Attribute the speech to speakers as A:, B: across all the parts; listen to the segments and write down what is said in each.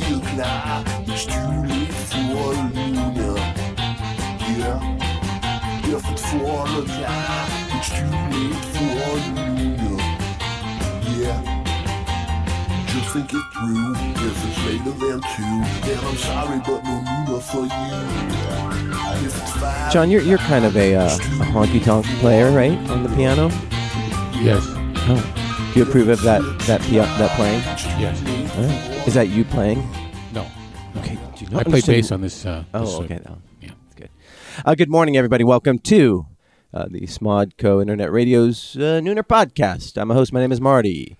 A: klar Ich juli Vorlune Ja Wir von vorne klar Ich juli Vorlune Yeah Just think it through If it's later than two Then I'm sorry but no Luna for you If it's five
B: John, you're you're kind of a, uh, a honky tonk player, right? On the piano.
C: Yes.
B: Oh. Do you approve of that that pia- that playing?
C: Yes.
B: Is that you playing?
C: No.
B: Okay. Do you know
C: I play bass on this. Uh, this, uh,
B: Oh, okay. Oh,
C: yeah.
B: That's good. Uh, good morning, everybody. Welcome to uh, the Smodco Internet Radio's uh, Nooner podcast. I'm a host. My name is Marty.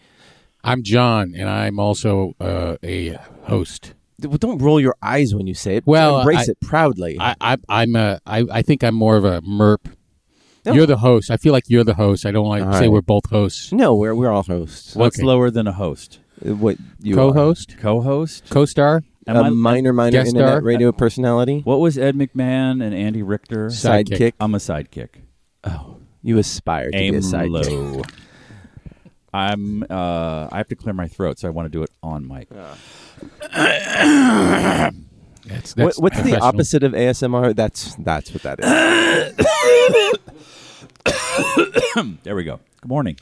C: I'm John, and I'm also uh, a host.
B: D- Well, don't roll your eyes when you say it.
C: Well,
B: embrace
C: I-
B: it proudly.
C: I, I I'm a I, I think I'm more of a merp.
B: No.
C: You're the host. I feel like you're the host. I don't like
B: All
C: to say
B: right.
C: we're both hosts.
B: no, we're we're all hosts.
D: What's
C: Okay.
D: lower than a host?
B: Uh, What you are.
C: Co-host,
D: Co-host?
C: co-star,
D: Am
B: a
D: I-
B: minor minor
C: guest
B: internet
C: star?
B: radio personality
D: what was Ed McMahon and Andy Richter?
C: Sidekick.
D: I'm a sidekick.
B: Oh, you aspire to
D: Aim
B: be a sidekick.
D: low. I'm. Uh, I have to clear my throat, so I want to do it on mic.
C: That's,
B: What,
C: that's
B: what's the
C: professional.
B: opposite of ASMR? That's that's what that is.
D: Hmm, There we go. Good morning.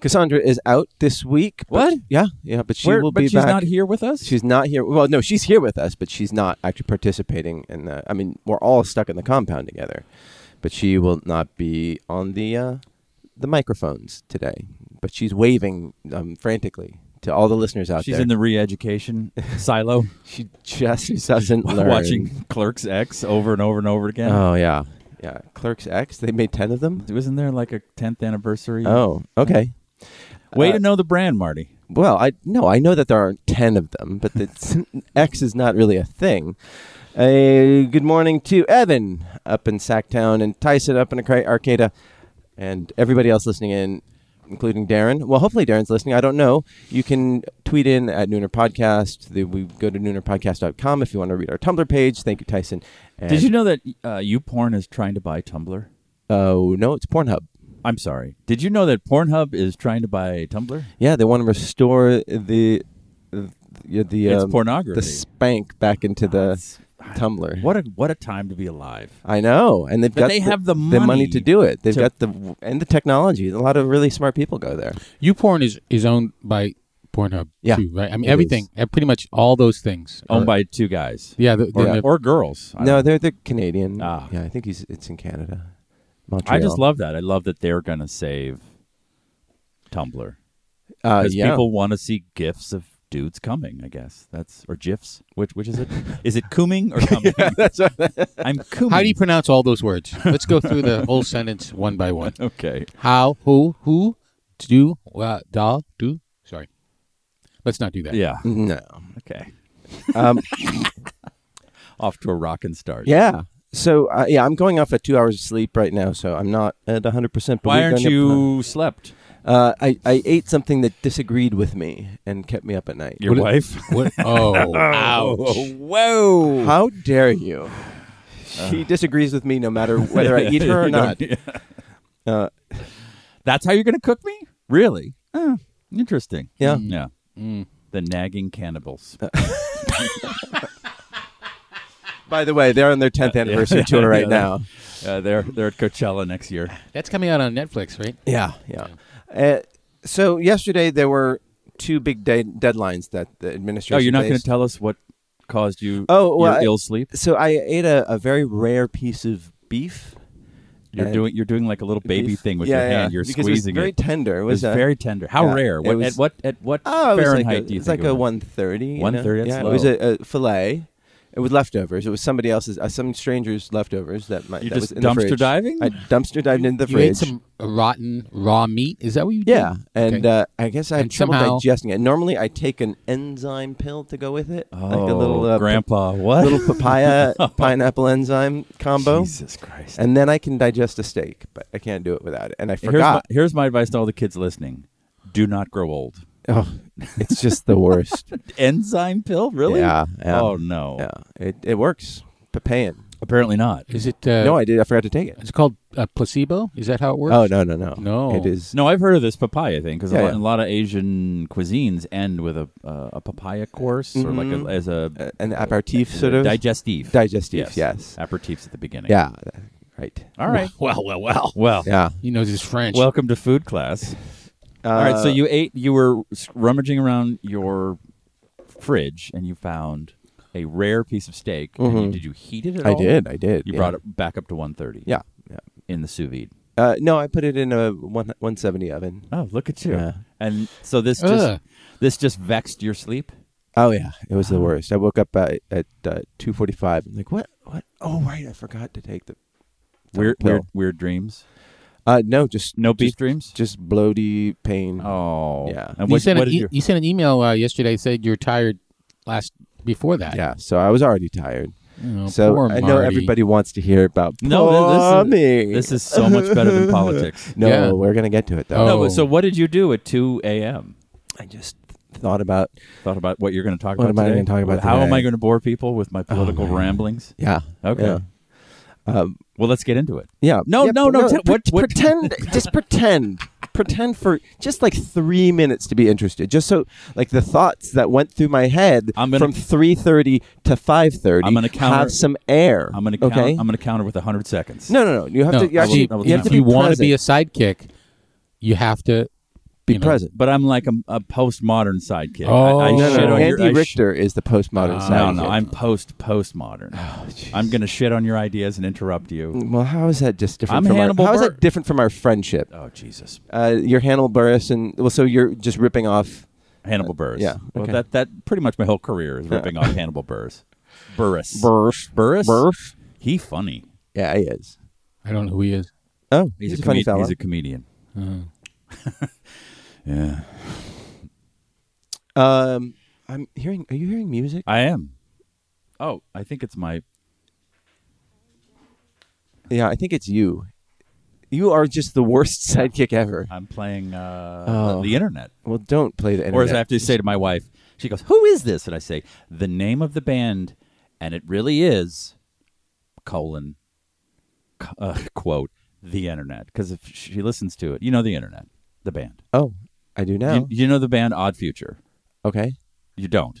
B: Cassandra is out this week. but-
D: What?
B: Yeah, yeah, but she
D: Where-
B: will
D: but
B: be
D: she's
B: back.
D: not here with us.
B: She's not here. Well, no, she's here with us, but she's not actually participating. In the, I mean, we're all stuck in the compound together, but she will not be on the uh, the microphones today. But she's waving um, frantically to all the listeners out
D: She's
B: there.
D: in the re-education silo,
B: she just doesn't learn.
D: watching Clerks X over and over and over again.
B: Oh yeah, yeah. Clerks X. They made ten of them.
D: Wasn't there like a 10th anniversary?
B: Oh, okay.
D: way
B: uh,
D: to know the brand, Marty.
B: Well, I no, I know that there are ten of them, but that's, X is not really a thing. Uh, good morning to Evan up in Sacktown and Tyson up in Arca- Arcata, and everybody else listening in, including Darren. Well, hopefully Darren's listening. I don't know. You can tweet in at Nooner Podcast. The, we go to noonerpodcast.com if you want to read our Tumblr page. Thank you, Tyson. And,
D: Did you know that uh, YouPorn is trying to buy Tumblr?
B: Oh no, it's Pornhub.
D: I'm sorry. Did you know that Pornhub is trying to buy Tumblr?
B: Yeah, they want to restore the the the,
D: It's
B: um,
D: pornography.
B: the spank back into the Tumblr. Uh,
D: What a what a time to be alive.
B: I know, and they've
D: But
B: got
D: they have the money
B: to do it. They've
D: to-
B: got the and the technology. A lot of really smart people go there.
C: YouPorn is is owned by Pornhub.
B: Yeah,
C: too, right. I mean
B: it
C: everything, eh, pretty much all those things.
D: Owned
C: are-
D: by two guys.
C: yeah, the,
D: Or,
C: the-
D: or girls. I
B: No,
D: don't-
B: they're they're Canadian.
D: Ah.
B: Yeah, I think he's it's in Canada, Montreal.
D: I just love that. I love that they're gonna save Tumblr.
B: uh,
D: Because
B: yeah.
D: people want to see gifs of dudes coming, I guess. That's or gifs. Which which is it? Is it cooming or coming?
B: That's what-
D: I'm cooming.
C: how do you pronounce all those words? Let's go through the whole sentence one by one.
D: Okay.
C: How, who, who, do, uh, da, do. Sorry. Let's not do that.
D: Yeah.
B: no.
D: Okay.
B: Um,
D: Off to a rockin' start.
B: yeah. So uh, yeah, I'm going off at two hours of sleep right now, so I'm not at 100. percent
D: Why aren't you slept?
B: Uh, I I ate something that disagreed with me and kept me up at night.
D: Your
C: What-
D: wife?
C: What? Oh, ouch.
D: Whoa.
B: How dare you? She disagrees with me no matter whether I eat her or
D: You
B: not.
D: don't-
B: Uh,
D: That's how you're going to cook me? Really? Oh, interesting. Mm.
B: Yeah. Uh,
D: Yeah. The nagging cannibals.
B: By the way, they're on their 10th anniversary tour right now.
D: Uh, they're they're at Coachella next year.
C: That's coming out on Netflix, right?
B: Yeah, yeah. Uh, so yesterday there were two big de- deadlines that the administration.
D: oh, you're not going to
B: faced.
D: tell us what caused you
B: Oh, well,
D: your
B: I-
D: ill sleep?
B: So I ate a, a very rare piece of beef.
D: You're
B: Uh,
D: doing you're doing like a little baby
B: beef.
D: thing with
B: Yeah,
D: your
B: yeah,
D: hand. You're
B: because
D: squeezing
B: It was very
D: it.
B: tender. It
D: It
B: was, uh,
D: very tender. How
B: yeah,
D: rare? What,
B: it was-
D: at what at what
B: Oh, it was
D: Fahrenheit
B: like a,
D: do you
B: it's
D: think
B: like a
D: was?
B: one thirty.
D: 130?
B: Yeah,
D: That's
B: it was
D: low.
B: a, a fillet. It was leftovers. It was somebody else's, uh, some stranger's leftovers that might.
D: You
B: that
D: just
B: was in the
D: dumpster
B: fridge.
D: diving?
B: I dumpster dived into the
C: you
B: fridge.
C: ate some rotten raw meat. Is that what you did?
B: yeah, and
C: Okay.
B: uh, I guess I had
C: And
B: trouble
C: somehow-
B: digesting it. Normally, I take an enzyme pill to go with it,
D: Oh,
B: like a little uh,
D: grandpa. What?
B: little papaya pineapple enzyme combo,
D: Jesus Christ.
B: and then I can digest a steak. But I can't do it without it, and I
D: Here's my,
B: forgot.
D: here's my advice to all the kids listening: Do not grow old.
B: Oh, it's just the worst.
D: Enzyme pill, really?
B: Yeah, yeah.
D: Oh no.
B: yeah, it it works. Papayan.
D: Apparently not.
C: Is it? Uh,
B: no, I did. I forgot to take it.
C: It's called uh, placebo. Is that how it works?
B: Oh no, no, no,
C: No.
B: It is
D: No, I've heard of this papaya thing because
B: Yeah,
D: a, lot
B: yeah.
D: a lot of Asian cuisines end with a uh, a papaya course or like
B: Mhm.
D: a, as a
B: uh, an aperitif sort of
D: digestive.
B: digestive. Yes.
D: Aperitifs at the beginning.
B: Yeah. Right.
D: All right.
C: Well, well, well.
D: Well.
B: Yeah.
C: He knows his French.
D: Welcome to food class.
B: Uh,
D: All right. So you ate. You were s- rummaging around your fridge and you found a rare piece of steak. And you,
B: Mhm.
D: did you heat it at
B: I
D: all?
B: did. I did.
D: You
B: yeah.
D: brought it back up to 130.
B: Yeah. Yeah.
D: In the sous vide.
B: Uh, no, I put it in a one one seventy oven.
D: Oh, look at you.
B: Yeah.
D: And so this
C: Ugh.
D: just this just vexed your sleep.
B: Oh yeah, it was the worst. I woke up at at uh, two forty five. I'm like, what? What? Oh right, I forgot to take the
D: Weird,
B: pill.
D: weird, weird dreams.
B: Uh, no, just
D: No beef
B: just,
D: dreams.
B: just bloaty pain.
D: oh,
B: Yeah.
D: And
C: you,
D: what,
C: sent
D: what
C: an
D: did
C: e-
D: your-
C: you sent an email uh, yesterday. that Said you're tired last before that.
B: Yeah, so I was already tired.
C: Oh,
B: so
C: poor
B: I know
C: Marty.
B: everybody wants to hear about
D: No,
B: poor
D: thi-
B: me.
D: this is so much better than politics.
B: no,
C: Yeah.
B: we're gonna get to it though.
D: No,
C: Oh.
D: but so what did you do at 2 a.m.?
B: I just thought about
D: Thought about what you're going to talk
B: What
D: about.
B: am I
D: today?
B: gonna talk about
D: How am
B: today? Oh,
D: I going to bore people with my political
B: man.
D: ramblings?
B: yeah.
D: Okay.
B: Yeah. Um,
D: Well, let's get into it.
B: yeah.
D: No,
B: Yeah,
D: no,
B: but
D: no, t-
B: pre-
D: what- what-
B: Pretend. just pretend. Pretend for just like three minutes to be interested. Just so like the thoughts that went through my head
D: I'm gonna-
B: from three thirty to five thirty.
D: I'm gonna counter-
B: have some air.
D: I'm going to count.
B: Okay.
D: I'm going to counter with 100 seconds.
B: no, no, no. You have
C: No,
B: to. You,
D: I
B: have
D: will-
B: to-
C: see,
D: I will
B: you
C: if
B: have
D: not.
B: to be
C: you want to
B: present.
C: be a sidekick, you have to
B: Be
C: you know,
B: present.
D: But I'm like a, a postmodern sidekick.
C: Oh.
D: I, I
B: No,
D: shit
B: no, no.
D: on your-
B: Andy
D: I sh-
B: Richter is the postmodern
C: Ah.
D: No,
B: side.
D: no, I'm post postmodern.
B: Oh,
D: I'm gonna shit on your ideas and interrupt you.
B: Well, how is that just different?
D: I'm
B: from
D: Hannibal
B: our, how is
D: Burr.
B: that different from our friendship?
D: Oh Jesus,
B: Uh, you're Hannibal Burris, and well, so you're just ripping off.
D: Hannibal Burris.
B: Uh, yeah,
D: Well,
B: okay.
D: that that pretty much my whole career is ripping off Hannibal Burris. Burris.
B: Burris.
D: Burris.
B: Burris.
D: He funny.
B: Yeah, he is.
C: I don't know who he is.
B: Oh, he's, a, funny
D: comed-
B: fellow.
D: He's a comedian.
C: Uh,
D: Yeah,
B: um, I'm hearing. Are you hearing music?
D: I am. Oh, I think it's my.
B: yeah, I think it's you. You are just the worst sidekick ever.
D: I'm playing uh,
B: Oh.
D: the internet.
B: Well, don't play the internet.
D: Or as I have to say to my wife, she goes, "Who is this?" And I say, "The name of the band," and it really is colon co- uh, quote the internet because if she listens to it, you know the internet, the band.
B: oh, I do now.
D: You, you know the band Odd Future.
B: okay,
D: You don't.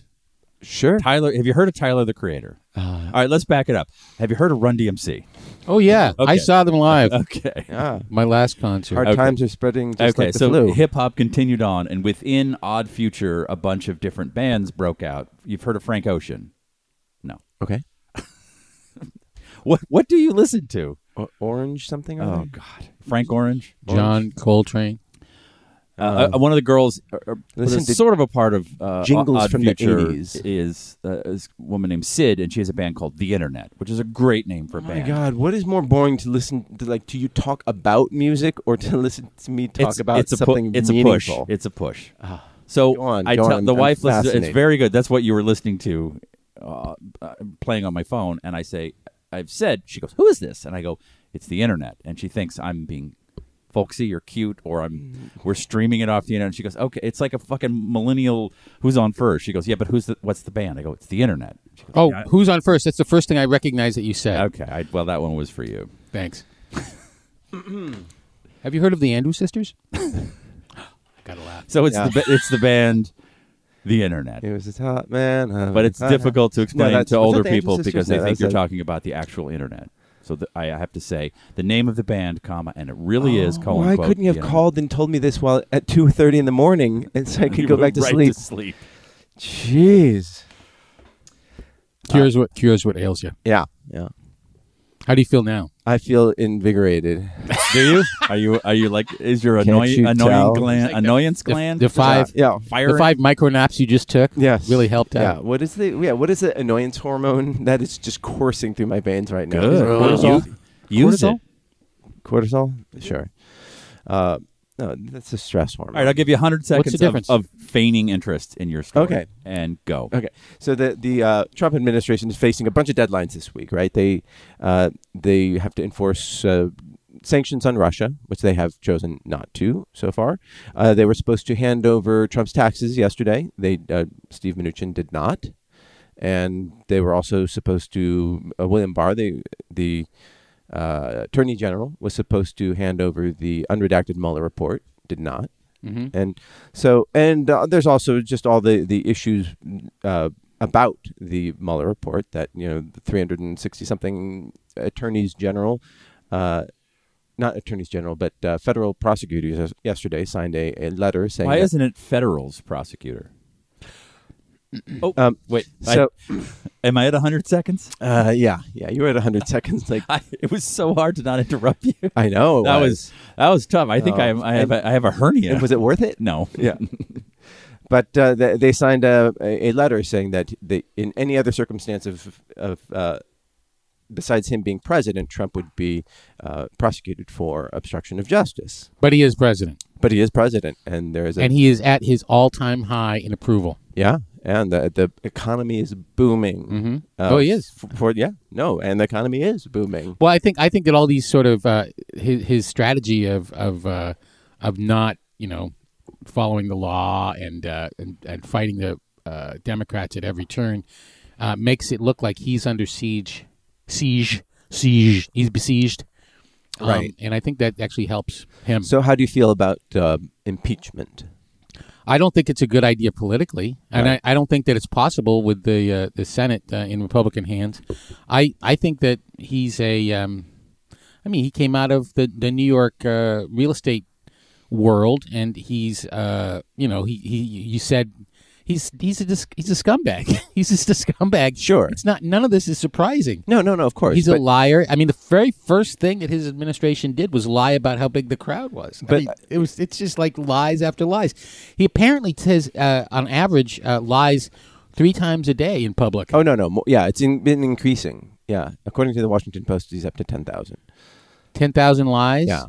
B: sure.
D: Tyler, have you heard of Tyler the Creator?
B: Uh,
D: All right, let's back it up. Have you heard of Run DMC?
C: oh yeah, I
D: Okay.
C: saw them live.
D: Okay.
B: Ah,
C: my last concert.
B: hard
D: Okay.
B: times are spreading just
D: okay,
B: like the
D: so
B: flu.
D: hip hop continued on, and within Odd Future, a bunch of different bands broke out. You've heard of Frank Ocean? No.
B: okay,
D: What What do you listen to?
B: O- orange something. or
D: Oh
B: other?
D: God, Frank Orange.
C: John Coltrane.
D: Uh, uh, one of the girls, uh, uh,
B: Listen
D: was
B: to
D: sort of a part of uh,
B: Jingles
D: Odd
B: from the
D: Future
B: 80s.
D: Is, uh, is a woman named Sid, and she has a band called The Internet, which is a great name for a
B: Oh my
D: band.
B: god, what is more boring to listen to like to you talk about music or to listen to me talk
D: it's,
B: about
D: it's a pu-
B: something
D: it's
B: meaningful? Ah.
D: a push. It's a push. So
B: Go on,
D: I
B: go
D: tell
B: on,
D: the
B: I'm
D: wife listens. to- It's
B: fascinated.
D: very good. That's what you were listening to, uh, uh, playing on my phone. And I say, I've said. She goes, "Who is this?" And I go, "It's the internet." And she thinks I'm being folksy or cute or I'm we're streaming it off the internet. And she goes, "Okay, it's like a fucking millennial who's on first. She goes, "Yeah, but who's the, what's the band?" I go, "It's the internet." She goes,
C: Oh,
D: "Yeah,
C: who's on first? That's the first thing I recognize that you said.
D: okay. I, well, that one was for you.
C: Thanks. Have you heard of the Andrew Sisters? Gotta laugh.
D: So it's
B: Yeah.
D: the the it's the band, the internet.
B: It was a top man, of
D: but it's
B: the-
D: difficult to explain
B: Uh-huh. that's-
D: to
B: was that
D: older
B: the Angel
D: people
B: Sisters?
D: because
B: No,
D: they think
B: that's
D: you're
B: a-
D: talking about the actual internet. So th I have to say the name of the band, comma, and it really is. Colon,
B: Oh, Why
D: quote,
B: couldn't you have
D: the internet.
B: called and told me this while at two thirty in the morning, and so I could
D: You
B: go
D: were
B: back to
D: right
B: sleep?
D: To sleep.
B: Jeez.
C: Cures what cures what ails you.
B: Yeah, yeah.
C: How do you feel now?
B: I feel invigorated.
D: Do you? Are you? Are you like? Is your annoy,
B: you
D: annoying
B: tell?
D: gland, annoyance
C: The,
D: gland?
C: the five
B: yeah.
D: fire.
C: the five micro naps you just took
B: Yes.
C: really helped
B: Yeah.
C: out.
B: What is the yeah? What is the annoyance hormone that is just coursing through my veins right now? Is it
D: Good.
B: cortisol?
D: You, use it.
C: Cortisol?
D: All
B: cortisol? Sure. Uh, no, that's a stress hormone.
D: right, I'll give you 100
C: the
D: seconds of,
C: difference?
D: of feigning interest in your story.
B: Okay.
D: And go.
B: Okay, so the the uh, Trump administration is facing a bunch of deadlines this week, right? They uh, they have to enforce uh, sanctions on Russia, which they have chosen not to so far. Uh, they were supposed to hand over Trump's taxes yesterday. They uh, Steve Mnuchin did not. and they were also supposed to uh, William Barr, the the uh, Attorney General, was supposed to hand over the unredacted Mueller report. Did not,
C: Mm-hmm.
B: and so and uh, there's also just all the the issues uh, about the Mueller report that you know 360 something attorneys general. Uh, not attorneys general, but uh, federal prosecutors yes- yesterday signed a, a letter saying
D: Why
B: that-
D: isn't it federal's prosecutor? oh,
B: Um,
D: wait.
B: so-
D: I, am I at 100 seconds?
B: Uh, yeah, yeah. You were at 100 seconds. Like
D: I, it was so hard to not interrupt you.
B: I know it
D: that was Uh, that was tough. I think
B: Oh.
D: I, am, I have a, I have a hernia.
B: And was it worth it?
D: no.
B: Yeah. but uh, they, they signed a, a a letter saying that they, in any other circumstance of of uh, besides him being president, Trump would be uh, prosecuted for obstruction of justice.
C: But he is president,
B: But he is president, and there is a
C: and he is at his all-time high in approval.
B: yeah, and the the economy is booming. Uh,
C: Mhm. Oh, he is.
B: f- for yeah, no, and the economy is booming.
C: Well, I think I think that all these sort of uh, his his strategy of of uh, of not you know following the law and uh, and, and fighting the uh, Democrats at every turn uh, makes it look like he's under siege, siege, siege. He's besieged, Um,
B: Right.
C: and I think that actually helps him.
B: So, how do you feel about uh, impeachment?
C: I don't think it's a good idea politically, and
B: Right.
C: I, I don't think that it's possible with the uh, the Senate uh, in Republican hands. I I think that he's a, um, I mean, he came out of the the New York uh, real estate world, and he's uh, you know he he you said. He's he's a dis- he's a scumbag. he's just a scumbag.
B: Sure.
C: it's not. None of this is surprising.
B: No, no, no. Of course,
C: He's
B: but-
C: a liar. I mean, the very first thing that his administration did was lie about how big the crowd was. I
B: But-
C: mean, it was it's just like lies after lies. He apparently says, uh, on average, uh, lies three times a day in public.
B: Oh no, no, mo- yeah, it's in, been increasing. Yeah, according to the Washington Post, he's up to ten thousand.
C: Ten thousand lies.
B: Yeah,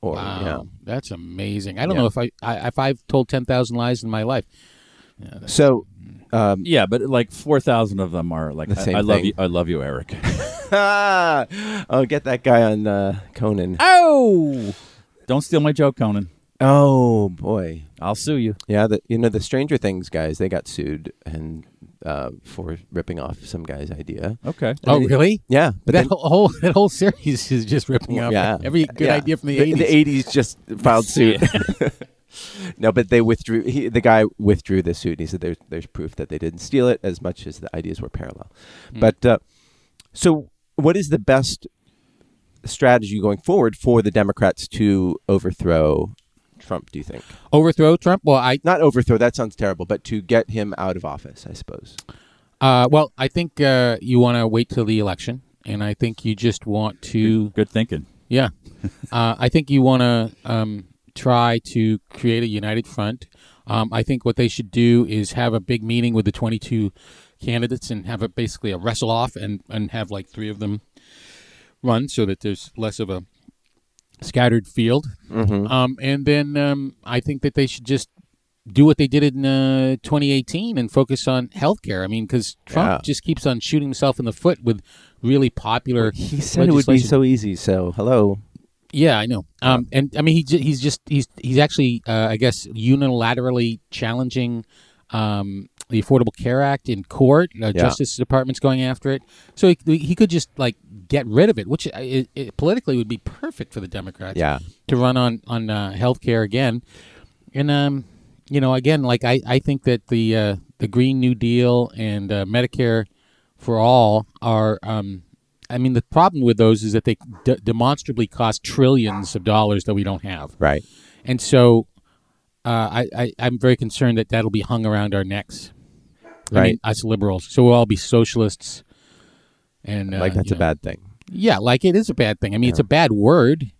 B: or
C: Wow,
B: yeah.
C: that's amazing. I don't
B: Yeah.
C: know if I, I if I've told ten thousand lies in my life.
B: So, um,
D: Yeah, but like 4,000 of them are like
B: The
D: I,
B: same
D: I love
B: thing.
D: you I love you, Eric.
B: oh, get that guy on uh, Conan.
D: oh. Don't steal my joke, Conan.
B: Oh boy,
D: I'll sue you.
B: yeah. The, you know the Stranger Things guys, they got sued and uh, for ripping off some guy's idea.
D: Okay.
C: Oh
B: then-
C: really?
B: Yeah, but
C: that
B: then,
C: whole that whole series is just ripping off
B: yeah,
C: every good
B: yeah.
C: idea from the eighties.
B: The eighties just filed suit. no, but they withdrew. He, the guy withdrew the suit. And he said there's there's proof that they didn't steal it as much as the ideas were parallel.
C: Hmm.
B: But uh, so, what is the best strategy going forward for the Democrats to overthrow Trump? Do you think
C: Overthrow Trump. Well, I
B: not overthrow? That sounds terrible, but to get him out of office, I suppose.
C: Uh, well, I think uh, you want to wait till the election, and I think you just want to,
D: Good thinking.
C: yeah, uh, I think you want to um, try to create a united front. Um, I think what they should do is have a big meeting with the 22 candidates and have it basically a wrestle off, and and have like three of them run so that there's less of a scattered field.
B: Mm-hmm.
C: Um, and then um, I think that they should just do what they did in uh, 2018 and focus on healthcare. I mean, because Trump
B: Yeah.
C: just keeps on shooting himself in the foot with really popular.
B: He said it would be
C: legislation.
B: so easy. So hello.
C: Yeah, I know. Um, and I mean, he ju- he's just he's he's actually uh, I guess unilaterally challenging um, the Affordable Care Act in court. Uh, Justice Department's going after it, so he, he could just like get rid of it, which uh, it, it politically would be perfect for the Democrats
B: Yeah.
C: to run on on uh, healthcare again. And um, you know, again, like I, I think that the uh, the Green New Deal and uh, Medicare for all are. Um, I mean, the problem with those is that they d- demonstrably cost trillions of dollars that we don't have,
B: Right.
C: and so uh, I, I I'm very concerned that that'll be hung around our necks, I mean,
B: Right.
C: us liberals, so we'll all be socialists. And uh,
B: like that's
C: you
B: a
C: know.
B: bad thing.
C: yeah, like it is a bad thing. I mean, it's a bad word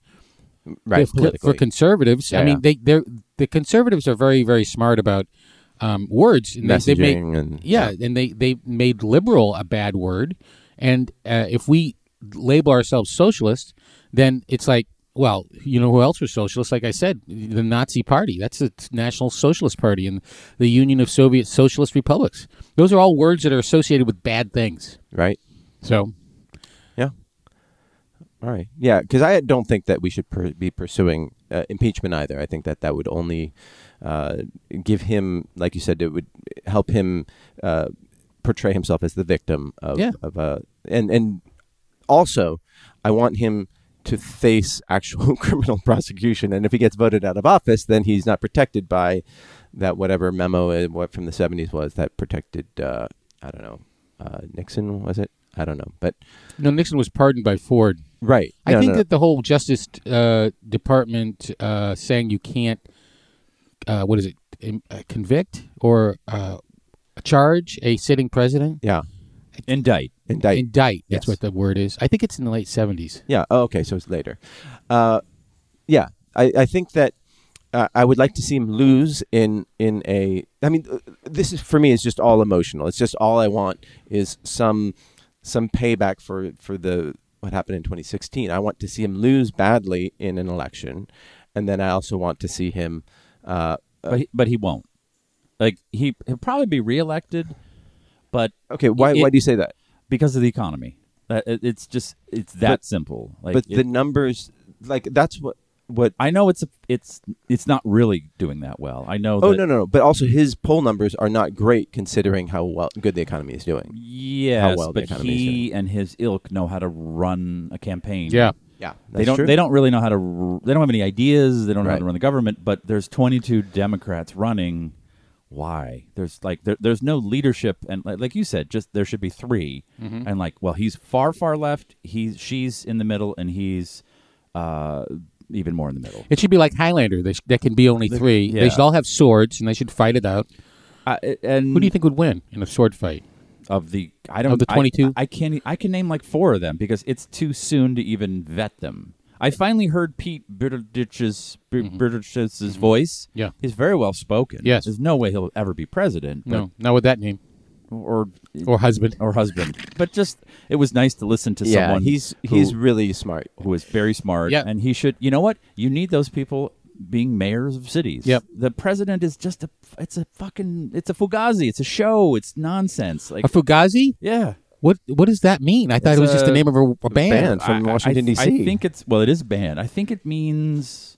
B: Right.
C: for- for,
B: politically.
C: conservatives. I
B: Yeah.
C: mean, they they the conservatives are very very smart about um, words. And they,
B: messaging
C: they make-
B: and
C: yeah, and they they made liberal a bad word, and uh, if we label ourselves socialist, then it's like. Well, you know who else was socialist? Like I said, the Nazi Party. That's the National Socialist Party and the Union of Soviet Socialist Republics. Those are all words that are associated with bad things.
B: right.
C: So,
B: Yeah. All right. Yeah, because I don't think that we should per- be pursuing uh, impeachment either. I think that that would only uh, give him, like you said, it would help him uh, portray himself as the victim of
C: Yeah.
B: of a and and also I want him to face actual criminal prosecution. And if he gets voted out of office, then he's not protected by that whatever memo uh, what from the '70s was that protected. Uh, I don't know. Uh, Nixon was it? I don't know, but
C: No, Nixon was pardoned by Ford.
B: right.
C: I
B: No,
C: think
B: no,
C: that the whole Justice uh, Department uh, saying you can't, uh, what is it, im- uh, convict or uh, charge a sitting president,
B: yeah,
D: Indict.
B: indict.
C: indict. That's
B: Yes.
C: what the word is. I think it's in the late seventies.
B: Yeah. Oh, okay. So it's later. Uh, yeah. I, I think that uh, I would like to see him lose in in a. I mean, uh, this is for me. It's just all emotional. It's just all I want is some some payback for for the what happened in 2016. I want to see him lose badly in an election, and then I also want to see him. Uh,
D: But he, but he won't. Like he he'll probably be reelected, but
B: okay. Why
D: It-
B: why do you say that?
D: because of the economy. That- it- It's just it's that
B: But-
D: simple. Like
B: but
D: it-
B: the numbers, like that's what what
D: I know it's a, it's it's not really doing that well. I know.
B: Oh
D: that,
B: no, no, no! But also, his poll numbers are not great considering how well good the economy is doing.
D: Yes,
B: well the
D: but
B: economy is
D: he and his ilk know how to run a campaign.
C: Yeah.
B: Yeah,
D: they don't. They don't really know how to. r- They don't have any ideas. They don't know how to
B: Right.
D: run the government. But there's 22 Democrats running. Why? There's like there, there's no leadership, and like, like you said, just there should be 3
B: Mm-hmm.
D: And like, well, he's far far left. He's she's in the middle, and he's uh, even more in the middle.
C: It should be like Highlander. They sh- there can be only three.
D: yeah.
C: They should all have swords and they should fight it out.
D: Uh, and
C: Who do you think would win in a sword fight?
D: of the I don't
C: Of the
D: I-
C: 22?
D: I, can't e, I can name like four of them because it's too soon to even vet them. I finally heard Pete Buttigieg's Buttigieg's voice.
C: Mm-hmm. Yeah.
D: he's very well spoken.
C: Yes.
D: there's no way he'll ever be president. But,
C: No, not with that name
D: or
C: or husband.
D: or husband. but just it was nice to listen to
B: Yeah,
D: someone.
B: he's
D: who-
B: he's really smart.
D: who is very smart.
C: Yeah.
D: and he should. You know what? You need those people being mayors of cities.
C: Yep.
D: the president is just a. It's a fucking. It's a fugazi. It's a show. It's nonsense. Like
C: A fugazi?
D: yeah.
C: What What does that mean? I thought
D: It's
C: it was just the
D: a-
C: name of a, a band.
B: band. from
D: I- I-
B: Washington,
D: I th-
B: D.C..
D: I think it's well, it is banned. I think it means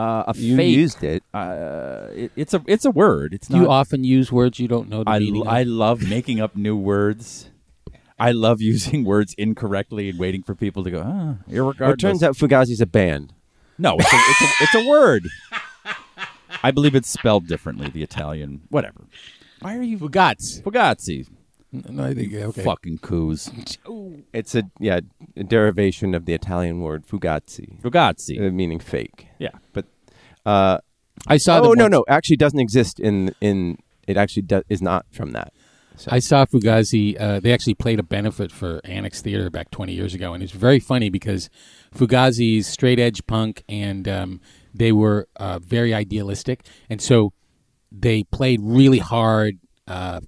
D: uh, a
B: You
D: fake.
B: used it.
D: uh, it, it's a it's a word. It's
C: You
D: not.
C: often use words you don't know. The
D: I
C: meaning
D: l-
C: of.
D: I love making up new words. I love using words incorrectly and waiting for people to go. Ah,
B: Well,
D: irregardless.
B: it turns out Fugazi's a band.
D: no, it's a, it's a, it's a word. I believe it's spelled differently. The Italian, whatever.
C: Why are you Fugats?
D: Fugazi,
C: No, I think okay.
D: fucking coos.
B: It's a yeah a derivation of the Italian word fugazi, uh,
D: Fugazi.
B: meaning fake.
D: Yeah.
B: But uh,
C: I saw.
B: oh
C: them
B: no
C: once.
B: no, actually doesn't exist in in it actually do, is not from that. So
C: I saw Fugazi. Uh, they actually played a benefit for Annex Theater back 20 years ago, and it's very funny because Fugazi's straight edge punk, and um, they were uh, very idealistic, and so they played really hard uh,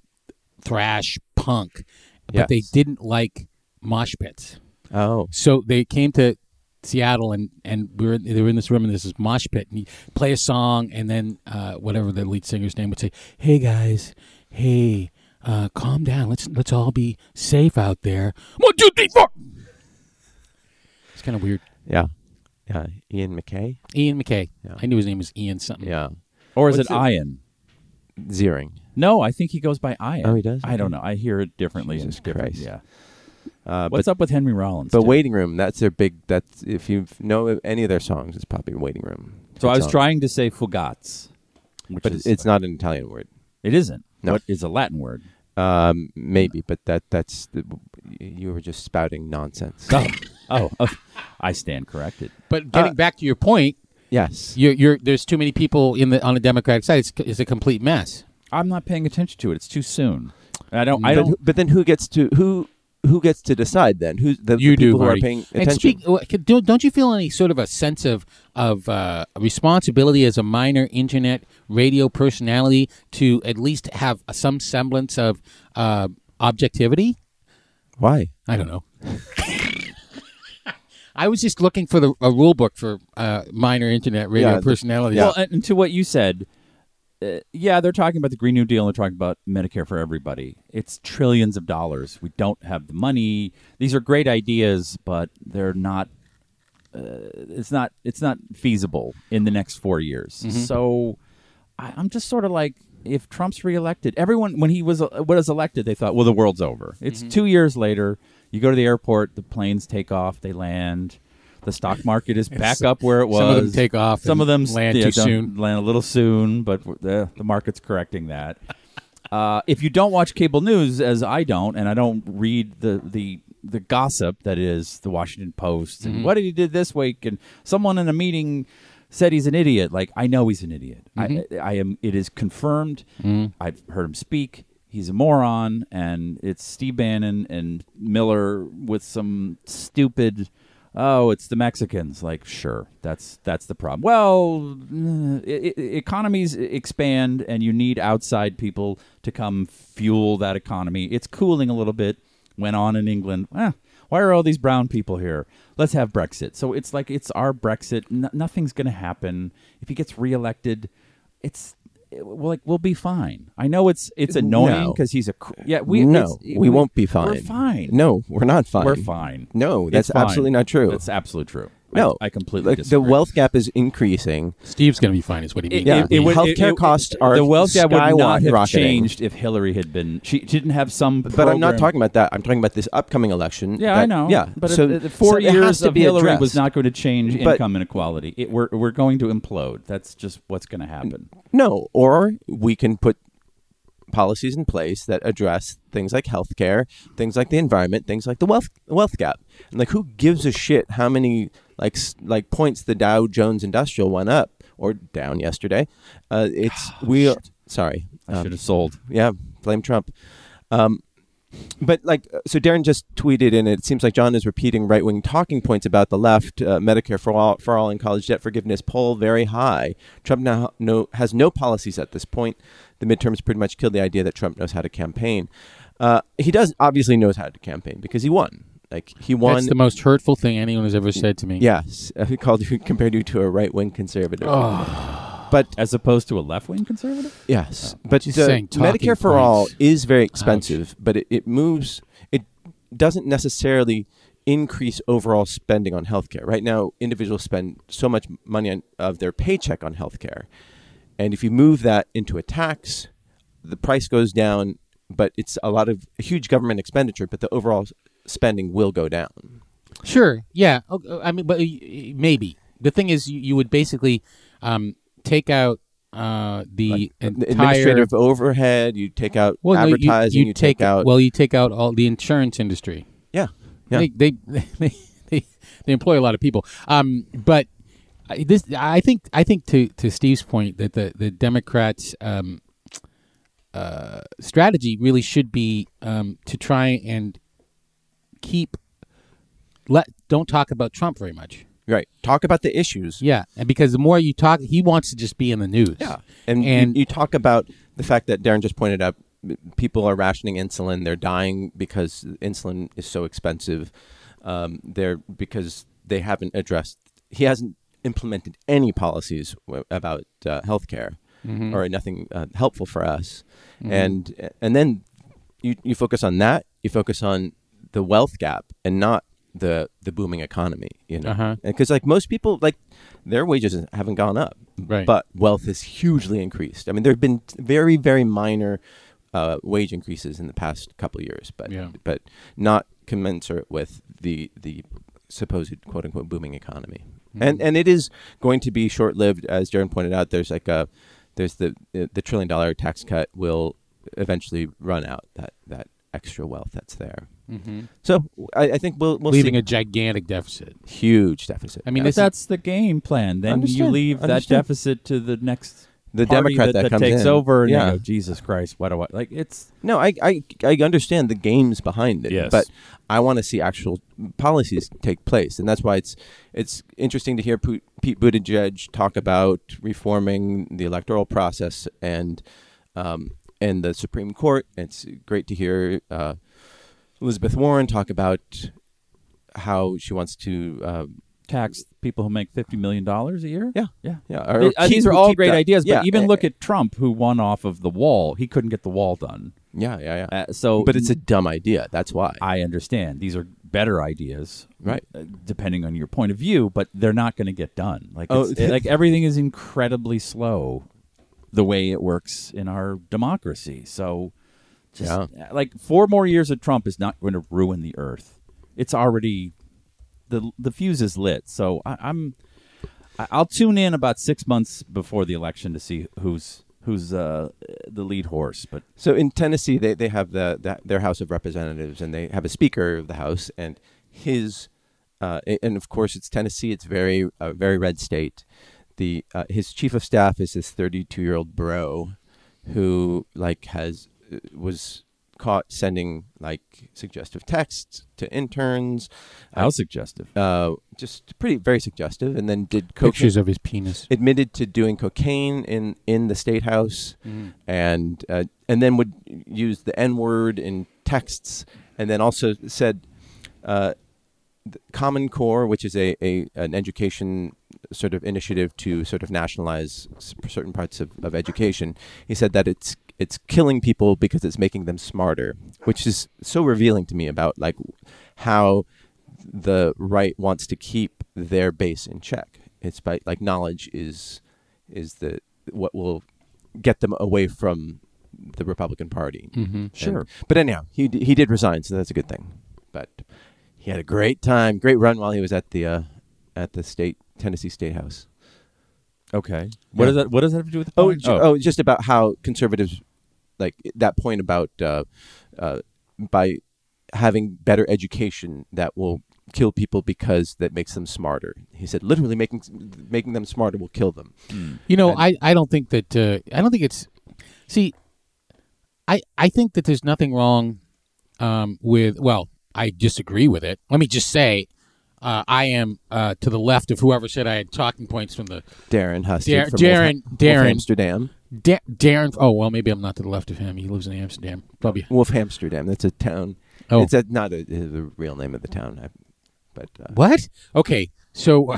C: thrash punk, but
B: Yes.
C: they didn't like mosh pits.
B: oh
C: So they came to Seattle and and we were they were in this room and this is mosh pit and you play a song and then uh, whatever the lead singer's name would say, hey guys, hey, uh, calm down, let's let's all be safe out there. One two three four. It's kind of weird.
B: yeah yeah Ian McKay
C: Ian McKay.
B: Yeah.
C: I knew his name was Ian something.
B: yeah
D: Or is
B: What's
D: it
B: it-
D: Ian?
B: Zeering.
D: No, I think he goes by Ian.
B: Oh, he does?
D: I don't know. I hear it differently. in
B: Jesus
D: different-
B: Christ.
D: Yeah.
B: Uh, but
D: What's up with Henry Rollins?
B: but
D: too?
B: waiting room that's their big that's if you know any of their songs it's probably waiting room.
D: So I
B: Good
D: was
B: song.
D: trying to say fugats, which
B: but
D: is,
B: it's not an Italian word.
D: it isn't.
B: No.
D: What is a Latin word?
B: Um, maybe, but that that's the, you were just spouting nonsense.
D: Oh, oh, oh, I stand corrected.
C: But
B: Uh,
C: getting back to your point,
B: yes.
C: you're, you're there's too many people in the on the Democratic side. It's, it's a complete mess.
D: I'm not paying attention to it. It's too soon. I don't. I
B: but,
D: don't.
B: who- but then who gets to who who gets to decide then? Who's the, the
C: you do
B: people who are
C: Marty.
B: paying attention?
C: And speak, well, c- don't don't you feel any sort of a sense of of uh, responsibility as a minor internet radio personality to at least have some semblance of uh, objectivity?
B: Why?
C: I don't know. I was just looking for the, a rule book for uh, minor internet radio
B: Yeah, the-
C: personality.
D: Well, and and to what you said, uh, yeah, they're talking about the Green New Deal and they're talking about Medicare for everybody. It's trillions of dollars. We don't have the money. These are great ideas, but they're not. Uh, it's
C: Mm-hmm.
D: not. It's not feasible in the next four years. So, I, I'm just sort of like, if Trump's reelected, everyone when he was uh, was elected, they thought, well, the world's over. It's
C: Mm-hmm.
D: two years later. You go to the airport, the planes take off, they land. The stock market is back up where it was.
C: some of them take off and
D: Some of them
C: land too soon.
D: Land a little soon, but the the market's correcting that. Uh, if you don't watch cable news, as I don't, and I don't read the the the gossip that is the Washington Post and what he did this week, and someone in a meeting said he's an idiot. Like I know he's an idiot. I, I am. It is confirmed. I've heard him speak. He's a moron, and it's Steve Bannon and Miller with some stupid. Oh, it's the Mexicans. Like, sure, that's that's the problem. Well, eh, e- e- economies expand, and you need outside people to come fuel that economy. It's cooling a little bit. Went on in England. Eh, why are all these brown people here? Let's have Brexit. So it's like it's our Brexit. N- nothing's going to happen if he gets reelected. It's it- well, like we'll be fine. I know it's it's annoying
B: No.
D: because he's a cr- yeah. We
B: no,
D: it's-
B: we won't be fine.
D: We're fine.
B: No, we're not fine.
D: we're fine.
B: No,
D: It's
B: that's
D: fine.
B: absolutely not true.
D: That's absolutely true. I-
B: no,
D: I, completely
B: like,
D: disagree.
B: The wealth gap is increasing.
C: Steve's going to be fine, is what he means.
B: Yeah,
D: it- it would-
B: healthcare
D: it- it-
B: costs are
D: the wealth gap would not have
B: skyrocketing.
D: changed if Hillary had been. She didn't have some.
B: But I'm not
D: program-
B: talking about that. I'm talking about this upcoming election.
D: Yeah, I
B: that-
D: know.
B: Yeah,
D: but
B: so
D: so, four
B: so it has
D: years
B: to
D: of
B: be
D: Hillary
B: addressed.
D: was not going to change
B: But-
D: income inequality. It, we're we're going to implode. That's just what's going to happen.
B: No, or we can put policies in place that address things like healthcare, things like the environment, things like the wealth wealth gap. And like, who gives a shit how many like s- like points the Dow Jones Industrial went up or down yesterday? Uh, it's we.
D: Oh,
B: Sorry,
D: I should have sold.
B: yeah, blame Trump. Um, but like, uh, so Darren just tweeted, and it seems like John is repeating right wing talking points about the left, uh, Medicare for all, for all, and college debt forgiveness poll very high. Trump now no has no policies at this point. The midterms pretty much killed the idea that Trump knows how to campaign. Uh, he does obviously knows how to campaign because he won. Like he won.
C: That's the most hurtful thing anyone has ever said to me.
B: yes, uh, he called you compared you to a right wing conservative. But
D: As opposed to a left wing conservative?
B: Yes, but
C: Just
B: the
C: Uh, saying talking
B: Medicare for all
C: points.
B: is very expensive, but it, it moves. It doesn't necessarily increase overall spending on healthcare. Right now, individuals spend so much money on, of their paycheck on healthcare, and if you move that into a tax, the price goes down. But it's a lot of huge government expenditure, but the overall s- spending will go down.
C: Sure. Yeah. O- o- I mean, but uh, y- maybe the thing is, you, you would basically um, take out uh, the
B: The
C: entire.
B: administrative overhead, you take out
C: Well, no, you-
B: advertising,
C: you,
B: take, out
C: Well, you take out all the insurance industry.
B: yeah, yeah.
C: They, they, they, they, they employ a lot of people. Um, but I- this, I think, I think to, to Steve's point that the, the Democrats' um, uh, strategy really should be um, to try and keep let don't talk about Trump very much.
B: right. Talk about the issues.
C: Yeah, and because the more you talk, he wants to just be in the news.
B: Yeah, and, you-
C: and
B: you, talk about the fact that Darren just pointed out m- people are rationing insulin; they're dying because insulin is so expensive. Um, they're because they haven't addressed. He hasn't implemented any policies w- about uh, healthcare
C: Mm-hmm.
B: or nothing uh, helpful for us, and and then you you focus on that. You focus on the wealth gap and not the the booming economy. You know,
C: Uh-huh.
B: because like most people, like their wages haven't gone up,
C: Right.
B: But uh, wealth is hugely increased. I mean, there have been very, very minor uh, wage increases in the past couple of years, but
C: Yeah.
B: but not commensurate with the the supposed quote unquote booming economy.
C: Hmm.
B: And and it is going to be short lived, as Jaron pointed out. There's like a there's the the trillion dollar tax cut will eventually run out that that extra wealth that's there. So I, I think we'll we'll
C: Mm-hmm. leaving
B: see
C: a gigantic deficit.
B: huge deficit.
C: I mean,
B: Yeah.
C: this is-
D: that's the game plan. Then you
B: Understand,
D: leave that
B: understand.
D: deficit to the next
B: The
D: party
B: Democrat
D: that,
B: that comes
D: takes
B: in.
D: over. And they
B: Yeah.
D: go, Jesus Christ, why do I like it's
B: No, I, I, I understand the games behind it,
D: Yes.
B: but I want to see actual policies take place, and that's why it's it's interesting to hear Pu- Pete Buttigieg talk about reforming the electoral process and um, and the Supreme Court. It's great to hear uh, Elizabeth Warren talk about how she wants to uh,
D: tax people who make fifty million dollars a year?
B: yeah
D: Yeah.
B: yeah. or
D: Th- uh,
B: keep-
D: these are all
B: keep
D: great
B: that-
D: ideas, but
B: yeah,
D: even
B: uh,
D: look at Trump, who won off of the wall. He couldn't get the wall done.
B: yeah yeah yeah.
D: Uh, so,
B: but it's a dumb idea. That's why.
D: I understand these are better ideas,
B: Right.
D: uh, Depending on your point of view, but they're not going to get done. Like,
B: Oh,
D: it's, like everything is incredibly slow. the way it works in our democracy. So, just uh,
B: Yeah.
D: like four more years of Trump is not going to ruin the earth. It's already the the fuse is lit. So I, I'm I- I'll tune in about six months before the election to see who's who's uh, the lead horse. But
B: So in Tennessee, they, they have the, the their House of Representatives, and they have a Speaker of the House, and his, uh, a- and of course it's Tennessee. It's very uh, very red state. The uh, his chief of staff is this thirty two year old bro, who like has uh, was caught sending like suggestive texts to interns,
D: how suggestive?
B: uh, just pretty very suggestive, and then did cocaine-
C: Pictures of his penis.
B: admitted to doing cocaine in in the state house and uh, and then would use the n word in texts and then also said uh, the common core which is a, a an education sort of initiative to sort of nationalize s- certain parts of, of education he said that it's it's killing people because it's making them smarter which is so revealing to me about like how the right wants to keep their base in check. It's by like knowledge is is the what will get them away from the Republican Party. Mm-hmm.
D: Sure.
B: but anyhow, he d- he did resign, so that's a good thing. But he had a great time, great run while he was at the uh, at the state Tennessee State House.
D: Okay.
B: Yeah.
D: What does that What does that have to do with the
B: Oh,
D: point?
B: ju- oh, just about how conservatives, like that point about uh, uh, by having better education that will kill people because that makes them smarter. He said, literally making making them smarter will kill them.
C: You know, I, I don't think that uh, I don't think it's see. I I think that there's nothing wrong um, with well, I disagree with it. Let me just say, uh, I am uh, to the left of whoever said I had talking points from the
B: Darren Husted
C: Dar-
B: from
C: Darren-
B: Wolf-
C: Darren.
B: Wolf Amsterdam,
C: da- Darren. Oh well, maybe I'm not to the left of him. He lives in Amsterdam, probably.
B: Wolf Amsterdam. That's a town.
C: Oh.
B: It's a, not a, the real name of the town, I, but uh,
C: What? Okay, so uh,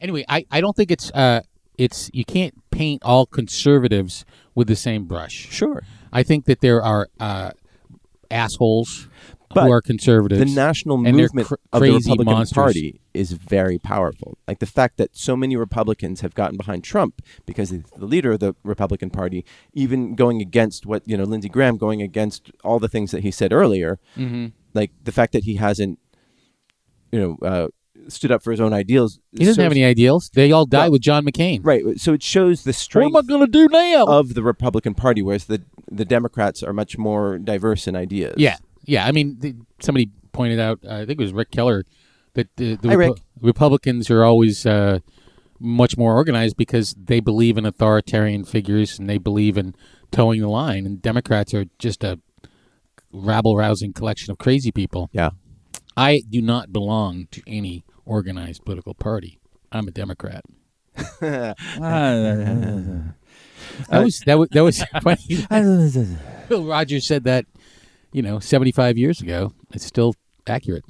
C: anyway, I, I don't think it's uh it's you can't paint all conservatives with the same brush.
B: sure.
C: I think that there are uh, assholes
B: But
C: who are conservatives.
B: the national
C: and they're
B: movement
C: cr-
B: of the
C: crazy
B: Republican
C: monsters.
B: Party is very powerful. Like the fact that so many Republicans have gotten behind Trump because he's the leader of the Republican Party, even going against what you know Lindsey Graham, going against all the things that he said earlier.
C: Mm-hmm.
B: Like the fact that he hasn't, you know, uh, stood up for his own ideals.
C: he doesn't have any ideals. They all die
B: Well,
C: with John McCain.
B: Right. So it shows
C: Oh
B: the strength
C: gonna do now?
B: of the Republican Party, whereas the the Democrats are much more diverse in ideas.
C: yeah, yeah. I mean, th- somebody pointed out. uh, I think it was Rick Keller that the, the
B: Hi,
C: Repu-
B: Rick.
C: Republicans are always uh, much more organized because they believe in authoritarian figures and they believe in towing the line, and Democrats are just a rabble rousing collection of crazy people.
B: Yeah.
C: I do not belong to any organized political party. I'm a Democrat.
B: Ah, Uh,
C: That was that was that was funny. Bill Rogers said that, you know, 75 years ago. It's still accurate.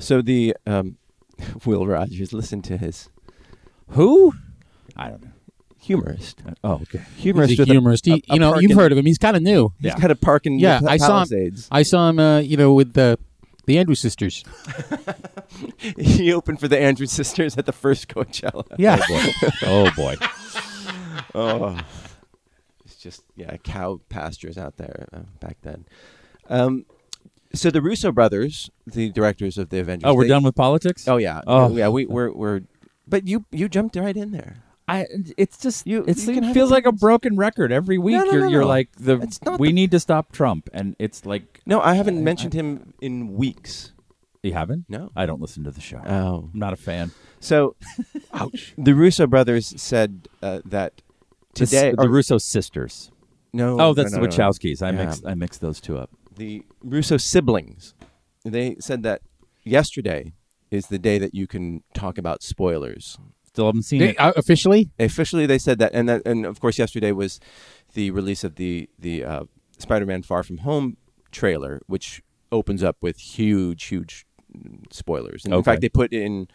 B: So the um, Will Rogers, listen to his
D: who? I don't know.
B: humorist.
D: Oh, okay.
B: Humorist,
C: Uh, He's a
B: with a-
C: humorist. He-
B: a- a
C: you know,
B: park
C: you've
B: in-
C: heard of him. He's kind of new.
B: He's
D: Yeah.
B: got a park in
C: Yeah,
B: the
C: I saw him.
B: Palisades.
C: I saw him. Uh, you know, with the the Andrews sisters.
B: he opened for the Andrews sisters at the first Coachella.
C: Yeah.
D: Oh boy.
C: Oh.
B: It's just yeah, cow pastures out there uh, back then. Um, so the Russo brothers, the directors of the Avengers.
D: Oh, we're
B: they-
D: done with politics.
B: Oh yeah.
D: Oh.
B: yeah. We we're, we're but you you jumped right in there.
D: I. It's just
B: You-
D: it's-
B: you can
D: it
B: have
D: feels like a
B: opinions.
D: broken record every week.
B: No, no,
D: you're
B: no,
D: you're
B: no.
D: like the.
B: It's not
D: we
B: the-
D: need to stop Trump, and it's like
B: No, I haven't mentioned him in weeks.
D: you haven't.
B: No.
D: I don't listen to the show.
B: Oh.
D: I'm not a fan.
B: So, ouch. The Russo brothers said uh, that
D: The-
B: today.
D: the,
B: or-
D: Russo sisters.
B: no.
D: Oh, that's
B: no,
D: the
B: no, no, no.
D: Wachowskis. I
B: Yeah.
D: mix I mix those two up.
B: the Russo siblings, they said that yesterday is the day that you can talk about spoilers.
D: Still haven't seen
C: They-
D: it.
C: uh, officially,
B: Officially, they said that, and that, and of course, yesterday was the release of the the uh, Spider-Man: Far From Home trailer, which opens up with huge, huge spoilers. And In
D: Okay.
B: fact, they put in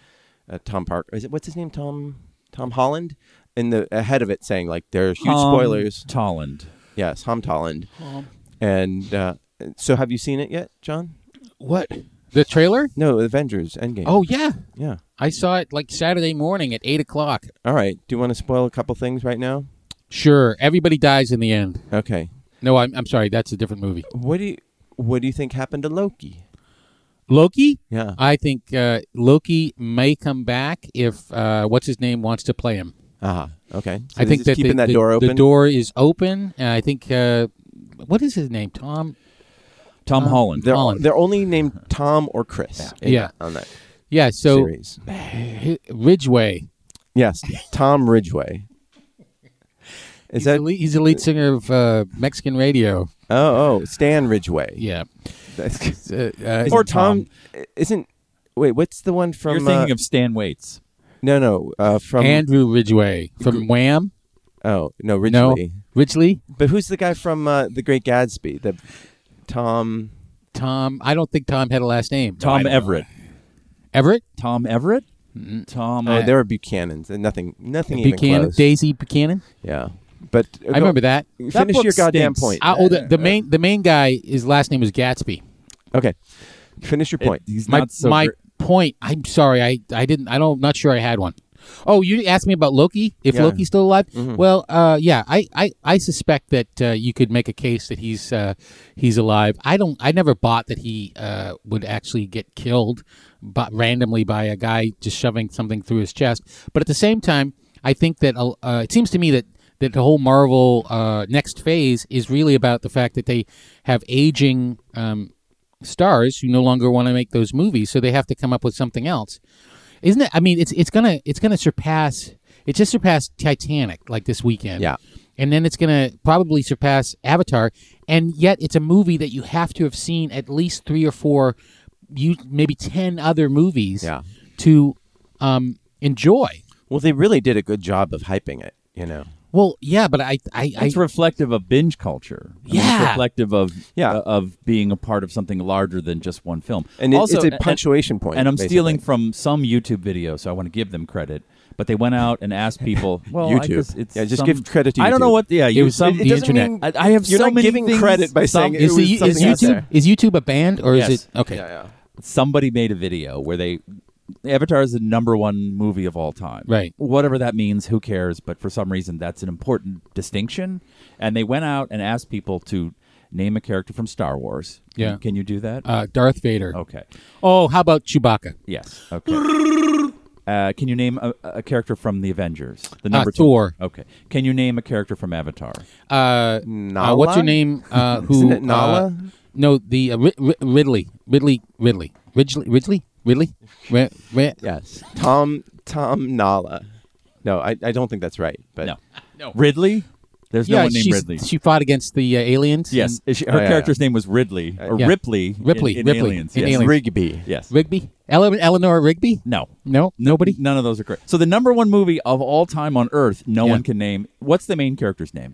B: uh, Tom Park. Is it what's his name? Tom Tom Holland in the ahead of it, saying like there are huge
D: Tom
B: spoilers.
D: Tolland.
B: Yes, Tom Holland. And uh, so, have you seen it yet, John?
C: what the trailer?
B: No, Avengers Endgame.
C: Oh yeah,
B: yeah.
C: I saw it like Saturday morning at eight o'clock.
B: All right. Do you want to spoil a couple things right now?
C: Sure, everybody dies in the end.
B: Okay.
C: No, I'm, I'm sorry, that's a different movie.
B: What do you What do you think happened to Loki?
C: Loki?
B: Yeah.
C: I think uh, Loki may come back if uh, what's his name wants to play him.
B: Ah. Okay. So
C: I
B: this
C: think
B: is
C: that
B: keeping
C: the,
B: that
C: the-
B: door open.
C: The door is open, and I think uh, what is his name? Tom.
D: Tom Holland.
B: Uh, They're,
C: Colin.
B: they're only named Tom or Chris. in-
C: Yeah.
B: On that
C: Yeah. So
B: series.
C: Hi- Ridgeway.
B: Yes. Tom Ridgway. Is
C: he's,
B: that
C: the lead, he's the lead singer of uh, Mexican radio.
B: oh oh Stan Ridgway?
C: Yeah.
B: That's-
C: Uh, uh,
B: Or Tom, isn't wait? What's the one from?
D: You're thinking
B: uh,
D: of Stan Waits.
B: no, no, uh, from
C: Andrew Ridgeway from Wham.
B: oh no,
C: No,
B: Ridgely.
C: Ridgely.
B: But who's the guy from uh, The Great Gatsby? The Tom.
C: Tom. I don't think Tom had a last name.
D: Tom Everett.
C: Everett.
D: Tom Everett? Tom.
B: Oh,
C: Uh,
B: there were Buchanan's and nothing, nothing even
C: Buchanan.
B: close.
C: Daisy Buchanan.
B: yeah, but uh,
C: I remember that.
D: That
B: Finish
D: book
B: your goddamn
D: stinks.
B: point. Uh,
C: I, oh, the, the main the main guy. His last name is Gatsby.
B: okay, finish your
D: It-
B: point.
D: he's
C: my
D: not so
C: my
D: gr-
C: point. I'm sorry. I I didn't. I don't. Not sure I had one. Oh, you asked me about Loki. If
B: Yeah.
C: Loki's still alive,
D: Mm-hmm.
C: well, uh, yeah. I, I, I suspect that uh, you could make a case that he's uh, he's alive. I don't. I never bought that he uh, would actually get killed, but randomly by a guy just shoving something through his chest. But at the same time, I think that uh, uh, it seems to me that that the whole Marvel uh, next phase is really about the fact that they have aging um, stars who no longer want to make those movies, so they have to come up with something else. Isn't it? I mean, it's it's gonna it's gonna surpass it just surpassed Titanic like this weekend.
B: Yeah.
C: And then it's gonna probably surpass Avatar, and yet it's a movie that you have to have seen at least three or four, you maybe ten other movies
B: Yeah.
C: to um, enjoy.
B: Well, they really did a good job of hyping it. You know.
C: Well, yeah, but I I, I
D: It's reflective of binge culture. I mean,
C: Yeah.
D: it's reflective of
B: Yeah.
D: uh, of being a part of something larger than just one film.
B: And it-
D: also,
B: it's a
D: and-
B: punctuation point,
D: And I'm
B: basically.
D: stealing from some YouTube video, so I want to give them credit. But they went out and asked people. Well, I
B: YouTube.
D: guess it's
B: Yeah, just
D: some-
B: give credit to
D: I don't know
B: YouTube.
D: what. Yeah, you
C: was
D: some.
C: the internet.
D: I, I have
B: You're
D: so
B: not
D: many
B: giving
D: things-
B: credit by saying
D: some-
B: it
C: is,
B: was
C: the,
B: something
C: is
B: out
C: YouTube
B: there.
C: is YouTube a band or
D: Yes.
C: is it okay?
D: Uh,
B: Yeah,
D: somebody made a video where they Avatar is the number one movie of all time.
C: Right.
D: Whatever that means, who cares? But for some reason, that's an important distinction. And they went out and asked people to name a character from Star Wars.
C: Yeah.
D: Can you do that?
C: Uh, Darth Vader.
D: okay.
C: Oh, how about Chewbacca?
D: Yes. Okay. Uh, can you name a, a character from the Avengers? The number
C: Ah,
D: two.
C: Thor.
D: Okay. Can you name a character from Avatar?
C: uh,
B: Nala?
C: uh, what's her name? Uh, who
B: Isn't it
C: Uh,
B: Nala?
C: no, the uh, Ri- Ri- Ridley, Ridley, Ridley, Ridgely- Ridley, Ridley, Ri- Ri-
B: Yes. Tom. Tom Nala. No, I, I don't think that's right. But
D: No. No. Ridley. There's no
C: Yeah,
D: one named
C: she's-
D: Ridley.
C: She fought against the uh, aliens.
D: yes.
C: in
D: Is she- her
B: Oh, yeah, Uh, yeah.
D: character's name was Ridley or
C: Yeah.
D: Ripley. in-
C: Ripley,
D: In,
C: Ripley,
D: Aliens.
C: in
D: yes.
C: Aliens.
B: Rigby.
D: Yes.
C: Rigby, Ele- Eleanor Rigby.
D: No.
C: No, nobody.
D: None of those are correct. So the number one movie of all time on Earth, no
C: Yeah.
D: one can name. What's the main character's name?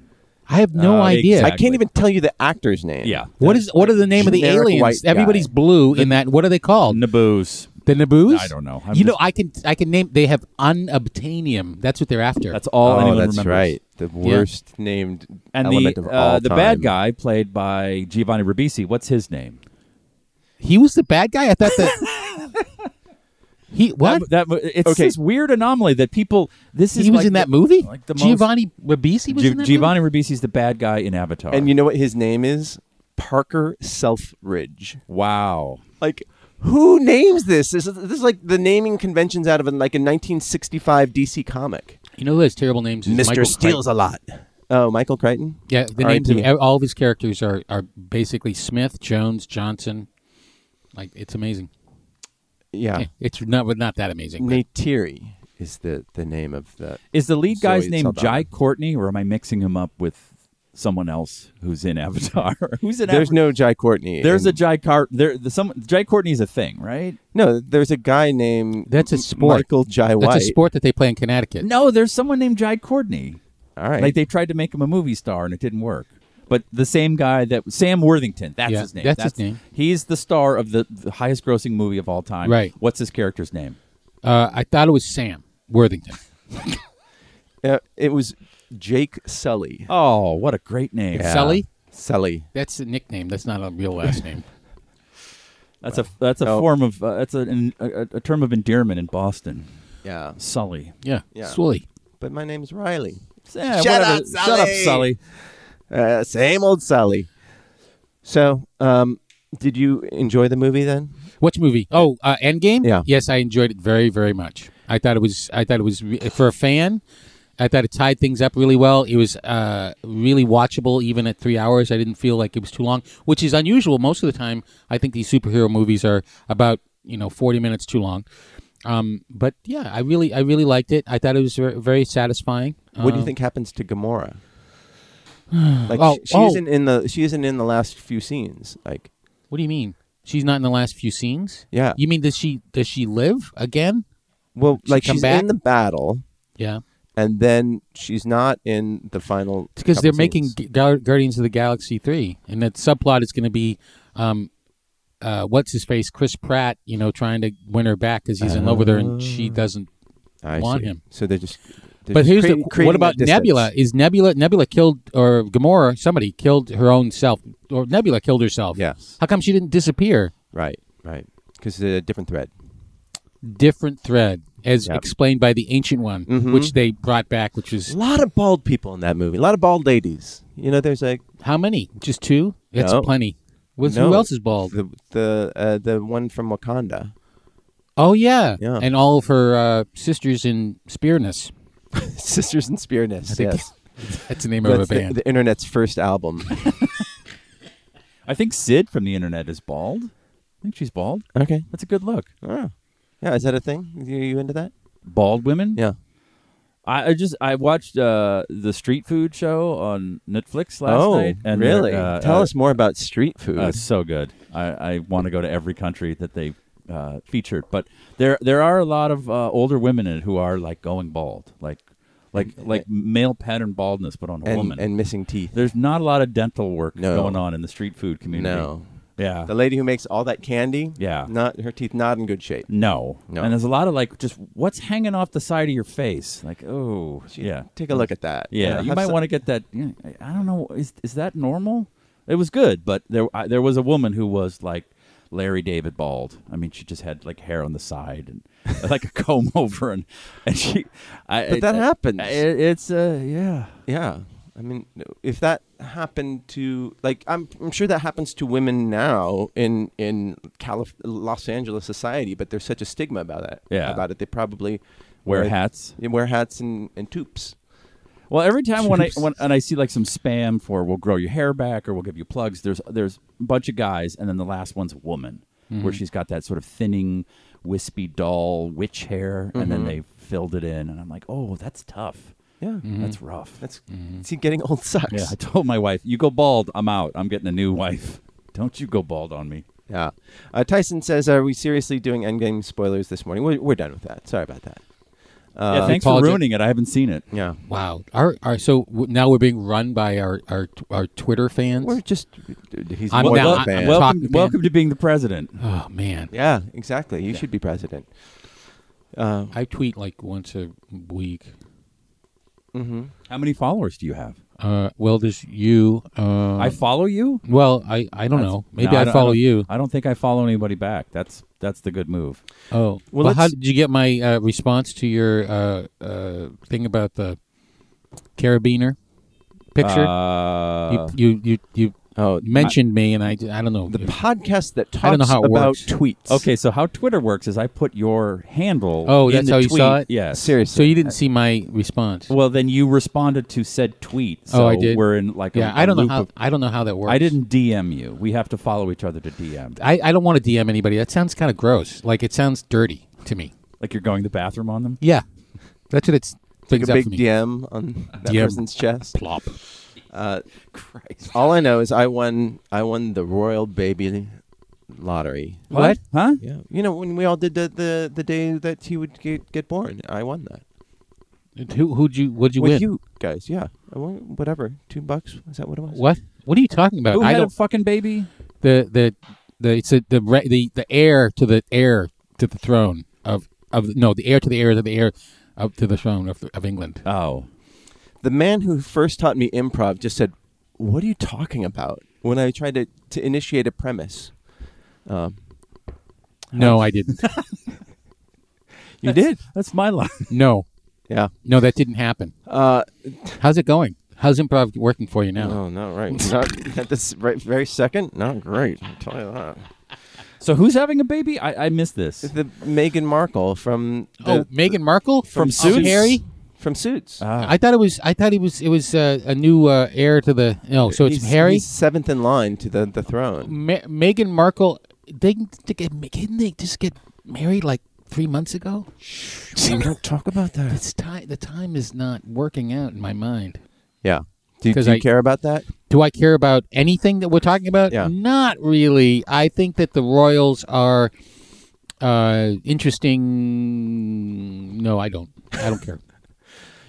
C: I have no
D: Uh,
C: idea.
B: I
D: exact-
B: can't even tell you the actor's name.
D: Yeah.
C: What is what are the name of the
B: Generic
C: aliens?
B: white guy.
C: Everybody's blue in that. What are they called?
D: Naboo's.
C: The Naboos?
D: I don't know. I'm
C: you know,
D: just-
C: I can I can name. They have unobtainium. That's what they're after.
D: That's all
B: oh,
D: anyone
B: that's
D: remembers.
B: right. The worst named
D: And
B: element
D: the
B: of all
D: uh, the bad
B: time.
D: guy played by Giovanni Ribisi. What's his name?
C: he was the bad guy. I thought that. he what?
D: That, that it's
B: Okay.
D: this weird anomaly that people. This is
C: he was
D: like
C: in
D: the-
C: that movie.
D: Like the
C: Giovanni Ribisi
D: Most,
C: was
D: Gi-
C: in that
D: Giovanni Ribisi's the bad guy in Avatar.
B: And you know what his name is? Parker Selfridge.
D: wow.
B: Like, who names this? This is, this is like the naming conventions out of like a 1965 DC comic.
C: movie. You know who has terrible names? Is Michael Crichton.
B: a lot. Oh, Michael Crichton.
C: Yeah, the names
B: R.I.P..
C: of ev- all of his characters are are basically Smith, Jones, Johnson. Like it's amazing.
B: Yeah,
C: Yeah, it's not but not that amazing. but-
B: Neytiri is the the name of the.
D: Is the lead guy's
B: Zoe
D: name
B: Saldana.
D: Jai Courtney, or am I mixing him up with someone else who's in Avatar? who's in
B: There's
D: Avatar?
B: no Jai Courtney.
D: There's
B: in-
D: a Jai Cart. There, the, some Jai Courtney is a thing, right?
B: no. There's a guy named
C: That's a
B: M-
C: sport.
B: Michael Jai White.
C: That's a sport that they play in Connecticut.
D: No, there's someone named Jai Courtney.
B: All right.
D: Like they tried to make him a movie star and it didn't work. But the same guy that Sam Worthington, that's
C: Yeah,
D: his name.
C: that's his name.
D: He's the star of the, the highest grossing movie of all time.
C: Right.
D: What's his character's name?
C: Uh, I thought it was Sam Worthington.
B: Uh, it was Jake Sully.
D: Oh, what a great name.
B: Yeah.
C: Sully.
B: Sully.
C: That's a nickname. That's not a real last name.
D: That's a that's a
B: Oh.
D: form of uh, that's a, a a term of endearment in Boston.
B: Yeah.
D: Sully.
C: Yeah.
B: Yeah.
C: Sully.
B: But my name's Riley.
D: Eh,
B: Shut
D: whatever.
B: up,
D: Shut up,
B: Sully.
D: Sully.
B: Uh, same old Sully. So, um, did you enjoy the movie then?
C: Which movie? Oh, uh, Endgame.
B: Yeah.
C: Yes, I enjoyed it very, very much. I thought it was. I thought it was re- for a fan. I thought it tied things up really well. It was uh, really watchable, even at three hours. I didn't feel like it was too long, which is unusual. Most of the time, I think these superhero movies are about you know forty minutes too long. Um, but yeah, I really, I really liked it. I thought it was ver- very satisfying.
B: What do
C: Um,
B: you think happens to Gamora? Like
C: Oh,
B: she, she
C: oh.
B: isn't in the she isn't in the last few scenes. Like
C: What do you mean? She's not in the last few scenes.
B: Yeah.
C: You mean does she does she live again?
B: well,
C: She
B: like
C: come
B: she's
C: back?
B: in the battle,
C: Yeah.
B: and then she's not in the final
C: because they're
B: couple
C: making
B: scenes.
C: Gu- Guar- Guardians of the Galaxy three, and that subplot is going to be, um, uh, what's his face, Chris Pratt, you know, trying to win her back because he's in love with her and she doesn't.
B: I
C: want
B: see.
C: him.
B: So they're just. Oh. they're
C: But
B: just
C: here's
B: crea-
C: the,
B: creating
C: what
B: that
C: about
B: distance.
C: Nebula? Is Nebula Nebula killed or Gamora? Somebody killed her own self, or Nebula killed herself.
B: Yes.
C: How come she didn't disappear?
B: Right. Right. Because it's a different thread.
C: Different thread, as
B: Yep.
C: explained by the ancient one,
B: Mhm.
C: which they brought back. Which was
B: A lot of bald people in that movie. A lot of bald ladies. You know, there's like
C: how many? Just two? That's
B: No.
C: plenty. Was,
B: No.
C: Who else is bald?
B: the the uh, the one from Wakanda.
C: Oh yeah,
B: Yeah.
C: and all of her uh, sisters in Spearness.
B: Sisters in Spearness.
C: think
B: Yes.
C: That's the name of a
B: That's the,
C: band.
B: the internet's first album.
D: I think Sid from the internet is bald. I think she's bald.
B: okay.
D: That's a good look.
B: Oh. Yeah, is that a thing? You, you into that?
D: Bald women.
B: Yeah.
D: I, I just I watched uh, the street food show on Netflix last
B: oh,
D: night. and they're,
B: really?
D: uh,
B: Tell
D: uh,
B: us more about street food.
D: Uh, it's so good. I, I want to go to every country that they uh, featured, but there there are a lot of uh, older women in it who are like going bald, like like like male pattern baldness, but on a
B: and,
D: woman.
B: and missing teeth.
D: there's not a lot of dental work
B: No.
D: going on in the street food community.
B: No.
D: Yeah.
B: The lady who makes all that candy.
D: Yeah.
B: Not her teeth not in good shape.
D: no.
B: No.
D: And there's a lot of like just what's hanging off the side of your face, like oh yeah.
B: Take a look at that.
D: Yeah, you might want to get that. Yeah, I- I don't know. Is is that normal? It was good, but there I, there was a woman who was like Larry David bald. I mean, she just had like hair on the side and like a comb over, and and she. I,
B: But that
D: I-
B: happens.
D: I- it's uh yeah.
B: Yeah. I mean, if that happened to like, I'm, I'm sure that happens to women now in in Calif- Los Angeles society, but there's such a stigma about that.
D: Yeah.
B: About it, they probably
D: Wear hats.
B: they wear hats and and tubes.
D: Well, every time when I when and I see like some spam for we'll grow your hair back or we'll give you plugs. There's there's a bunch of guys, and then the last one's a woman,
B: Mm-hmm.
D: where she's got that sort of thinning, wispy doll witch hair, and
B: Mm-hmm.
D: then they filled it in, and I'm like, oh, that's tough.
B: Yeah.
D: That's rough.
B: That's
C: Mm-hmm.
B: see, getting old sucks.
D: Mm-hmm. yeah. I told my wife, you go bald, I'm out. I'm getting a new wife. Don't you go bald on me.
B: Yeah. Uh, Tyson says, "Are we seriously doing Endgame spoilers this morning? We're, we're done with that. Sorry about that.
C: Uh,
D: yeah, thanks for
C: apology-
D: ruining it. I haven't seen it.
B: Yeah,
C: wow. Our, our so w- now we're being run by our our, our Twitter fans.
B: we're just he's
C: I'm
B: more
C: down.
B: than a
C: I-
B: fan.
C: I'm
D: welcome,
C: talking, man.
D: welcome to being the president.
C: oh man,
B: yeah, exactly. You should be president. Uh,
C: I tweet like once a week.
B: mm-hmm.
D: How many followers do you have?
C: Uh, well, there's you. Uh,
D: I follow you.
C: well, I I don't
D: That's-
C: know. Maybe
D: No,
C: I,
D: don't-
C: follow
D: don't-
C: you.
D: I don't think I follow anybody back. That's that's the good move.
C: oh, well,
B: Well,
C: how
B: let's-
C: did you get my uh, response to your uh, uh, thing about the carabiner picture?
D: Uh,
C: you, you you you
B: Oh,
C: mentioned me, and I d- I don't know.
B: the podcast that
C: I don't know
B: talks
C: how it
B: about
C: works.
B: tweets.
D: okay, so how Twitter works is I put your handle.
C: Oh,
D: in
C: that's
D: the
C: how you
D: tweet.
C: saw it?
D: Yes.
B: seriously.
C: so you didn't see my response. Oh,
D: Well, then you responded to said tweet. So
C: I did.
D: We're in like
C: yeah,
D: I
C: I don't know
D: loop
C: how
D: of-
C: I don't know how that works.
D: I didn't DM you. We have to follow each other to DM.
C: I, I don't want to DM anybody. That sounds kind of gross. Like it sounds dirty to me.
D: Like you're going to the bathroom on them.
C: Yeah, that's what it's.
B: like a
C: brings up
B: big
C: for me.
B: DM on that
C: DM.
B: person's chest.
C: plop.
B: Uh, Christ. All I know is I won. I won the royal baby lottery.
C: What?
D: Huh?
B: Yeah, you know when we all did the the, the day that he would get, get born, I won that
C: Who who'd you what'd you
B: with
C: win?
B: you guys. Yeah, I won whatever two bucks. Is that what it was?
C: What what are you talking about?
D: Who
C: I
D: had a
C: don't
D: fucking baby?
C: the the the it's a, the re- the the heir to the heir to the throne of of no the heir to the heir to the heir up to the throne of of England.
D: Oh,
B: The man who first taught me improv just said, "What are you talking about?" When I tried to to initiate a premise. Um,
C: No, I didn't.
B: you did.
D: that's my line.
C: No,
B: Yeah.
C: No, that didn't happen.
B: Uh,
C: How's it going? How's improv working for you
D: Oh,
C: now?
B: Oh, no, not right. Not at this right, very second. Not great. I'll tell you that.
D: So who's having a baby? I, I missed this.
B: The Meghan Markle from
C: oh,
B: the,
C: Meghan Markle
D: From
C: from,
D: Suits?
C: Harry. Oh,
B: from Suits.
D: Ah.
C: I thought it was. I thought he was. It was uh, a new uh, heir to the. No, so it's
B: he's,
C: Harry,
B: he's seventh in line to the, the throne.
C: Ma- Meghan Markle. They they get- didn't they just get married like three months ago?
B: We don't talk about that.
C: It's time. The time is not working out in my mind.
B: Yeah. Do, do
C: 'Cause
B: you
C: I-
B: care about that?
C: Do I care about anything that we're talking about?
B: Yeah.
C: Not really. I think that the Royals are uh, interesting. No, I don't. I don't care.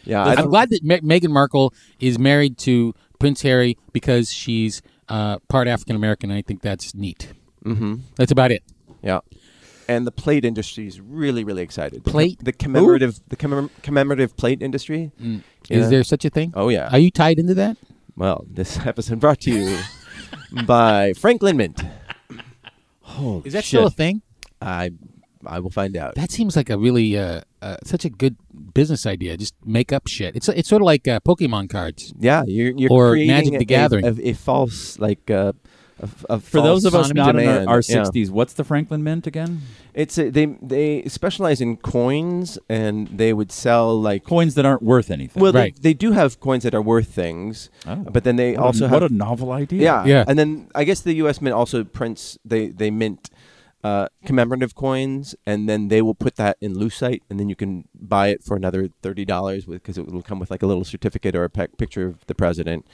B: Yeah. I
C: I'm
B: don't-
C: glad that Me- Meghan Markle is married to Prince Harry because she's uh, part African American. and I think that's neat. Mm-hmm. That's about it.
B: Yeah. And the plate industry is really, really excited. The-
C: Plate?
B: The commemorative, the commem- commemorative plate industry. Yeah.
C: Is there such a thing?
B: Oh yeah.
C: Are you tied into that?
B: well, this episode brought to you by Franklin Mint.
C: Is that still a
D: shit.
C: thing?
B: I, I will find out.
C: That seems like a really uh, uh, such a good business idea. Just make up shit. It's it's sort of like uh, Pokemon cards.
B: yeah, you're, you're
C: Or
B: creating
C: Magic the
B: a-
C: Gathering.
B: a, a, false like. Uh, a, a
D: For those
B: false
D: of us not
B: demand.
D: in our, our
B: Yeah.
D: 60s, what's the Franklin Mint again?
B: it's a, they they specialize in coins and they would sell like
D: Coins that aren't worth anything.
B: well
C: Right.
B: they, they do have coins that are worth things,
D: Oh.
B: but then they
D: What a-
B: also have
D: what a novel idea.
B: Yeah.
C: Yeah.
B: And then I guess the U.S. Mint also prints they they mint uh, commemorative coins, and then they will put that in lucite, and then you can buy it for another thirty dollars with because it will come with like a little certificate or a pic- picture of the president.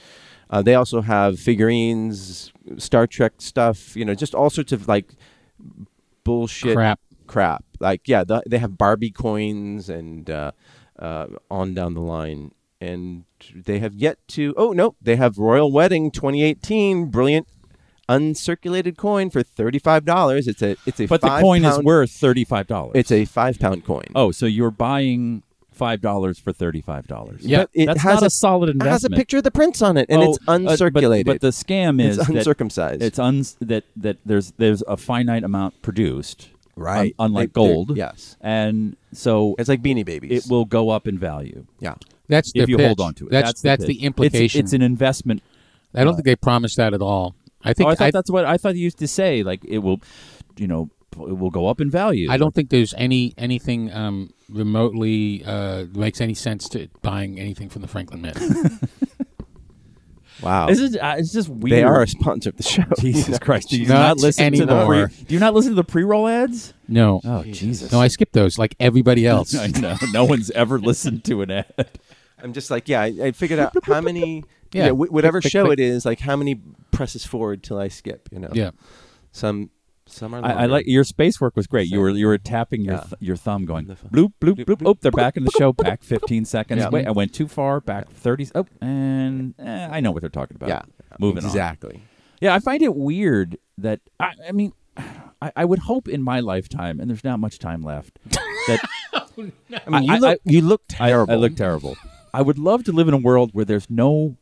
B: Uh, they also have figurines, Star Trek stuff, you know, just all sorts of like bullshit
C: Crap.
B: crap. Like yeah, the, they have Barbie coins and uh, uh, on down the line, and they have yet to. Oh no, they have Royal Wedding 2018, brilliant uncirculated coin for thirty five dollars. It's a it's a
D: But the
B: five
D: coin is
B: pound-
D: worth $35.
B: It's a five pound coin.
D: Oh, so you're buying $5 for $35.
C: Yeah.
B: But it
D: That's
B: has
D: not a solid
B: It has a
D: investment.
B: picture of the prince on it, and
D: Oh,
B: it's
D: uh, but-
B: uncirculated.
D: but, the scam is
B: it's
D: that
B: uncircumcised.
D: it's uns that that there's there's a finite amount produced,
B: Right.
D: un- unlike
B: They- they're-
D: gold,
B: yes.
D: and so
B: it's like Beanie Babies.
D: it will go up in value
B: Yeah.
C: That's the
D: if you
C: pitch.
D: hold on to it.
C: That's that's
D: pitch.
C: the,
D: It's-
C: implication.
D: It's, an investment.
C: I don't think they promised that at all. I think
D: oh, I thought
C: I,
D: that's what I thought you used to say. Like it will, you know, it will go up in value.
C: I don't think there's any anything um, remotely uh, makes any sense to buying anything from the Franklin Mint.
B: Wow.
D: This is uh, it's just weird.
B: they are a sponsor of the show.
D: Jesus Christ! Do you
C: Not
D: not listen to the
C: anymore.
D: pre, Do you not listen to the pre-roll ads?
C: no,
D: Oh Jesus!
C: no, I skipped those like everybody else.
D: I know. No one's ever listened to an ad.
B: I'm just like, yeah, I, I figured out how many, yeah,
C: Yeah.
B: wh- whatever
C: Click, click,
B: show
C: click.
B: it is, like how many presses forward till I skip, you know.
C: yeah,
B: Some, some are.
D: I, I like your space work was great. You were you were tapping your
B: Yeah.
D: th- your thumb, going
B: The fu-
D: bloop bloop bloop. Oh, they're back in the show. Back fifteen seconds.
B: Yeah.
D: Wait, I went too far. Back thirty. Oh, and eh, I know what they're talking about.
B: Yeah.
D: moving on.
B: exactly.
D: Yeah, I find it weird that I, I mean, I, I would hope in my lifetime, and there's not much time left. That
B: I mean, you
D: I-
B: look, you look
D: I,
B: terrible.
D: I look terrible. I would love to live in a world where there's no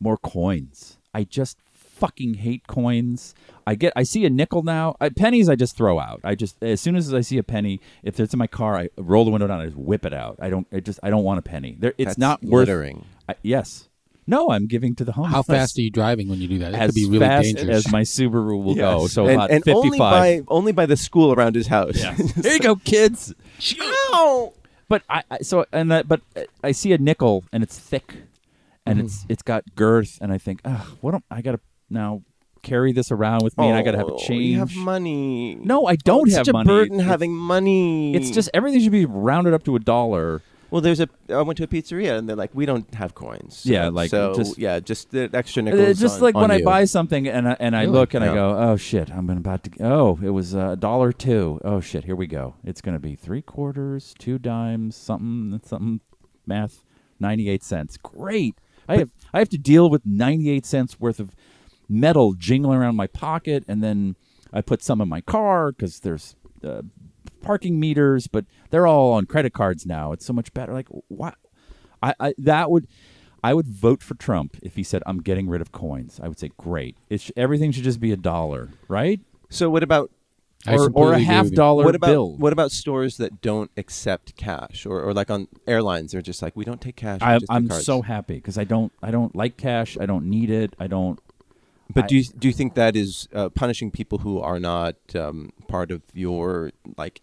D: more coins. I just fucking hate coins. I get I see a nickel now. I, pennies I just throw out. I just as soon as I see a penny, if it's in my car, I roll the window down. I just whip it out. I don't. I just I don't want a penny. There, it's
B: That's
D: not worth.
B: littering.
D: I, yes. No, I'm giving to the homeless.
C: how fast are you driving when you do that? It
D: As
C: could be really
D: fast
C: dangerous.
D: as my Subaru will go. Oh, So
B: and,
D: about
B: and
D: 55.
B: only by only by the school around his house.
D: there you go, kids.
B: Ow!
D: But I, I so and that, but I see a nickel and it's thick, and it's
B: Mm-hmm.
D: it's got girth, and I think, ah, what am I gotta now carry this around with me, and I gotta have
B: Oh,
D: a change.
B: You have money.
D: No, I don't
B: it's
D: have
B: such
D: money.
B: a burden
D: It's-
B: having money.
D: It's just everything should be rounded up to a dollar.
B: well, there's a. I went to a pizzeria and they're like, we don't have coins. So,
D: Yeah, like,
B: so.
D: just-
B: yeah, just the extra nickels.
D: It's Uh, just
B: on-
D: like when
B: on
D: I
B: you.
D: buy something and I, and I
C: Really?
D: look and I
B: Yeah.
D: go, oh shit, I'm about to. Oh, it was a dollar two. Oh shit, here we go. It's gonna be three quarters, two dimes, something, something, math, ninety eight cents. Great. I have I have to deal with ninety eight cents worth of metal jingling around my pocket, and then I put some in my car because there's. Uh, parking meters but they're all on credit cards now it's so much better like what I, I that would I would vote for Trump if he said I'm getting rid of coins. I would say great. It's everything should just be a dollar, right?
B: So what about
C: I
D: or,
C: completely
D: or a
C: agree
D: half
C: with you.
D: dollar
B: What about
D: bill.
B: what about stores that don't accept cash, or, or like on airlines? They're just like, we don't take cash. we
D: I,
B: just take
D: I'm
B: cards."
D: so happy because I don't I don't like cash. I don't need it. I don't.
B: But
D: I-
B: do you do you think that is uh, punishing people who are not um, part of your like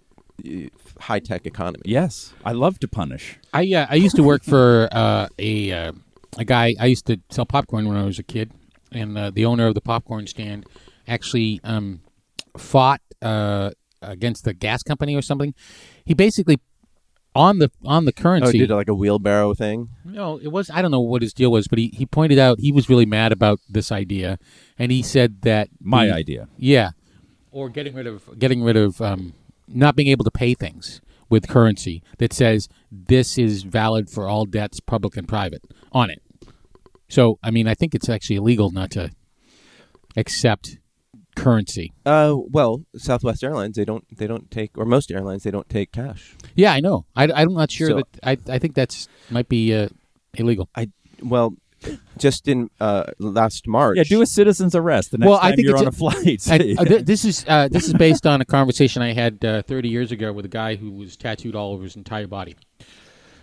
B: high tech economy?
D: Yes, I love to punish.
C: I yeah, I used to work for uh, a uh, a guy. I used to sell popcorn when I was a kid, and uh, the owner of the popcorn stand actually um, fought uh, against the gas company or something. He basically on the on the
B: Oh,
C: currency.
B: did like a wheelbarrow thing?
C: No, it was. I don't know what his deal was, but he, he pointed out he was really mad about this idea, and he said that
D: My
C: the-
D: idea.
C: yeah, or getting rid of getting rid of um, not being able to pay things with currency that says this is valid for all debts, public and private, on it. So, I mean, I think it's actually illegal not to accept currency.
B: Uh, well, Southwest Airlines they don't they don't take or most airlines they don't take cash.
C: Yeah, I know. I, I'm not sure
B: So-
C: that I I think that's might be uh, illegal.
B: I well, just in uh, last March.
D: Yeah, do a citizen's arrest the next
C: Well, I
D: time
C: think
D: you're
C: it's
D: on
C: a-
D: a, flight.
C: I, uh, th- this is uh, this is based on a conversation I had uh, 30 years ago with a guy who was tattooed all over his entire body.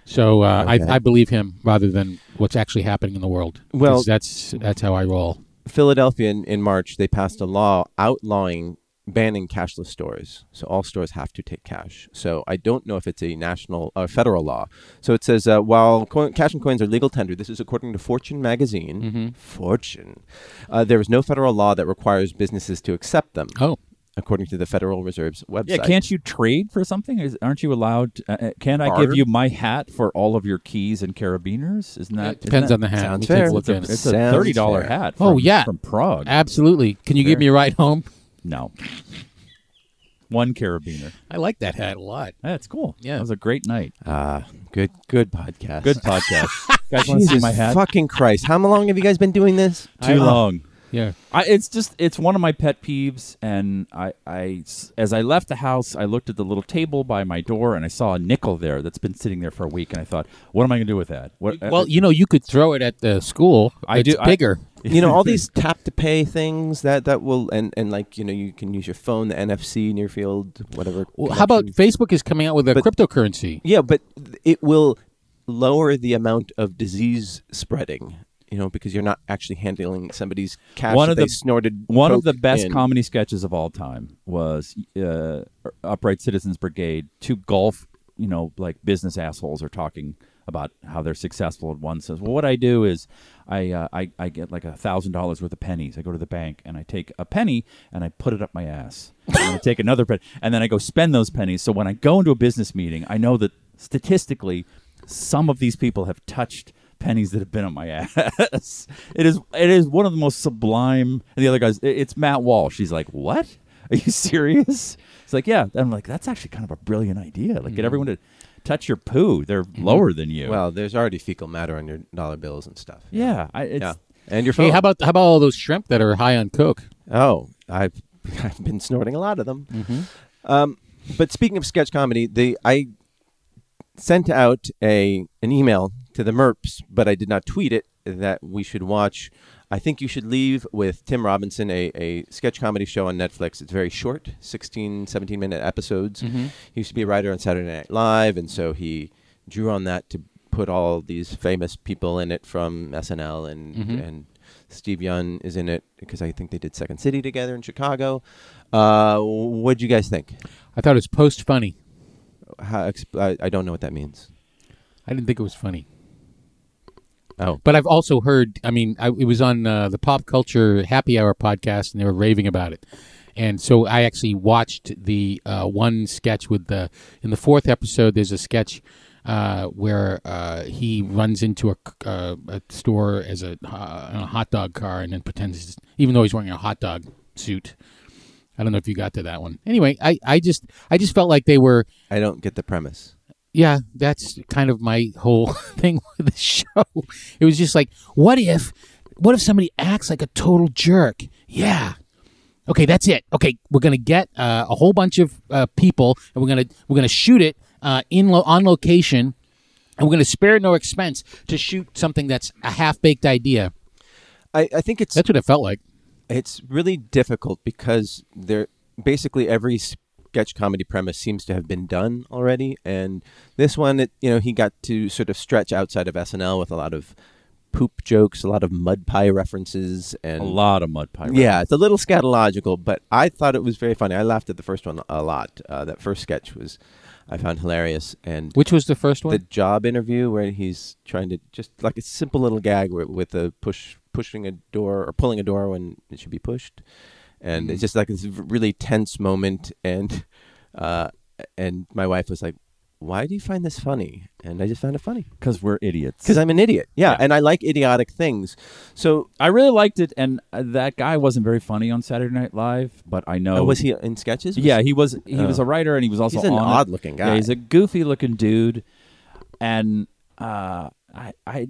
C: So uh,
B: Okay.
C: I, I believe him rather than what's actually happening in the world. 'Cause
B: Well-
C: that's that's how I roll.
B: Philadelphia in, in March they passed a law outlawing banning cashless stores. So all stores have to take cash. So I don't know if it's a national or federal law. So it says uh, while coin, cash and coins are legal tender, this is according to Fortune magazine.
D: Mm-hmm.
B: Fortune, uh, there is no federal law that requires businesses to accept them.
C: Oh,
B: According to the Federal Reserve's website.
D: yeah, can't you trade for something? Is, aren't you allowed? To, uh, uh, can I
B: Barter?
D: give you my hat for all of your keys and carabiners? Isn't that
C: it depends
D: isn't
C: on the hat.
B: sounds
C: We'll take a
B: fair.
C: look
B: It's
C: at
D: that-
C: it.
D: It's a
B: Sounds
D: thirty dollar
B: fair.
D: hat. From,
C: Oh, yeah.
D: from Prague.
C: Absolutely. Can you give me a ride home?
D: no, one carabiner.
C: I like that hat a lot.
D: That's cool.
C: Yeah.
D: that was a great night.
B: Ah, good, good podcast.
D: Good podcast. guys, want to see
B: Jesus
D: my hat?
B: fucking Christ! How long have you guys been doing this?
D: Too long.
C: Yeah.
D: I, it's just it's one of my pet peeves, and I, I s- as I left the house, I looked at the little table by my door, and I saw a nickel there that's been sitting there for a week, and I thought, what am I going to do with that? What,
C: Well, you know, you could throw it at the school.
D: I
C: It's
D: do- I-
C: bigger.
B: you know all these tap to pay things that that will and and like you know you can use your phone the nfc near field whatever
C: Well, how about
B: connection.
C: Facebook is coming out with a
B: But-
C: cryptocurrency?
B: yeah but it will lower the amount of disease spreading you know because you're not actually handling somebody's cash
D: One
B: that
D: of
B: they
D: the-
B: snorted
D: one of the
B: coke
D: best
B: in.
D: comedy sketches of all time was uh, Upright Citizens Brigade. Two golf, you know, like business assholes are talking about how they're successful. And one says, "Well, what I do is, I uh, I, I get like a thousand dollars worth of pennies. I go to the bank and I take a penny and I put it up my ass. and I take another penny and then I go spend those pennies. So when I go into a business meeting, I know that statistically, some of these people have touched." pennies that have been on my ass. It is it is one of the most sublime. And the other guys, it- it's Matt Wall. She's like, "What? Are you serious?" It's like, "Yeah." And I'm like, "That's actually kind of a brilliant idea. Like, get everyone to touch your poo. They're lower than you."
B: Mm-hmm. well there's already fecal matter on your dollar bills and stuff
D: yeah, I, it's,
B: yeah and your phone
C: Hey, how about how about all those shrimp that are high on coke?
B: Oh, I've I've been snorting a lot of them. Um, but speaking of sketch comedy, the I sent out a an email to the Merps, but I did not tweet it that we should watch. I think you should leave with Tim Robinson, a, a sketch comedy show on Netflix. It's very short, 16, 17 minute episodes. He used to be a writer on Saturday Night Live, and so he drew on that to put all these famous people in it from SNL and and Steve Young is in it because I think they did Second City together in Chicago. Uh, what do you guys think?
C: I thought it was post funny.
B: How, exp- I, I don't know what that means.
C: I didn't think it was funny.
B: Oh,
C: But I've also heard, I mean, I, it was on uh, the Pop Culture Happy Hour podcast, and they were raving about it. And so I actually watched the uh, one sketch with the in the fourth episode. There's a sketch uh, where uh, he runs into a, c- uh, a store as a, uh, in a hot dog car and then pretends, he's- even though he's wearing a hot dog suit. I don't know if you got to that one. Anyway, I, I just I just felt like they were
B: I don't get the premise.
C: yeah, that's kind of my whole thing with the show. It was just like, what if, what if somebody acts like a total jerk? Yeah. Okay, that's it. Okay, we're gonna get uh, a whole bunch of uh, people, and we're gonna we're gonna shoot it uh, in lo- on location, and we're gonna spare no expense to shoot something that's a half baked idea.
B: I, I think it's
C: That's what it felt like.
B: it's really difficult because there basically every sketch comedy premise seems to have been done already, and this one, it, you know, he got to sort of stretch outside of SNL with a lot of poop jokes, a lot of mud pie references, and
D: A lot of mud pie.
B: yeah, it's a little scatological, but I thought it was very funny. I laughed at the first one a lot. Uh, that first sketch was, I found hilarious, and
C: Which was the first one?
B: the job interview where he's trying to just like a simple little gag where, with a push pushing a door or pulling a door when it should be pushed, and it's just like this really tense moment. And uh, and my wife was like, "Why do you find this funny?" And I just found it funny
D: because we're idiots.
B: because I'm an idiot. yeah, and I like idiotic things. So
D: I really liked it, and uh, that guy wasn't very funny on Saturday Night Live, but I know
B: Uh, was he in sketches? Was-
D: Yeah, he was. He was
B: Oh.
D: a writer, and he was also
B: He's an
D: on it.
B: odd-looking guy.
D: Yeah, he's a goofy-looking dude, and uh, I, I,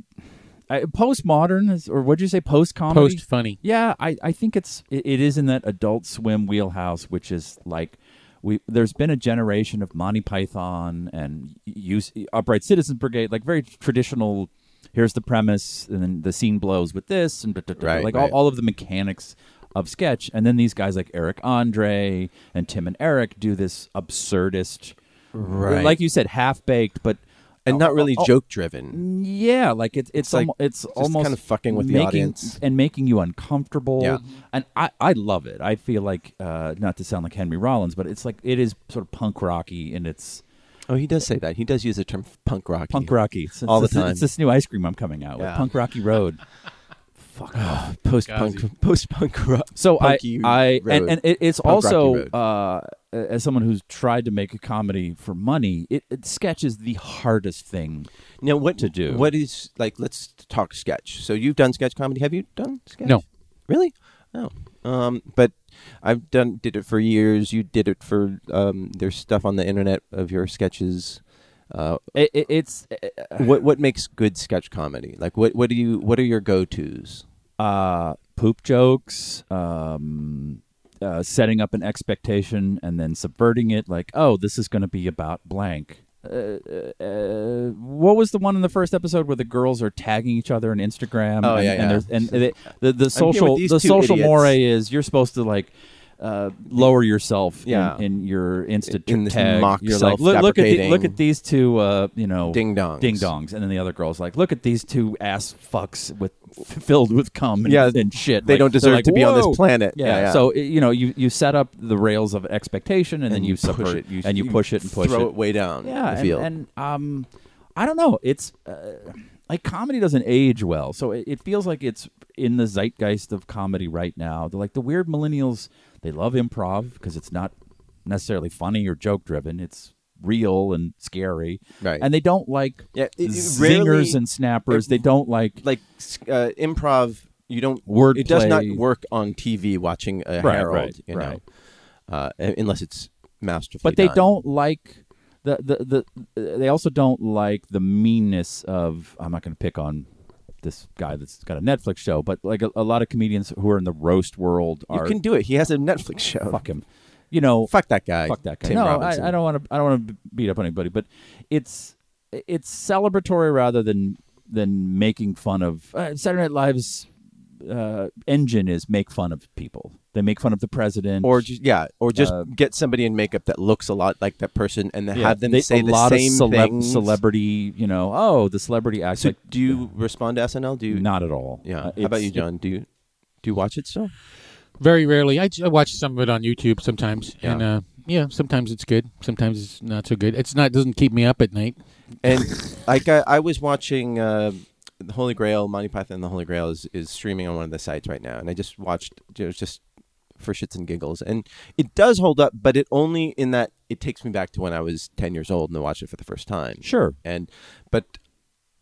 D: I postmodern is, or what'd you say, post comedy?
C: Post funny.
D: Yeah, I, I think it's it, it is in that Adult Swim wheelhouse, which is like we there's been a generation of Monty Python and use Upright Citizens Brigade, like very traditional. Here's the premise, and then the scene blows with this, and da- da- da-
B: Right,
D: like
B: right.
D: All, all of the mechanics of sketch. And then these guys like Eric Andre and Tim and Eric do this absurdist,
B: Right.
D: Like you said, half baked, but
B: and not really
D: Oh, oh,
B: joke driven.
D: yeah, like it's it's
B: like
D: almo- it's almost
B: kind of fucking with the
D: making-
B: audience.
D: and making you uncomfortable.
B: Yeah.
D: and I I love it. I feel like uh, not to sound like Henry Rollins, but it's like it is sort of punk rocky in its
B: Oh, he does say that. He does use the term punk rock.
D: punk rocky It's-
B: All the
D: it's-
B: time.
D: It's this new ice cream I'm coming out
B: Yeah.
D: with, Punk Rocky Road.
B: post punk, post punk rock.
D: So I,
B: Punky
D: I
B: road.
D: and, and it, it's
B: Punk Rocky
D: also
B: Road.
D: uh, as someone who's tried to make a comedy for money, it, it sketch is the hardest thing.
B: Now, what
D: to do.
B: What is like? Let's talk sketch. So you've done sketch comedy. Have you done sketch?
C: No.
B: really? No. Um, but I've done did it for years. You did it for um. There's stuff on the internet of your sketches. Uh,
D: It, it, it's
B: what what makes good sketch comedy? Like what what do you what are your go tos?
D: uh, poop jokes, um, uh, setting up an expectation and then subverting it. Like, oh, this is going to be about blank. Uh, uh, uh, what was the one in the first episode where the girls are tagging each other on Instagram?
B: Oh,
D: and,
B: yeah, yeah.
D: and, there's- and they, the the social
B: these
D: the
B: two
D: social
B: idiots.
D: moire is you're supposed to like. Uh, lower yourself
B: Yeah.
D: in, in your instant
B: In this
D: tag.
B: mock
D: You're like, look, look at the, look
B: self-deprecating
D: at these two, uh, you know,
B: Ding dongs.
D: ding dongs, and then the other girl's like, "Look at these two ass fucks with filled with cum and,
B: Yeah,
D: and shit.
B: they
D: Like,
B: don't
D: they're
B: deserve
D: like,
B: to be on this
D: "Whoa."
B: planet.
D: Yeah.
B: Yeah, yeah.
D: So i- you know, you you set up the rails of expectation, and, then you
B: push
D: subvert
B: it.
D: and you push it and push
B: throw
D: it.
B: it way down.
D: yeah.
B: the
D: and,
B: field.
D: and um, I don't know. It's uh, like comedy doesn't age well, so it, it feels like it's in the zeitgeist of comedy right now. They're like the weird millennials. They love improv because it's not necessarily funny or joke driven. It's real and scary
B: Right.
D: and they don't like
B: Yeah, it- it
D: zingers
B: rarely-
D: and snappers. they don't like
B: like s- uh, improv you don't
D: Word
B: it does not
D: play.
B: work on tv watching a
D: Right,
B: herald
D: right,
B: you know
D: right.
B: uh, un- unless it's masterfully
D: but they
B: done.
D: don't like the, the the they also don't like the meanness of I'm not going to pick on this guy that's got a Netflix show, but like a, a lot of comedians who are in the roast world
B: you
D: are
B: can do it he has a netflix show
D: fuck him, you know,
B: Fuck that guy
D: fuck that guy.
B: Tim
D: no,
B: Robinson.
D: I, I don't want to. I don't want to beat up on anybody, but it's it's celebratory rather than than making fun of uh, Saturday Night Live's uh, engine is make fun of people. They make fun of the president
B: or just yeah or just
D: Uh,
B: get somebody in makeup that looks a lot like that person and then
D: Yeah,
B: have them
D: they-
B: say
D: a
B: the
D: lot
B: same
D: of celeb-
B: things
D: celebrity. You know, oh, the celebrity acts
B: so
D: like
B: do you respond to snl do you
D: not at all.
B: yeah
D: Uh,
B: how about
D: it's-
B: you john do you do you watch it still
C: Very rarely. I, j- I watch some of it on YouTube sometimes.
B: Yeah.
C: And uh, yeah, sometimes it's good. Sometimes it's not so good. It's not doesn't keep me up at night.
B: And like I, I was watching uh, the Holy Grail, Monty Python and the Holy Grail is, is streaming on one of the sites right now, and I just watched it was just for shits and giggles, and it does hold up, but it only in that it takes me back to when I was ten years old and I watched it for the first time.
D: Sure.
B: And but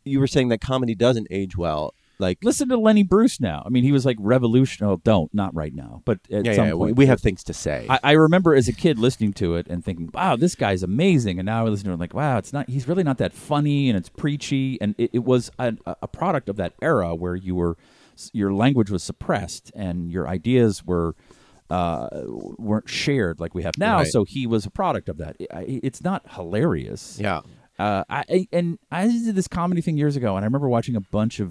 B: you were saying that comedy doesn't age well. Like
D: Listen to Lenny Bruce now. I mean, he was like revolutionary. Oh, don't not right now, but at
B: yeah,
D: some
B: yeah, yeah, we,
D: point
B: we have things to say.
D: I, I remember as a kid listening to it and thinking, "Wow, this guy's amazing." And now I listen to it like, "Wow, it's not. He's really not that funny, and it's preachy." And it, it was a, a product of that era where you were, your language was suppressed and your ideas were uh, weren't shared like we have now.
B: Right.
D: So he was a product of that. I- I- it's not hilarious.
B: yeah.
D: Uh, I- I and I did this comedy thing years ago, and I remember watching a bunch of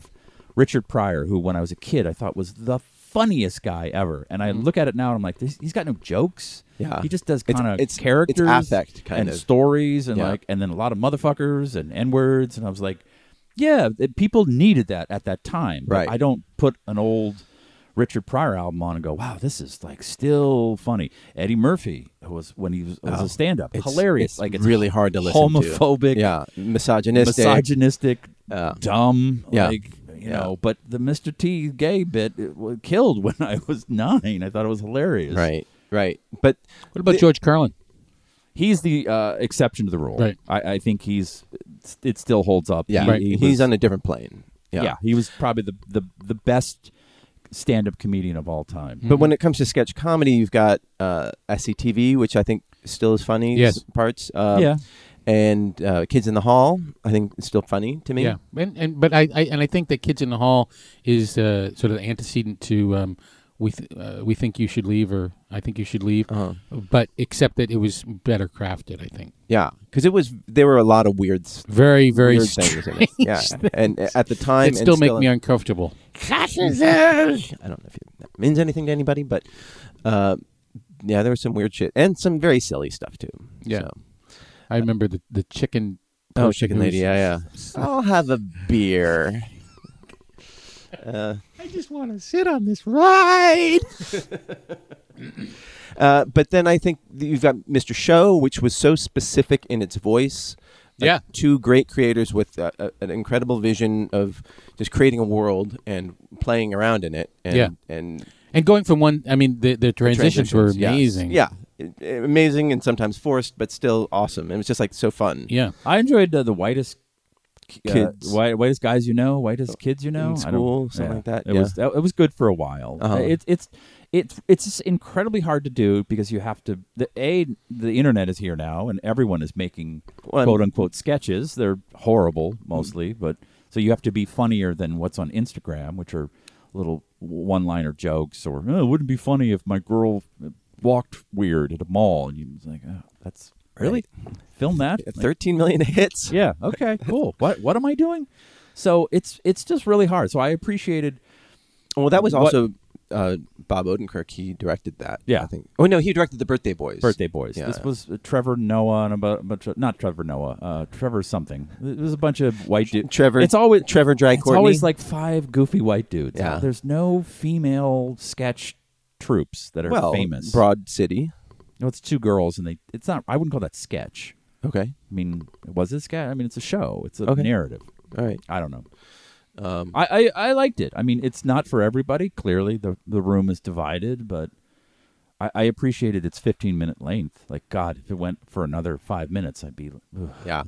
D: Richard Pryor, who when I was a kid I thought was the funniest guy ever. And I look at it now and I'm like, this, he's got no jokes.
B: Mm-hmm. Yeah.
D: He just does
B: It's-
D: kind of
B: it's- it's
D: characters,
B: affect, kind
D: and
B: of.
D: stories, and
B: Yeah.
D: like, and then a lot of motherfuckers and n words. And I was like, yeah, it- people needed that at that time. But
B: Right.
D: I don't put an old Richard Pryor album on and go, wow, this is like still funny. Eddie Murphy who was when he was, was a stand up,
B: Oh, It's-
D: hilarious.
B: it's
D: like it's
B: really hard to listen to.
D: homophobic,
B: Yeah, misogynistic.
D: misogynistic,
B: Yeah.
D: dumb.
B: Yeah.
D: Like, you
B: Yeah.
D: know, but the Mr. T gay bit it wa- killed when I was nine. I thought it was hilarious.
B: Right, right. But
C: What about
B: the-
C: George Carlin?
D: He's the uh, exception to the rule.
C: Right.
D: I, I think he's it still holds up.
B: yeah,
D: He-
C: Right.
D: he
B: he's
D: was-
B: on a different plane.
D: yeah.
B: Yeah.
D: He was probably the the, the best stand up comedian of all
C: Hmm.
D: time.
B: But
C: Mm-hmm.
B: when it comes to sketch comedy, you've got uh, SCTV, which I think still is funny.
C: Yes.
B: s- Parts. Um,
D: Yeah.
B: And uh, Kids in the Hall, I think is still funny to me.
C: Yeah, and, and but I, I and I think that Kids in the Hall is uh, sort of the antecedent to um, we th- uh, we think you should leave or I think you should leave,
B: Uh-huh.
C: but except that it was better crafted. I think
B: Yeah. Because it was there were a lot of weird, s-
C: very very
B: weird
C: strange.
B: things in it. Yeah. And at the time,
C: It still
B: and
C: make
B: still
C: me uncomfortable.
B: I don't know if it that means anything to anybody, but uh, yeah, there was some weird shit and some very silly stuff too.
C: Yeah.
B: So.
C: I remember the the chicken.
B: Oh,
C: person
B: chicken
C: who
B: lady.
C: was-
B: Yeah, yeah. I'll have a beer.
C: I just want to sit on this ride.
B: Uh, but then I think that you've got Mr. Show, which was so specific in its voice. Like,
C: Yeah.
B: Two great creators with uh, a, an incredible vision of just creating a world and playing around in it. And,
C: Yeah.
B: And
C: And going from one, I mean, the, the transitions, were
B: yeah.
C: amazing.
B: Yeah. I- Amazing and sometimes forced, but still awesome. It was just like so fun.
C: yeah.
D: I enjoyed uh, the whitest uh,
B: Kids.
D: white, whitest guys you know, whitest kids you know,
B: In
D: I don't-
B: school, something like that,
D: It
B: yeah.
D: was that- it was good for a while.
B: Uh-huh.
D: It's it's it's it's just incredibly hard to do because you have to the a the internet is here now and everyone is making
B: Well, Mm.
D: quote unquote sketches. They're horrible mostly, but so you have to be funnier than what's on Instagram, which are little one liner jokes or oh, it wouldn't be funny if my girl walked weird at a mall and you was like oh, that's really film that Like,
B: 13 million hits.
D: yeah. Okay. Cool. what What am I doing? So it's it's just really hard. So I appreciated.
B: Well, that was
D: What-
B: also uh, Bob Odenkirk. He directed that.
D: Yeah.
B: I think. Oh no, he directed the Birthday Boys.
D: Birthday Boys.
B: Yeah.
D: This was Trevor Noah and a bu- bunch of not Trevor Noah, uh, Trevor something. It was a bunch of white dudes.
B: Trevor.
D: It's always
B: Trevor Dry
D: It's always like five goofy white dudes.
B: Yeah.
D: There's no female sketch troops that are
B: well
D: famous.
B: Broad City.
D: No, it's two girls and they. It's not. I wouldn't call that sketch.
B: Okay.
D: I mean, was it sketch? I mean, it's a show. It's a
B: Okay.
D: narrative.
B: All right.
D: I don't know. Um, I, I I liked it. I mean, it's not for everybody. Clearly, the the room is divided, but I, I appreciated its 15 minute length. Like God, if it went for another five minutes, I'd be. ugh.
B: Yeah.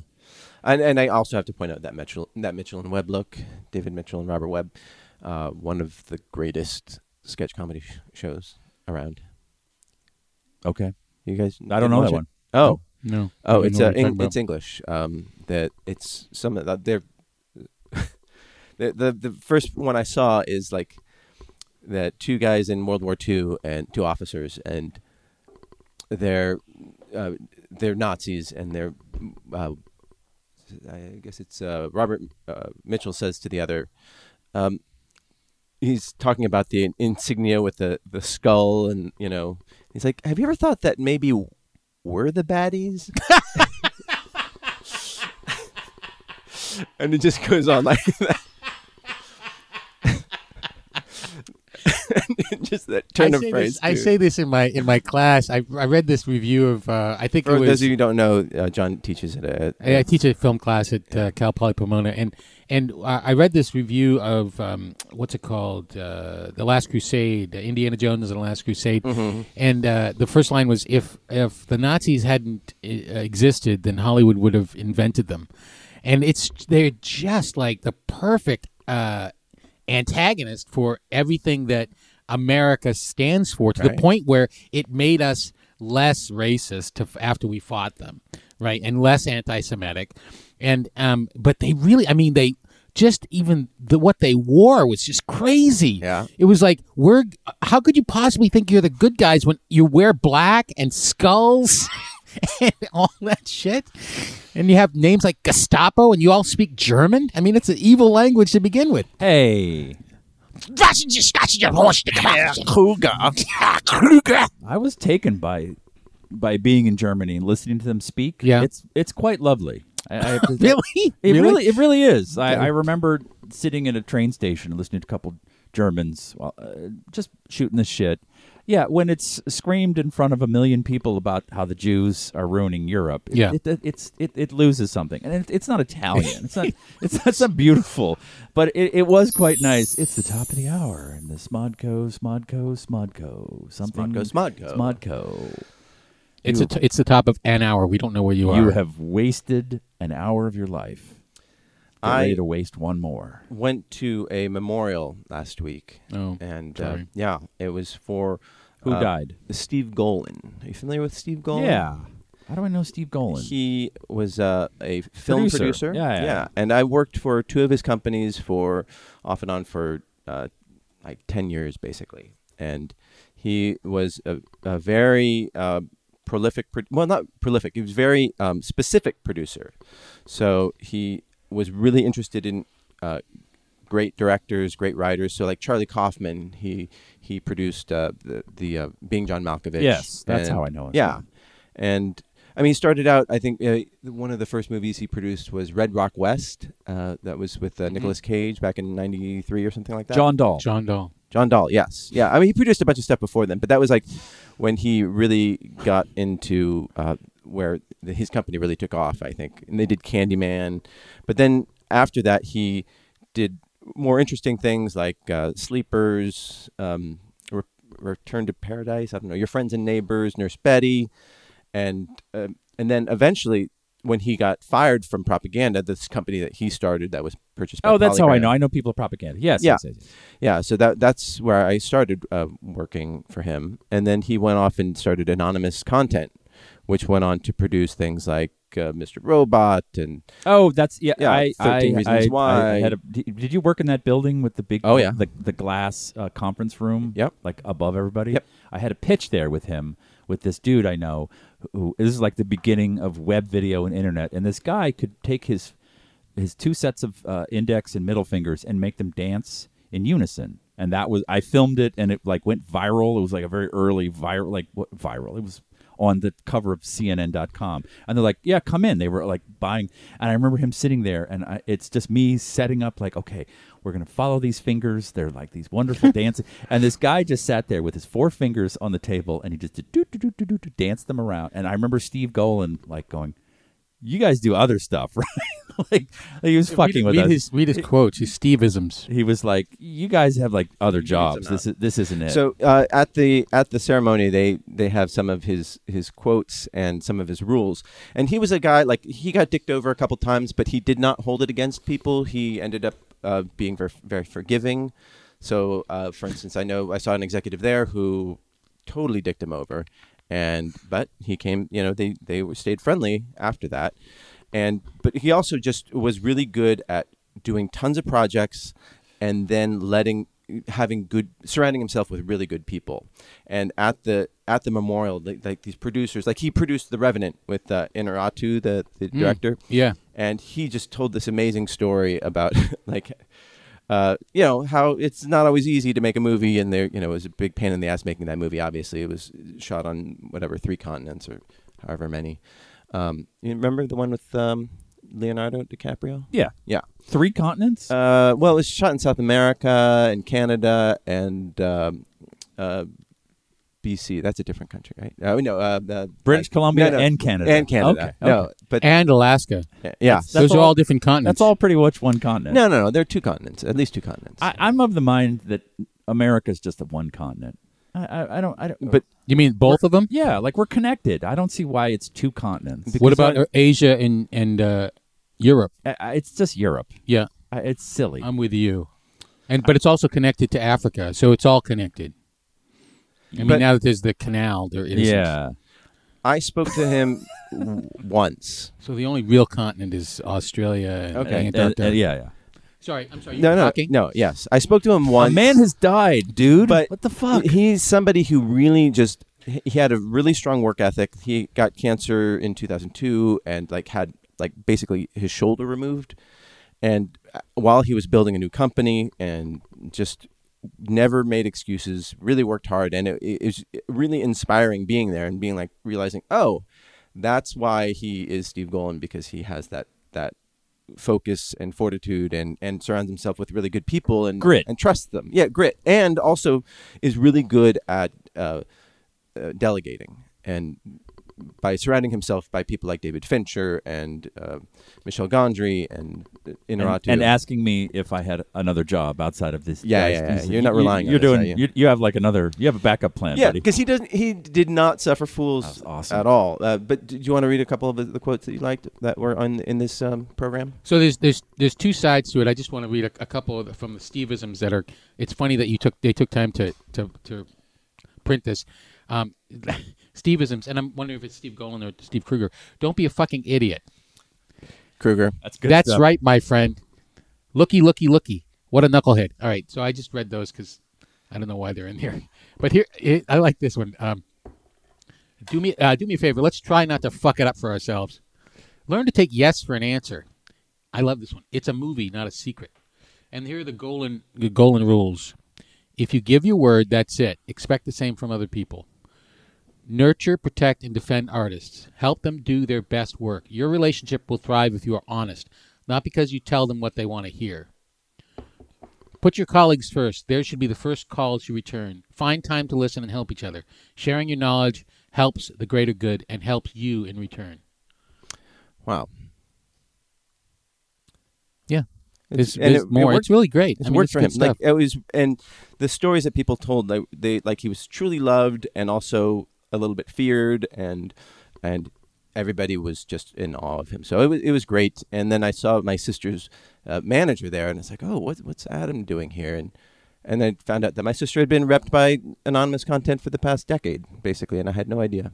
B: And and I also have to point out that Mitchell that Mitchell and Webb look, David Mitchell and Robert Webb, uh, one of the greatest sketch comedy sh- shows around.
D: Okay,
B: You guys,
D: I don't
B: didn't
D: know
B: watch
D: that
B: it?
D: one.
B: Oh,
C: No. I
B: oh,
C: don't
B: it's
C: know
B: uh,
C: what you're
B: Eng-
C: talking
B: it's
C: about.
B: English. Um, that it's some of that they're. The, the the first one I saw is like that two guys in World War II and two officers and they're uh, they're Nazis and they're uh, I guess it's uh, Robert uh, Mitchell says to the other um, he's talking about the insignia with the the skull and you know he's like have you ever thought that maybe we're the baddies and it just goes on like that. And just that turn
C: I
B: of
C: say
B: phrase.
C: This, I
B: too.
C: say this in my in my class. I, I read this review of uh, I think
B: For
C: it was
B: those of you who don't know, uh, John teaches at a.
C: I, I teach a film class at uh, Cal Poly Pomona, and and uh, I read this review of um, what's it called, uh, The Last Crusade, uh, Indiana Jones and the Last Crusade,
B: Mm-hmm.
C: and uh, the first line was if if the Nazis hadn't uh, existed, then Hollywood would have invented them, and it's they're just like the perfect uh, antagonist for everything that America stands for, to
B: Right.
C: the point where it made us less racist to, after we fought them, right, and less anti-Semitic, and um, but they really, I mean, they just even the what they wore was just crazy.
B: Yeah.
C: it was like we're how could you possibly think you're the good guys when you wear black and skulls and all that shit. And you have names like Gestapo, and you all speak German. I mean, it's an evil language to begin with.
D: Hey,
C: Ah,
D: I was taken by by being in Germany and listening to them speak.
C: Yeah.
D: it's it's quite lovely. I, I have to,
C: Really?
D: It really? it really is. I, I remember sitting in a train station and listening to a couple Germans while, uh, just shooting the shit. Yeah, when it's screamed in front of a million people about how the Jews are ruining Europe, it,
C: Yeah.
D: it, it, it's it, it loses something, and it, it's not Italian. It's not it's not so beautiful, but it, it was quite nice. It's the top of the hour, and the Smodco, Smodco, Smodco, something
B: Smodco.
D: Smodco.
C: It's a t- it's the top of an hour. We don't know where you are.
D: You have wasted an hour of your life. Get
B: I-
D: ready to waste one more.
B: went to a memorial last week.
C: Oh,
B: and uh,
C: sorry.
B: yeah, it was for
D: Who
B: uh,
D: died?
B: Steve Golan. Are you familiar with Steve Golan?
D: Yeah. How do I know Steve Golan?
B: He was uh, a film
D: Producer.
B: producer.
D: Yeah, yeah.
B: And I worked for two of his companies for off and on for uh, like 10 years, basically. And he was a, a very uh, prolific, pro- well, not prolific, he was very um, specific producer. So he was really interested in uh, great directors, great writers. So like Charlie Kaufman, he he produced uh, the, the uh, Being John Malkovich.
D: Yes, that's how I know him.
B: Yeah, and I mean, he started out. I think uh, one of the first movies he produced was Red Rock West. Uh, that was with uh, Nicolas Cage back in '93 or something like that.
D: John Dahl.
C: John Dahl.
B: John Dahl. Yes, yeah. I mean, he produced a bunch of stuff before then, but that was like when he really got into uh, where the, his company really took off. I think, and they did Candyman, but then after that, he did more interesting things like uh, Sleepers, um, Re- Return to Paradise. I don't know. Your friends and neighbors, Nurse Betty, and uh, and then eventually. When he got fired from Propaganda, this company that he started that was purchased. By
D: Oh, that's how I
B: Polygram.
D: know. I know people of propaganda. Yes.
B: Yeah.
D: yes, yes, yes.
B: Yeah, so that that's where I started uh, working for him, and then he went off and started Anonymous Content, which went on to produce things like uh, Mr. Robot and
D: Oh, that's yeah.
B: Yeah,
D: I,
B: 13
D: I,
B: Reasons
D: I- I- I
B: Why.
D: had a- did did you work in that building with the big?
B: Oh, yeah.
D: The, the glass uh, conference room.
B: Yep.
D: Like above everybody.
B: Yep.
D: I had a pitch there with him with this dude I know who this is like the beginning of web video and internet, and this guy could take his his two sets of uh, index and middle fingers and make them dance in unison. And that was I filmed it, and it like went viral. It was like a very early viral, like what viral? It was on the cover of CNN.com, and they're like, "Yeah, come in." They were like buying, and I remember him sitting there, and I, it's just me setting up, like, "Okay, we're gonna follow these fingers. They're like these wonderful dancing." And this guy just sat there with his four fingers on the table, and he just did do do do do do do dance them around. And I remember Steve Golan like going, "You guys do other stuff, right?" like, he was fucking
C: read,
D: with
C: read
D: us.
C: His, read his quotes. His Steveisms.
D: he was like, "You guys have like other jobs.
B: not.
D: This is this isn't it."
B: so uh, at the at the ceremony they they have some of his his quotes and some of his rules, and he was a guy like he got dicked over a couple times, but he did not hold it against people. He ended up uh, being very very forgiving. So uh, for instance, I know I saw an executive there who totally dicked him over and but he came you know they they were- stayed friendly after that and but he also just was really good at doing tons of projects and then letting having good surrounding himself with really good people and at the at the memorial like, like these producers like he produced the revenant with uh, Inarritu the the director
C: yeah.
B: and he just told this amazing story about like uh, you know how it's not always easy to make a movie and there you know it was a big pain in the ass making that movie obviously it was shot on whatever three continents or however many um, you remember the one with um, leonardo dicaprio
D: yeah,
B: yeah
D: three continents.
B: uh, well it was shot in south america and canada and um, uh, bc that's a different country right oh no uh, the,
D: British
B: I-
D: Columbia and Canada.
B: and canada
D: Okay,
B: no
D: okay.
B: but
C: And Alaska.
B: yeah
D: That's
C: Those are
D: all-
C: all different continents.
D: That's all pretty much one continent.
B: no, no, no. There are two continents, at least two continents.
D: I, I'm of the mind that America's just a one continent. I, I, I don't. I don't.
B: But
C: You mean both of them?
D: yeah, like we're connected. I don't see why it's two continents.
C: what about uh, Asia and and uh, Europe?
D: I, I- it's just Europe.
C: Yeah,
D: I, it's silly.
C: I'm with you. And but it's also connected to Africa, so it's all connected. I mean,
B: But-
C: now that there's the canal, there is
D: yeah,
B: I spoke to him w- once.
C: So the only real continent is Australia. And
B: Okay.
D: Uh,
C: Antarctica.
D: uh, yeah, yeah.
C: Sorry, I'm sorry. you
B: No,
C: were
B: no,
C: talking?
B: no. Yes, I spoke to him
D: A
B: once.
D: man has died, dude.
B: but
D: what the fuck?
B: He's somebody who really just he he had a really strong work ethic. He got cancer in 2002 and like had like basically his shoulder removed. And uh, while he was building a new company and just never made excuses, really worked hard, and it, it was really inspiring being there and being like realizing, oh, that's why he is Steve Golan because he has that that focus and fortitude and and surrounds himself with really good people and
D: Grit.
B: and trusts them. Yeah, grit, and also is really good at uh, uh, delegating and by surrounding himself by people like David Fincher and uh, Michel Gondry and uh,
D: and,
B: Inarritu
D: and asking me if I had another job outside of this.
B: Yeah,
D: I-
B: yeah,
D: I
B: yeah.
D: said,
B: You're not
D: "You-
B: relying on
D: You're
B: this,
D: doing.
B: are you?"
D: You, you have like another. You have a backup plan,
B: Yeah,
D: buddy.
B: because he doesn't. He did not suffer fools
D: That's awesome.
B: at all. Uh, but do you want to read a couple of the, the quotes that you liked that were on in this um, program?
C: So there's there's there's two sides to it. I just want to read a, a couple of the, from the Steveisms that are. It's funny that you took they took time to to, to print this. Um, Steveisms, and I'm wondering if it's Steve Golan or Steve Kruger. Don't be a fucking idiot.
B: Kruger.
D: That's good.
C: That's
D: stuff.
C: right, my friend. Looky, looky, looky. What a knucklehead. All right, so I just read those because I don't know why they're in here. But here, it, I like this one. Um, do me, uh, do me a favor. Let's try not to fuck it up for ourselves. Learn to take yes for an answer. I love this one. It's a movie, not a secret. And here are the Golan, the Golan rules. If you give your word, that's it. Expect the same from other people. Nurture, protect, and defend artists. Help them do their best work. Your relationship will thrive if you are honest, not because you tell them what they want to hear. Put your colleagues first. There should be the first calls you return. Find time to listen and help each other. Sharing your knowledge helps the greater good and helps you in return.
B: Wow.
C: Yeah. There's,
B: and
C: there's
B: it- it
C: more.
B: worked-
C: it's really great.
B: It's
C: I mean,
B: worked
C: it's
B: for
C: good
B: him.
C: Stuff.
B: Like it was, and the stories that people told, like they like he was truly loved and also a little bit feared, and and everybody was just in awe of him. So it was it was great. And then I saw my sister's uh, manager there, and it's like, oh, what, what's Adam doing here? And and I found out that my sister had been repped by anonymous content for the past decade, basically, and I had no idea.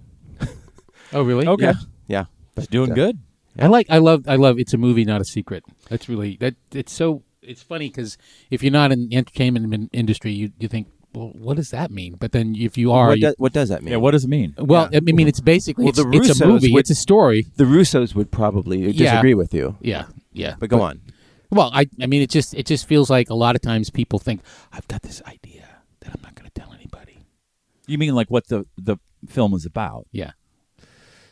C: oh, really?
D: Okay.
C: Yeah.
B: Yeah, uh,
D: He's doing good.
C: I like. I love. I love. It's a movie, not a secret. That's really that. It's so. It's funny because if you're not in the entertainment min- industry, you you think, well, what does that mean? But then if you are,
B: What,
C: you-
B: do- what does that mean?
D: Yeah. What does it mean?
C: well, I mean, it's basically
B: Well,
C: it's,
B: the
C: it's a
B: Russos
C: movie.
B: would-
C: It's a story.
B: the Russos would probably
C: Yeah.
B: disagree with you,
C: Yeah, yeah.
B: but go on.
C: Well, I I mean, it just it just feels like a lot of times people think I've got this idea that I'm not going to tell anybody.
D: You mean like what the the film is about?
C: Yeah.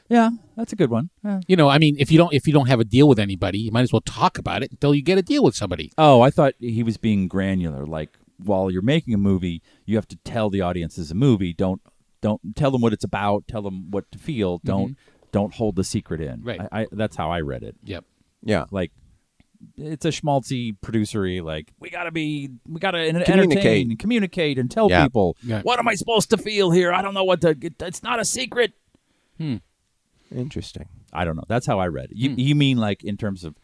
D: Yeah, that's a good one. Yeah.
C: You know, I mean, if you don't if you don't have a deal with anybody, you might as well talk about it until you get a deal with somebody.
D: Oh, I thought he was being granular. Like while you're making a movie, you have to tell the audience it's a movie. Don't don't tell them what it's about. Tell them what to feel. Don't don't hold the secret in.
C: Mm-hmm. Right.
D: I, I, that's how I read it.
C: Yep.
B: Yeah,
D: Like it's a schmaltzy producery. Like we gotta be, we gotta en-
B: Communicate.
D: entertain and communicate and tell
B: Yeah.
D: people
C: Yeah.
D: what am I supposed to feel here? I don't know what to. It, it's not a secret.
B: interesting.
D: I don't know. That's how I read it. You,
C: Hmm.
D: you mean like in terms of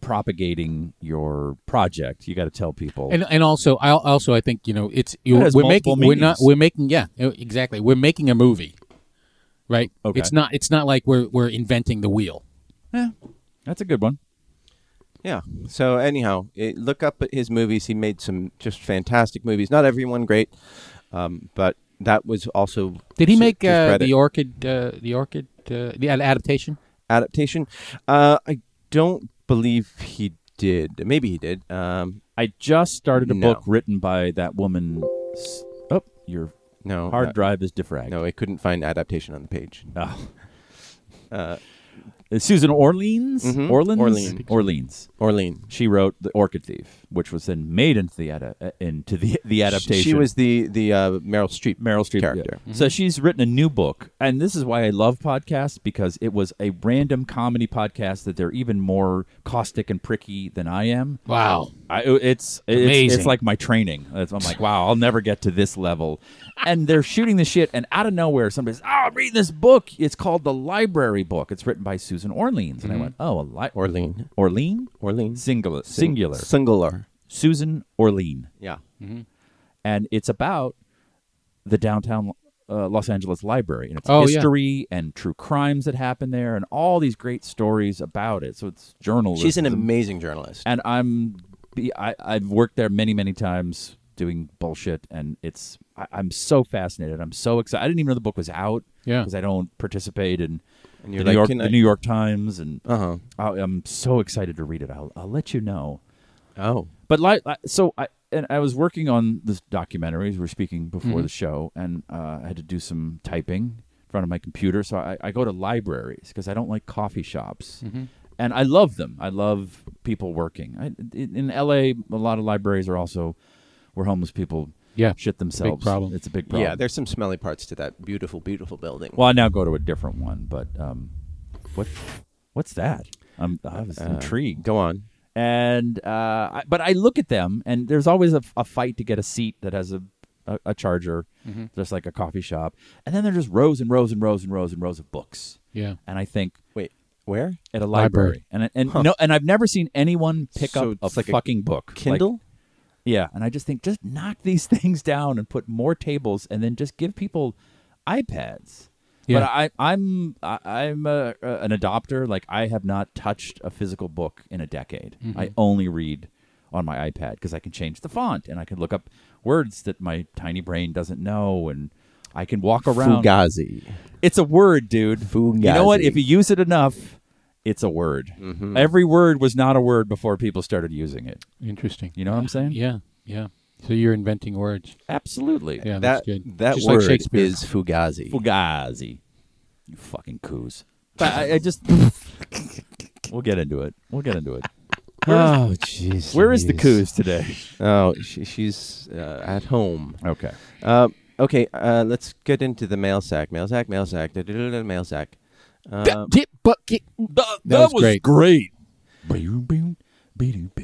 D: propagating your project? You got to tell people.
C: And and also I also I think you know it's you,
D: has
C: we're
D: multiple
C: making we're not
D: meanings.
C: we're making yeah e- exactly we're making a movie, right?
D: Okay.
C: It's not it's not like we're we're inventing the wheel.
D: yeah, that's a good one.
B: Yeah. So anyhow, it, look up at his movies. He made some just fantastic movies. Not everyone great, um, but that was also
C: Did he
B: to
C: make
B: his
C: uh,
B: credit.
C: the orchid uh, the orchid uh, the ad- adaptation?
B: adaptation? Uh, I don't believe he did. Maybe he did. Um,
D: I just started a
B: No.
D: book written by that woman. S- Oh, your
B: no.
D: hard
B: uh,
D: drive is defragged.
B: No, I couldn't find adaptation on the page.
D: Oh.
B: Uh,
D: Uh, Susan Orleans?
B: Mhm.
D: Orleans.
B: Orleans.
D: Orleans.
B: Orlean.
D: She wrote *The Orchid Thief*, which was then made into the ada- uh, into the the adaptation.
B: She was the the uh, Meryl Streep.
D: Meryl Streep
B: character.
D: yeah. So she's written a new book, and this is why I love podcasts because it was a random comedy podcast that they're even more caustic and pricky than I am.
C: Wow.
D: I, it's it's,
C: Amazing.
D: it's like my training. It's- I'm like, wow, I'll never get to this level. And they're shooting the shit, and out of nowhere, somebody's, oh, I'm reading this book. It's called The Library Book. It's written by Susan Orleans. And I
C: Mm-hmm.
D: went, oh, a li- or-
B: Orlean.
D: Orlean?
B: Orlean.
D: Singular. Singular.
B: Singular.
D: Susan Orlean
B: Yeah.
D: and it's about the downtown uh, Los Angeles Library and its
C: Oh, yeah.
D: history and true crimes that happen there and all these great stories about it. So it's journalism.
B: She's an amazing journalist.
D: and I'm be- I, I've worked there many many times doing bullshit, and it's I, I'm so fascinated. I'm so excited. I didn't even know the book was out.
C: Yeah.
D: because I don't participate in
B: And
D: the,
B: you're
D: New
B: like,
D: York,
B: "Can I-"
D: the New York Times, and
B: Uh huh.
D: I, I'm so excited to read it. I'll, I'll let you know.
B: Oh.
D: But like, so I, and I was working on this documentary. We were speaking before the show, and uh, I had to do some typing in front of my computer. So I, I go to libraries because I don't like coffee shops, and I love them. I love people working. I, in in L.A., a lot of libraries are also where homeless people
C: Yeah.
D: shit themselves.
C: problem.
D: It's a big problem.
B: Yeah, there's some smelly parts to that beautiful, beautiful building.
D: Well, I now go to a different one, but um, what what's that? I'm I was intrigued
B: Go on.
D: and uh, I, but I look at them, and there's always a, a fight to get a seat that has a a, a charger,
C: Mm-hmm.
D: just like a coffee shop, and then there's just rows and rows and rows and rows and rows of books,
C: Yeah.
D: and I think
B: Wait, where?
D: at a library,
C: Library.
D: and I- and no, and I've never seen anyone pick
B: So
D: up a
B: it's like a
D: fucking book, Like-
B: Kindle?
D: yeah, and I just think just knock these things down and put more tables, and then just give people iPads.
C: Yeah.
D: But I, I'm I, I'm a, a, an adopter. Like I have not touched a physical book in a decade.
C: Mm-hmm.
D: I only read on my iPad because I can change the font and I can look up words that my tiny brain doesn't know, and I can walk around.
B: Fugazi.
D: It's a word, dude. You know what?
B: Fugazi.
D: If you use it enough, it's a word. Every word was not a word before people started using it.
C: Interesting.
D: You know what I'm saying?
C: Yeah. Yeah. So you're inventing words.
D: Absolutely.
C: Yeah.
B: that
C: that's good.
B: that
C: Just
B: word
C: like Shakespeare.
B: is Fugazi.
D: Fugazi. You fucking coos. But I, I just. we'll get into it. We'll get into it.
B: oh, jeez.
D: Where is the
B: Louise.
D: coos today?
B: Oh, she, she's uh, at home.
D: Okay.
B: Uh, okay, uh, let's get into the mail sack. Mail sack, mail sack, da- da- da- da- mail sack. Uh,
C: Dip bucket.
D: That,
C: was great.
D: great.
B: you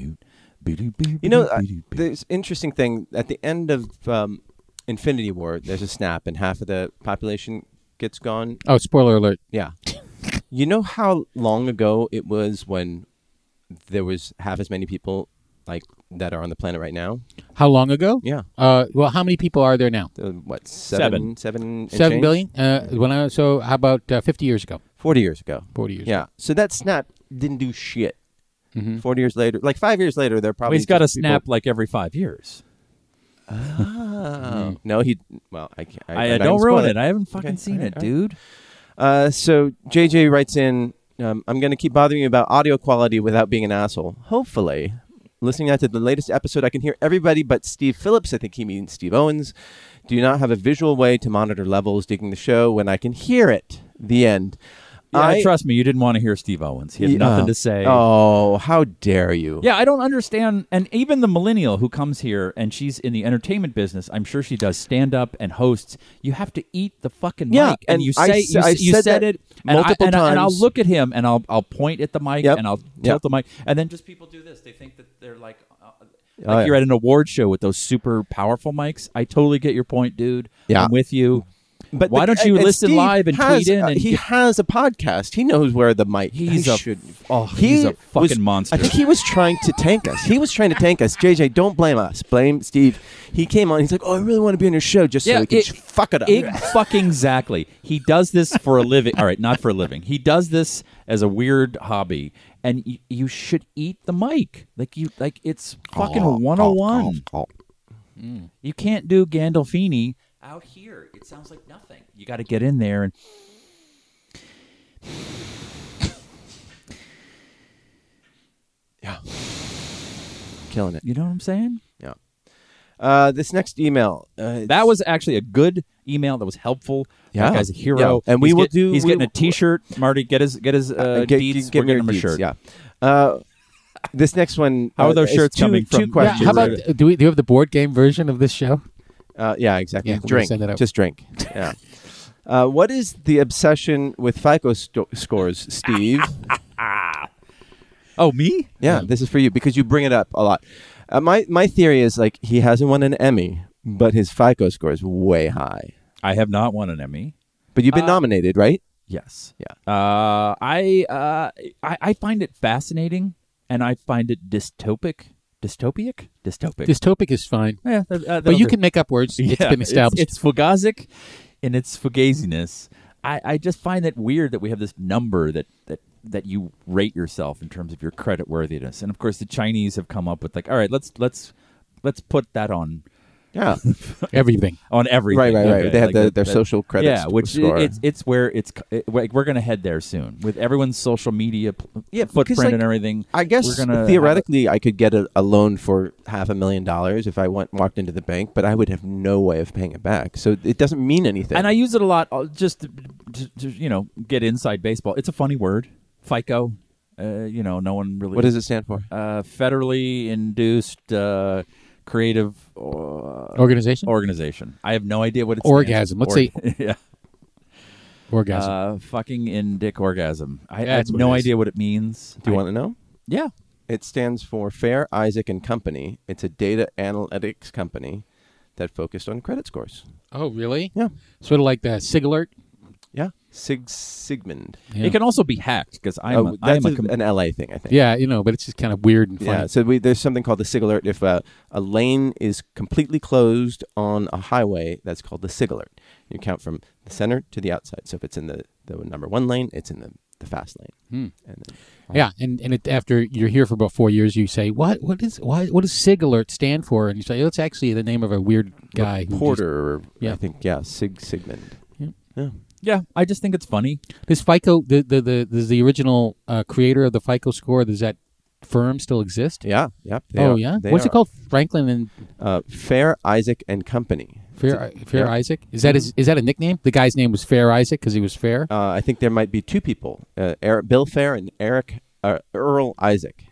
B: know, uh, there's interesting thing at the end of um, Infinity War. There's a snap, and half of the population gets gone.
C: Oh, spoiler alert.
B: Yeah. you know how long ago it was when there was half as many people like that are on the planet right now?
C: How long ago?
B: Yeah.
C: Uh, well, how many people are there now?
B: Uh, what seven, seven, and
C: Seven
B: change?
C: billion. Uh, when I so how about uh, fifty years ago?
B: Forty years ago.
C: Forty years.
B: Yeah. So that snap didn't do shit. Forty years later, like five years later, they're probably
D: Mm-hmm. he's got a
B: just people-
D: snap like every five years.
B: Oh. No, he. Well, I can't.
D: Mm-hmm. I,
B: I'm not
D: don't
B: gonna
D: ruin
B: spoil
D: it. I haven't fucking
B: Okay,
D: seen
B: all right,
D: it,
B: all right.
D: dude.
B: Uh, so JJ writes in, um, I'm going to keep bothering you about audio quality without being an asshole. Hopefully. Listening out to the latest episode, I can hear everybody but Steve Phillips. I think he means Steve Owens. Do not have a visual way to monitor levels digging the show when I can hear it. The end.
D: Yeah, trust me, you didn't want to hear Steve Owens. He had
B: Yeah. Uh,
D: nothing to say.
B: Oh, how dare you?
D: Yeah, I don't understand. And even the millennial who comes here and she's in the entertainment business, I'm sure she does stand up and hosts. You have to eat the fucking
B: Yeah,
D: mic. And,
B: and
D: you
B: I
D: say
B: sa-
D: you,
B: I
D: you
B: said that
D: it and I-
B: multiple
D: and I, and I'll
B: times.
D: look at him and I'll I'll point at the mic
B: Yep,
D: and I'll tilt
B: yep.
D: the mic and then just people do this. They think that they're like. uh, Like
B: Oh, yeah.
D: you're at an award show with those super powerful mics. I totally get your point, dude.
B: Yeah.
D: I'm with you.
B: But
D: why
B: the-
D: don't you
B: and
D: listen
B: Steve
D: live and
B: has-
D: tweet in?
B: uh,
D: And
B: he has a podcast. He knows where the mic.
D: He's
B: he
D: a-
B: should,
D: oh, he's
B: he
D: a fucking
B: was-
D: monster.
B: I think he was trying to tank us. He was trying to tank us. JJ, don't blame us. Blame Steve. He came on. He's like, oh, I really want to be on your show just so we can
D: it-
B: sh- fuck it up.
D: Ig- fucking exactly. He does this for a living. All right, not for a living. He does this as a weird hobby, and you, you should eat the mic. Like you, like it's fucking
B: Oh,
D: 101. Mm. You can't do Gandolfini out here. It sounds like nothing. You got to get in there and.
B: Killing it.
D: You know what I'm saying?
B: Yeah. Uh, this next email. Uh,
D: That was actually a good email. That was helpful.
B: Yeah.
D: that guy's a hero.
B: Yeah. And we
D: He's
B: will
D: get-
B: do-
D: He's
B: we
D: getting a
B: will-
D: T-shirt. Marty, get his get his uh,
B: uh, get-
D: deets.
B: get
D: We're
B: me
D: getting him a
B: your deets,
D: shirt.
B: Yeah. Uh, this next one.
D: How are
B: uh,
D: those
B: is
D: shirts
B: two-
D: coming
B: Two
D: from-
B: questions.
D: Yeah,
C: How about do we do you have the board game version of this show?
B: Uh, yeah, exactly.
C: Yeah, we're gonna
B: drink.
C: send it out.
B: Just drink. Yeah. uh, what is the obsession with FICO sto- scores, Steve?
D: Oh, me?
B: yeah, this is for you because you bring it up a lot. Uh, my my theory is like he hasn't won an Emmy, but his FICO score is way high.
D: I have not won an Emmy.
B: But
D: Uh,
B: you've been nominated, right?
D: Yes.
B: Yeah.
D: Uh, I, uh, I I find it fascinating, and I find it dystopic, dystopic, dystopic.
C: Dystopic is fine,
D: yeah, that- uh,
C: but you
D: that'll
C: can make up words.
D: do.
C: it's
D: Yeah,
C: been established.
D: It's, it's fugazic, in its fugaziness. I, I just find it weird that we have this number that that that you rate yourself in terms of your credit worthiness, and of course the Chinese have come up with like, all right, let's let's let's put that on
B: Yeah.
C: Everything.
D: on everything.
B: right, right, right.
D: Okay,
B: They have
D: like
B: the,
D: that-
B: their
D: that-
B: social credit
D: Yeah,
B: sc-
D: which
B: score.
D: i- it's it's where it's c- it, like we're gonna head there soon with everyone's social media pl-
B: Yeah, because,
D: footprint
B: like,
D: and everything.
B: I
D: we're
B: guess
D: gonna have a-
B: theoretically, I could get a, a loan for half a million dollars if I went walked into the bank, but I would have no way of paying it back. So it doesn't mean anything.
D: and I use it a lot uh, just to, to, to, you know get inside baseball. It's a funny word, FICO. Uh, you know, no one really.
B: what does it stand for?
D: Uh, federally induced uh, creative uh,
C: Organization.
D: organization. I have no idea what it's
C: Orgasm. Let's say-
D: yeah.
C: Orgasm.
D: Uh, fucking in dick orgasm. I, I
C: That's
D: have
C: what
D: no
C: it is.
D: idea what it means.
B: Do you
D: I-
B: want to know?
D: Yeah.
B: It stands for Fair Isaac and Company. It's a data analytics company that focused on credit scores.
C: oh, really?
B: Yeah,
C: Sort of like the sig alert.
B: yeah. Sig Sigmund.
C: Yeah.
D: It can also be hacked because I'm
B: Oh,
D: a,
B: that's
D: I'm a
B: a-
D: com-
B: an LA thing, I think.
C: Yeah, you know, but it's just kind of weird and funny.
B: Yeah, so we, there's something called the sig alert. If uh, a lane is completely closed on a highway, that's called the sig alert. You count from the center to the outside. So if it's in the, the number one lane, it's in the, the fast lane. And then,
C: Yeah, and and it, after you're here for about four years, you say, "What? What is? Why? What does Sig Alert stand for?" And you say, "Oh, "It's actually the name of a weird guy." who
B: Porter, or
C: yeah.
B: I think, yeah, Sig Sigmund.
C: Yeah.
B: yeah.
D: yeah, I just think it's funny.
C: just- This FICO, the the the the, the original uh, creator of the FICO score. Does that firm still exist?
B: Yeah, yep. they
C: oh
B: are-
C: yeah.
B: they
C: What's
B: are.
C: it called? Franklin and
B: Uh, Fair Isaac and Company.
C: Fair Fair
B: yeah.
C: Isaac. Is that his, is that a nickname? The guy's name was Fair Isaac because he was fair.
B: Uh, I think there might be two people: uh, Eric, Bill Fair and Eric uh, Earl Isaac.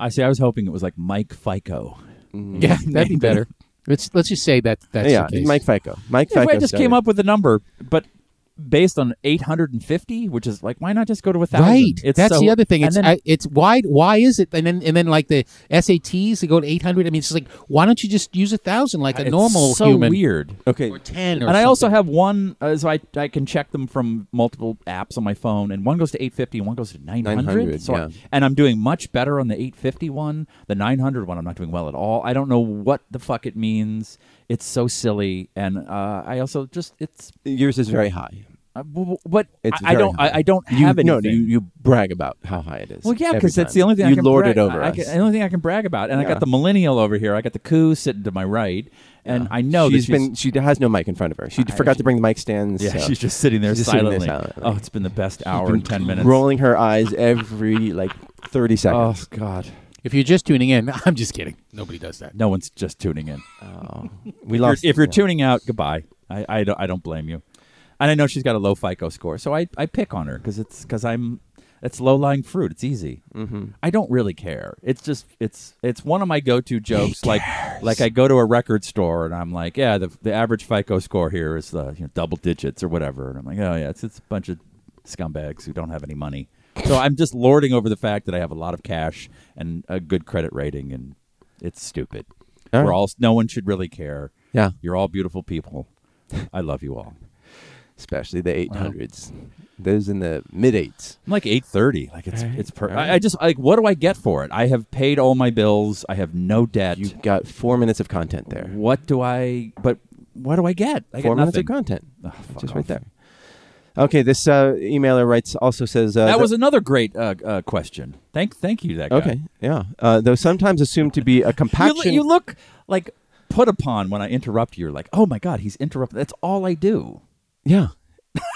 D: I see. I was hoping it was like Mike FICO.
C: yeah,
D: Mm-hmm.
C: that'd be better. Let's let's just say that that's
B: yeah,
C: the case.
B: Mike Fico. Mike
D: If
B: Fico.
D: I just came
B: started-
D: up with a number, but based on 850, which is like, why not just go to a thousand?
C: Right.
D: It's
C: That's
D: so-
C: the other thing.
D: and
C: It's
D: then-
C: I, it's why why is it and then and then like the SATs they go to eight hundred. I mean, it's just like why don't you just use a thousand like a
D: it's
C: normal
D: so
C: human
D: weird.
B: Okay,
C: or ten or
D: and I
C: something.
D: also have one, uh, so I, I can check them from multiple apps on my phone, and one goes to 850 and one goes to 900.
B: 900,
D: so I-
B: yeah.
D: and I'm doing much better on the 850 one. The 900 one, I'm not doing well at all. I don't know what the fuck it means. It's so silly. And uh, I also just, it's,
B: yours is very high.
D: uh, w- w- but
B: It's
D: I, I
B: very
D: don't,
B: high.
D: I, I don't
B: You-
D: have
B: no,
D: anything.
B: no, you, you brag about how high it is.
D: Well, yeah,
B: every
D: because that's
B: time.
D: the only thing
B: you
D: I can
B: lord
D: brag.
B: it over
D: I, I
B: us.
D: can- the only thing I can brag about, and I
B: Yeah.
D: got the millennial over here. I got the coup sitting to my right, and I know that
B: she's been. She has no mic in front of her. She forgot to bring the mic stands.
D: Yeah,
B: so
D: she's just sitting there
B: she's just sitting there
D: silently.
B: silently.
D: Oh, it's been the best hour and ten minutes.
B: rolling her eyes every like thirty
D: Oh
B: seconds.
D: God,
C: If you're just tuning in, I'm just kidding. Nobody does that.
D: no one's just tuning in.
B: we
D: You're-
B: lost.
D: if you're
B: yeah.
D: tuning out, goodbye. I, I don't I don't blame you, and I know she's got a low FICO score, so I, I pick on her because it's because I'm it's low lying fruit. It's easy. Mm-hmm. I don't really care. It's just it's it's one of my go to jokes. Like like I go to a record store and I'm like, yeah, the the average FICO score here is the you know, double digits or whatever, and I'm like, oh yeah, it's it's a bunch of scumbags who don't have any money. So I'm just lording over the fact that I have a lot of cash and a good credit rating, and it's stupid.
B: All
D: We're
B: right.
D: all no one should really care.
B: Yeah.
D: You're all beautiful people. I love you all.
B: especially the eight hundreds. Those in the mid eights.
D: I'm like 8:30. Like it's it's per- I, I just like what do I get for it? I have paid all my bills. I have no debt.
B: You got four minutes of content there.
D: what do I but what do I get? I
B: four
D: get
B: minutes
D: nothing.
B: of content.
D: Ugh, fuck
B: just
D: off.
B: right there. Okay, this uh, emailer writes also says uh,
D: That
B: tho-
D: was another great uh, uh, question. Thank thank you that guy.
B: okay. Yeah, uh, though sometimes assumed to be a
D: You, lo-
B: compaction.
D: you look like put upon when I interrupt you. You're like, "Oh my god, he's interrupted. That's all I do."
B: yeah,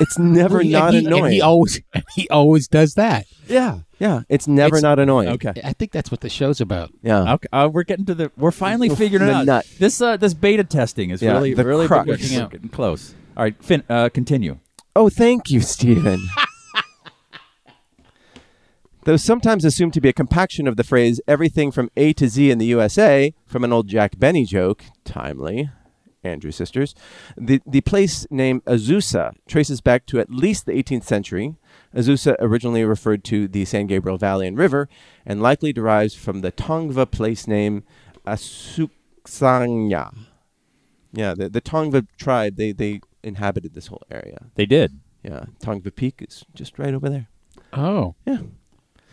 B: it's never
C: Well, he-
B: not
C: and he, and
B: annoying.
C: he always he always does that.
D: Yeah.
B: yeah, it's never
C: It's-
B: not annoying.
D: Okay.
C: I think that's what the show's about.
B: Yeah.
D: Okay, uh, we're getting to the. We're finally
B: We're
D: figuring it
B: the
D: out.
B: nut.
D: This uh, this beta testing is
B: Yeah,
D: really
B: the
D: really
B: crux.
D: working
C: Working out.
D: out. Getting close. All right, fin- uh, continue.
B: Oh, thank you, Stephen. Though sometimes assumed to be a compaction of the phrase everything from A to Z in the USA from an old Jack Benny joke, timely, Andrew Sisters, the, the place name Azusa traces back to at least the 18th century. Azusa originally referred to the San Gabriel Valley and river and likely derives from the Tongva place name Asuksanya. Yeah, the, the Tongva tribe, they, they inhabited this whole area.
D: They did.
B: Yeah, Tongva Peak is just right over there.
C: Oh,
B: Yeah.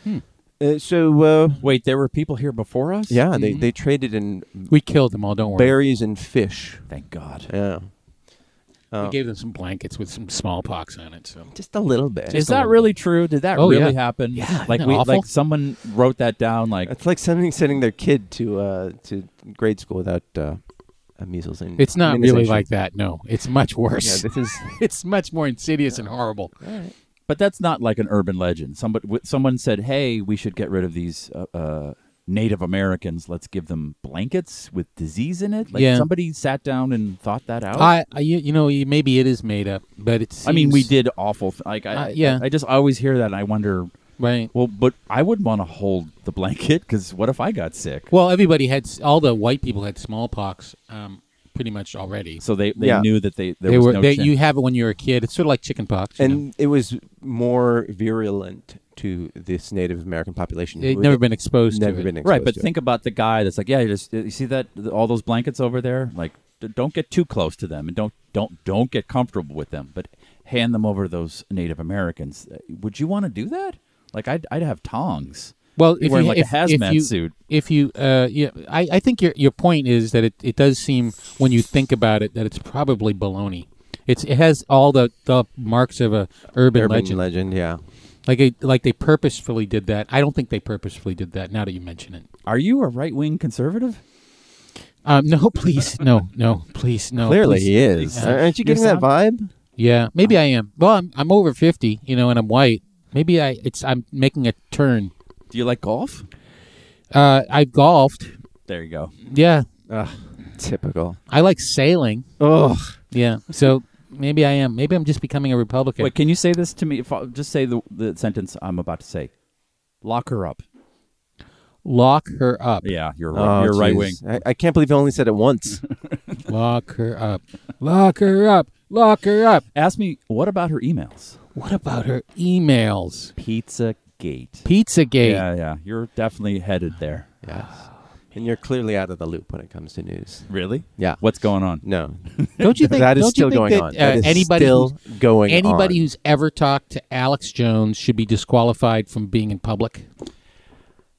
C: Hmm.
B: Uh, so uh,
D: Wait, there were people here before us.
B: yeah, they, they traded in
C: we killed them all. Don't worry.
B: berries and fish.
D: Thank God.
B: Yeah,
D: uh,
C: We gave them some blankets with some smallpox on it. So
B: just a little bit.
C: Just-
D: Is that really true? Did that
C: Oh,
D: really
C: yeah.
D: happen?
C: Yeah,
D: Like
C: isn't that
D: we
C: awful?
D: like someone wrote that down. Like
B: it's like sending sending their kid to uh, to grade school without uh, uh, measles and
C: It's not really
B: immunization.
C: like that. No, it's much
B: Yeah,
C: worse.
B: this is
C: it's much more insidious and horrible.
D: Oh. But that's not like an urban legend. Somebody, w- someone said, "Hey, we should get rid of these uh, uh, Native Americans. Let's give them blankets with disease in it." Like
C: Yeah.
D: somebody sat down and thought that out.
C: I, I, you you know, you- maybe it is made up, but it's.
D: I mean, we did awful. Th- like, I,
C: Uh, yeah.
D: I, I just always hear that, and I wonder.
C: right.
D: Well, but I would want to hold the blanket because what if I got sick?
C: Well, everybody had s- all the white people had smallpox, um, pretty much already.
D: So they, they
B: Yeah.
D: knew that they there
C: they
D: was
C: were
D: no
C: they,
D: chance.
C: you have it when you're a kid. It's sort of like chickenpox. you know.
B: and it was more virulent to this Native American population.
C: they'd
B: who
C: never
B: had
C: been exposed.
B: never
C: to
B: been
C: It.
B: exposed
D: right, but
B: to it.
D: think about the guy that's like, yeah, you just you see that all those blankets over there. Like, d- don't get too close to them, and don't don't don't get comfortable with them. But hand them over to those Native Americans. Uh, Would you want to do that? Like, I'd I'd have tongs.
C: Well,
D: You're
C: if
D: wearing
C: you,
D: like
C: if,
D: a hazmat
C: if you,
D: suit.
C: If you, uh, yeah, I, I think your your point is that it, it does seem when you think about it that it's probably baloney. It's it has all the, the marks of a urban,
B: urban
C: legend.
B: legend. yeah.
C: Like it, like they purposefully did that. I don't think they purposefully did that. Now that you mention it,
D: Are you a right wing conservative?
C: um, no, please, no, no, please, no.
B: Clearly
C: please.
B: he is.
C: Yeah.
B: Aren't you getting
D: Yes,
B: that vibe?
C: Yeah, maybe I am. Well, I'm, I'm over fifty, you know, and I'm white. Maybe I it's I'm making a turn.
D: Do you like golf?
C: Uh, I've golfed.
D: There you go.
C: Yeah,
B: Typical.
C: I like sailing.
B: Ugh.
C: Yeah, so maybe I am. Maybe I'm just becoming a Republican.
D: Wait, can you say this to me? If I, just say the the sentence I'm about to say. Lock her up.
C: Lock her up.
D: Yeah, you're
B: Oh,
D: right. you're right wing.
B: jeez. I, I can't believe you only said it once.
C: Lock her up. Lock her up. Lock her up.
D: Ask me what about her emails?
C: What about her emails?
D: Pizza Gate.
C: Pizzagate.
D: Yeah, yeah. You're definitely headed there.
B: yes. And you're clearly out of the loop when it comes to news.
D: Really?
B: Yeah.
D: What's going on?
B: No.
C: Don't you think
B: that is
C: don't
B: still
C: you think
B: going
C: that,
B: on.
C: uh,
B: That is
C: anybody
B: still
C: who's-
B: going
C: anybody
B: on.
C: who's ever talked to Alex Jones should be disqualified from being in public.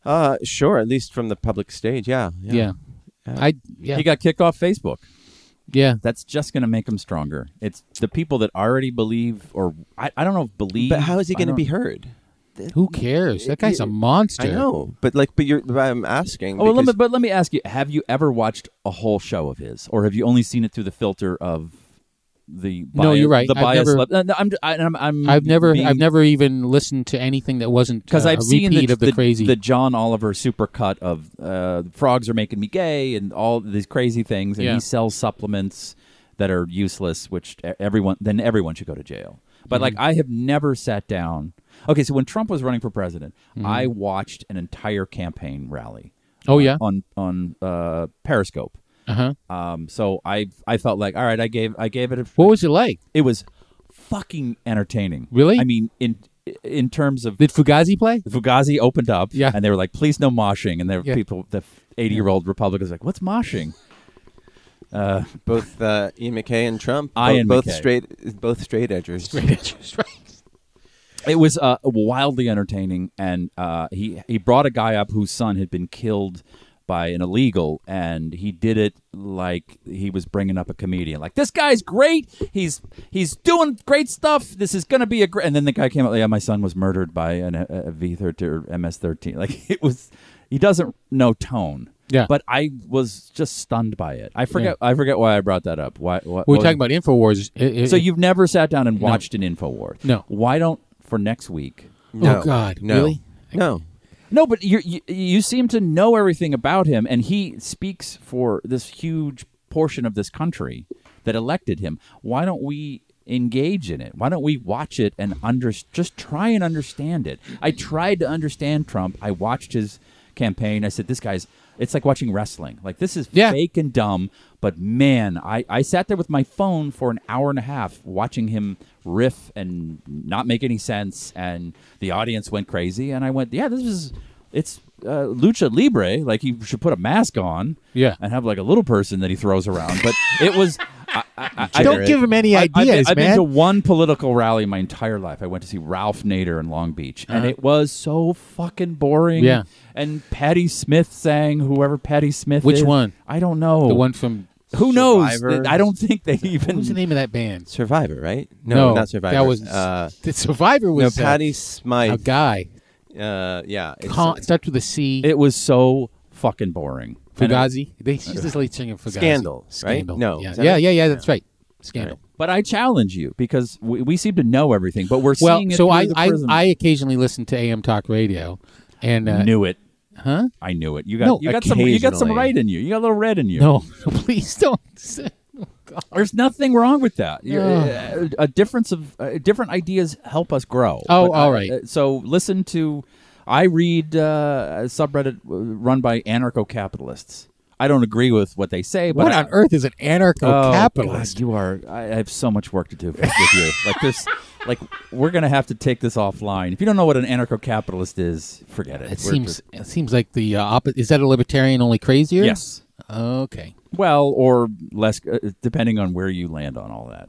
B: Uh, sure, at least from the public stage, yeah.
C: Yeah. I yeah.
D: He got kicked off Facebook.
C: yeah.
D: That's just going to make him stronger. It's the people that already believe, or I, I don't know, if believe.
B: But how is he
D: I
B: going to
D: don't-
B: be heard?
C: Who cares? That guy's a
B: it-
C: monster.
B: I know, but like, but you're. But I'm asking.
D: Oh, well, let me,
B: because-
D: but let me ask you: Have you ever watched a whole show of his, or have you only seen it through the filter of the? Bias,
C: No, you're right.
D: The
C: I've
D: bias.
C: never-
D: le- no, no, I'm, I, am i am
C: I've never I've never even listened to anything that wasn't
D: because
C: uh,
D: I've
C: a
D: seen
C: repeat
D: the,
C: of the, crazy.
D: the John Oliver supercut of uh, frogs are making me gay and all these crazy things, and
C: Yeah.
D: he sells supplements that are useless, which e- everyone then everyone should go to jail. But
C: Mm-hmm.
D: like I have never sat down. Okay, so when Trump was running for president, I watched an entire campaign rally
C: Mm-hmm. oh yeah.
D: on on uh, Periscope.
C: Uh-huh.
D: Um, so I I felt like all right, I gave I gave it a
C: What was it like?
D: it was fucking entertaining.
C: Really?
D: I mean in in terms of
C: Did Fugazi play?
D: Fugazi opened up,
C: Yeah.
D: and they were like, "Please no moshing." And there were
C: Yeah.
D: people, the eighty-year-old Republicans, like, "What's moshing?" Uh,
B: both uh, Ian McKay and Trump.
D: I
B: both,
D: and
B: both
D: McKay.
B: straight, both straight edgers.
D: it was uh, wildly entertaining, and uh, he he brought a guy up whose son had been killed by an illegal, and he did it like he was bringing up a comedian. Like, this guy's great. He's he's doing great stuff. This is gonna be a great. And then the guy came out, yeah, my son was murdered by an a, a V13 or MS13. Like, it was. He doesn't know tone.
C: Yeah.
D: But I was just stunned by it. I forget. I forget why I brought that up. Why? why
C: We're
D: what-
C: talking about Infowars. It- it-
D: So
C: it-
D: you've never sat down and watched an Infowars?
C: No.
D: Why don't for next week?
B: No,
C: Oh God,
B: no,
C: really?
B: no.
D: No, but you you you seem to know everything about him, and he speaks for this huge portion of this country that elected him. Why don't we engage in it? Why don't we watch it and under just try and understand it? I tried to understand Trump. I watched his campaign. I said, "This guy's." It's like watching wrestling. Like this is
C: Yeah.
D: fake and dumb, but man, I, I sat there with my phone for an hour and a half watching him riff and not make any sense, and the audience went crazy. And I went, yeah, this is it's uh, lucha libre. Like he should put a mask on,
C: Yeah.
D: and have like a little person that he throws around. But it was. I, I, I- I
B: Don't give
C: him any
D: I- I've been- I've been, to one political rally my entire life. I went to see Ralph Nader in Long Beach, and it was so fucking boring.
C: Uh-huh. Yeah.
D: And Patti Smith sang whoever Patti Smith.
C: Which
D: is.
C: one?
D: I don't know.
C: the one from
D: Who knows?
B: Survivor?
D: I don't think they even.
C: what's the name of that band?
B: Survivor, right? not Survivor.
C: That was
B: uh,
C: the Survivor
B: no
C: was uh,
B: Patty
C: a
B: Smythe.
C: guy.
B: uh, yeah, it's,
C: Con, starts with a C.
D: It was so fucking boring.
C: Fugazi. They, she's this late singer of Fugazi.
B: Scandal, right?
C: Scandal.
B: No,
C: Yeah.
B: is that
C: Yeah,
B: it?
C: yeah, yeah. That's right. Scandal.
D: But I challenge you because we, we seem to know everything, but we're
C: Well,
D: seeing it
C: so
D: through
C: I,
D: the
C: I
D: prism.
C: I occasionally listen to AM Talk Radio, and uh,
D: knew it.
C: huh?
D: I knew it. You got
C: No,
D: you got some you got some
B: occasionally.
D: right in you. You got a little red in you.
C: No, please don't. say-
D: There's nothing wrong with that. You're-
C: Ugh.
D: A difference of uh, different ideas help us grow.
C: Oh,
D: I-
C: all right.
D: uh, so listen to, I read uh, a subreddit uh, run by anarcho-capitalists. I don't agree with what they say, but
C: What
D: I-
C: on earth is an
D: Oh,
C: anarcho-capitalist?
D: God, you are. I I have so much work to do with with you. Like this. Like we're gonna have to take this offline. If you don't know what an anarcho-capitalist is, forget it.
C: it
D: We're
C: seems
D: just-
C: it seems like the uh, opposite. Is that a libertarian only crazier?
D: yes.
C: Okay.
D: Well, or less, uh, depending on where you land on all that.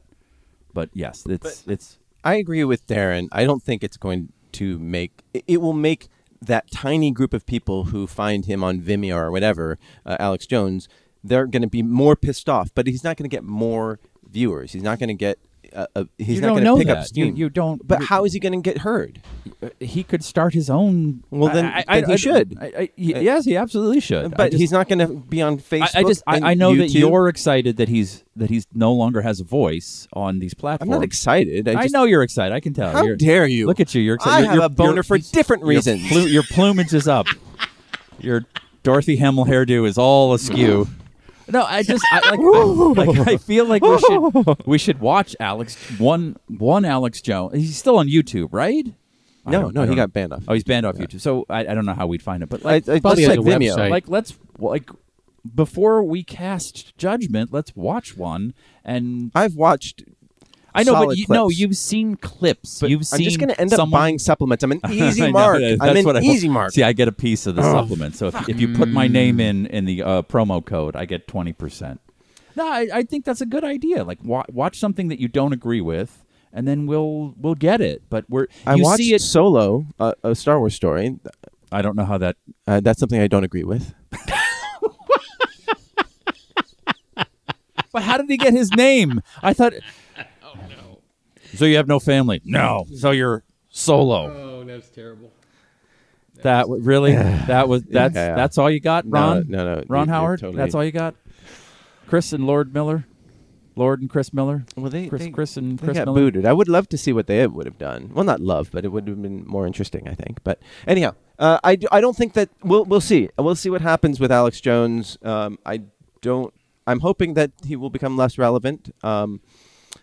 D: But yes, it's it's
B: I agree with Darren. I don't think it's going to make it- it will make that tiny group of people who find him on Vimeo or whatever, uh, Alex Jones, they're going to be more pissed off. But he's not going to get more viewers. He's not going to get. Uh, uh, he's
D: You
B: not
D: don't
B: going
D: know
B: to pick up
D: that. You-
B: steam.
D: you don't-
B: But
D: you-
B: how is he going to get heard?
D: uh, he could start his own.
B: Well, then-
D: I,
B: then he should.
D: I, I- y- yes, he absolutely should. I
B: But
D: just-
B: he's not going to be on Facebook.
D: I, I just
B: and
D: I, I know that
B: YouTube.
D: you're excited that he's that he's no longer has a voice on these
B: I'm
D: platforms.
B: not excited. I,
D: I
B: just,
D: know you're excited. I can tell.
B: How
D: You're-
B: dare you?
D: Look at you. You're excited.
B: I
D: You're-
B: have
D: you're-
B: a boner
D: you're-
B: for different
D: your
B: reasons.
D: plu- your plumage is up. your Dorothy Hamill hairdo is all askew. No, I just I, like, I, like, I feel like we should we should watch Alex one one Alex Jones. He's still on YouTube, right? I
B: No,
D: don't-
B: no,
D: I
B: he
D: don't-
B: got banned off.
D: Oh, he's banned off YouTube. So I, I don't know how we'd find it, but
B: I, I,
D: like
B: let's
C: Probably has
B: check
C: a
B: Vimeo.
C: website.
D: like let's like before we cast judgment, let's watch one and
B: I've watched.
D: I know, but
B: solid
D: you, no,
B: clips.
D: you've seen clips.
B: But
D: you've seen.
B: I'm just going to end up
D: someone-
B: buying supplements. I'm an
D: I
B: easy
D: know,
B: mark.
D: that's
B: I'm
D: what
B: an
D: I-
B: easy mark.
D: See, I get a piece of the supplement. So if, if you put my name in in the uh, promo code, I get twenty percent. No, I, I think that's a good idea. Like wa- watch something that you don't agree with, and then we'll we'll get it. But we're
B: I
D: you
B: watched
D: see it.
B: Solo, uh, a Star Wars story.
D: I don't know how that.
B: Uh, that's something I don't agree with.
D: But how did he get his name? I thought. oh no. So you have no family? No. So you're solo.
C: Oh, that's terrible.
D: That w- really? that was that's
B: Yeah.
D: that's all you got,
B: No,
D: Ron?
B: no, no,
D: Ron
B: you- you're
D: Howard.
B: totally-
D: That's all you got. Chris and Lord Miller, Lord and Chris Miller.
B: Well, they
D: Chris,
B: they,
D: Chris and
B: they
D: Chris
B: got
D: Miller.
B: booted. I would love to see what they would have done. Well, not love, but it would have been more interesting, I think. But anyhow, uh, I, do- I don't think that we'll we'll see. We'll see what happens with Alex Jones. Um, I don't. I'm hoping that he will become less relevant. Um,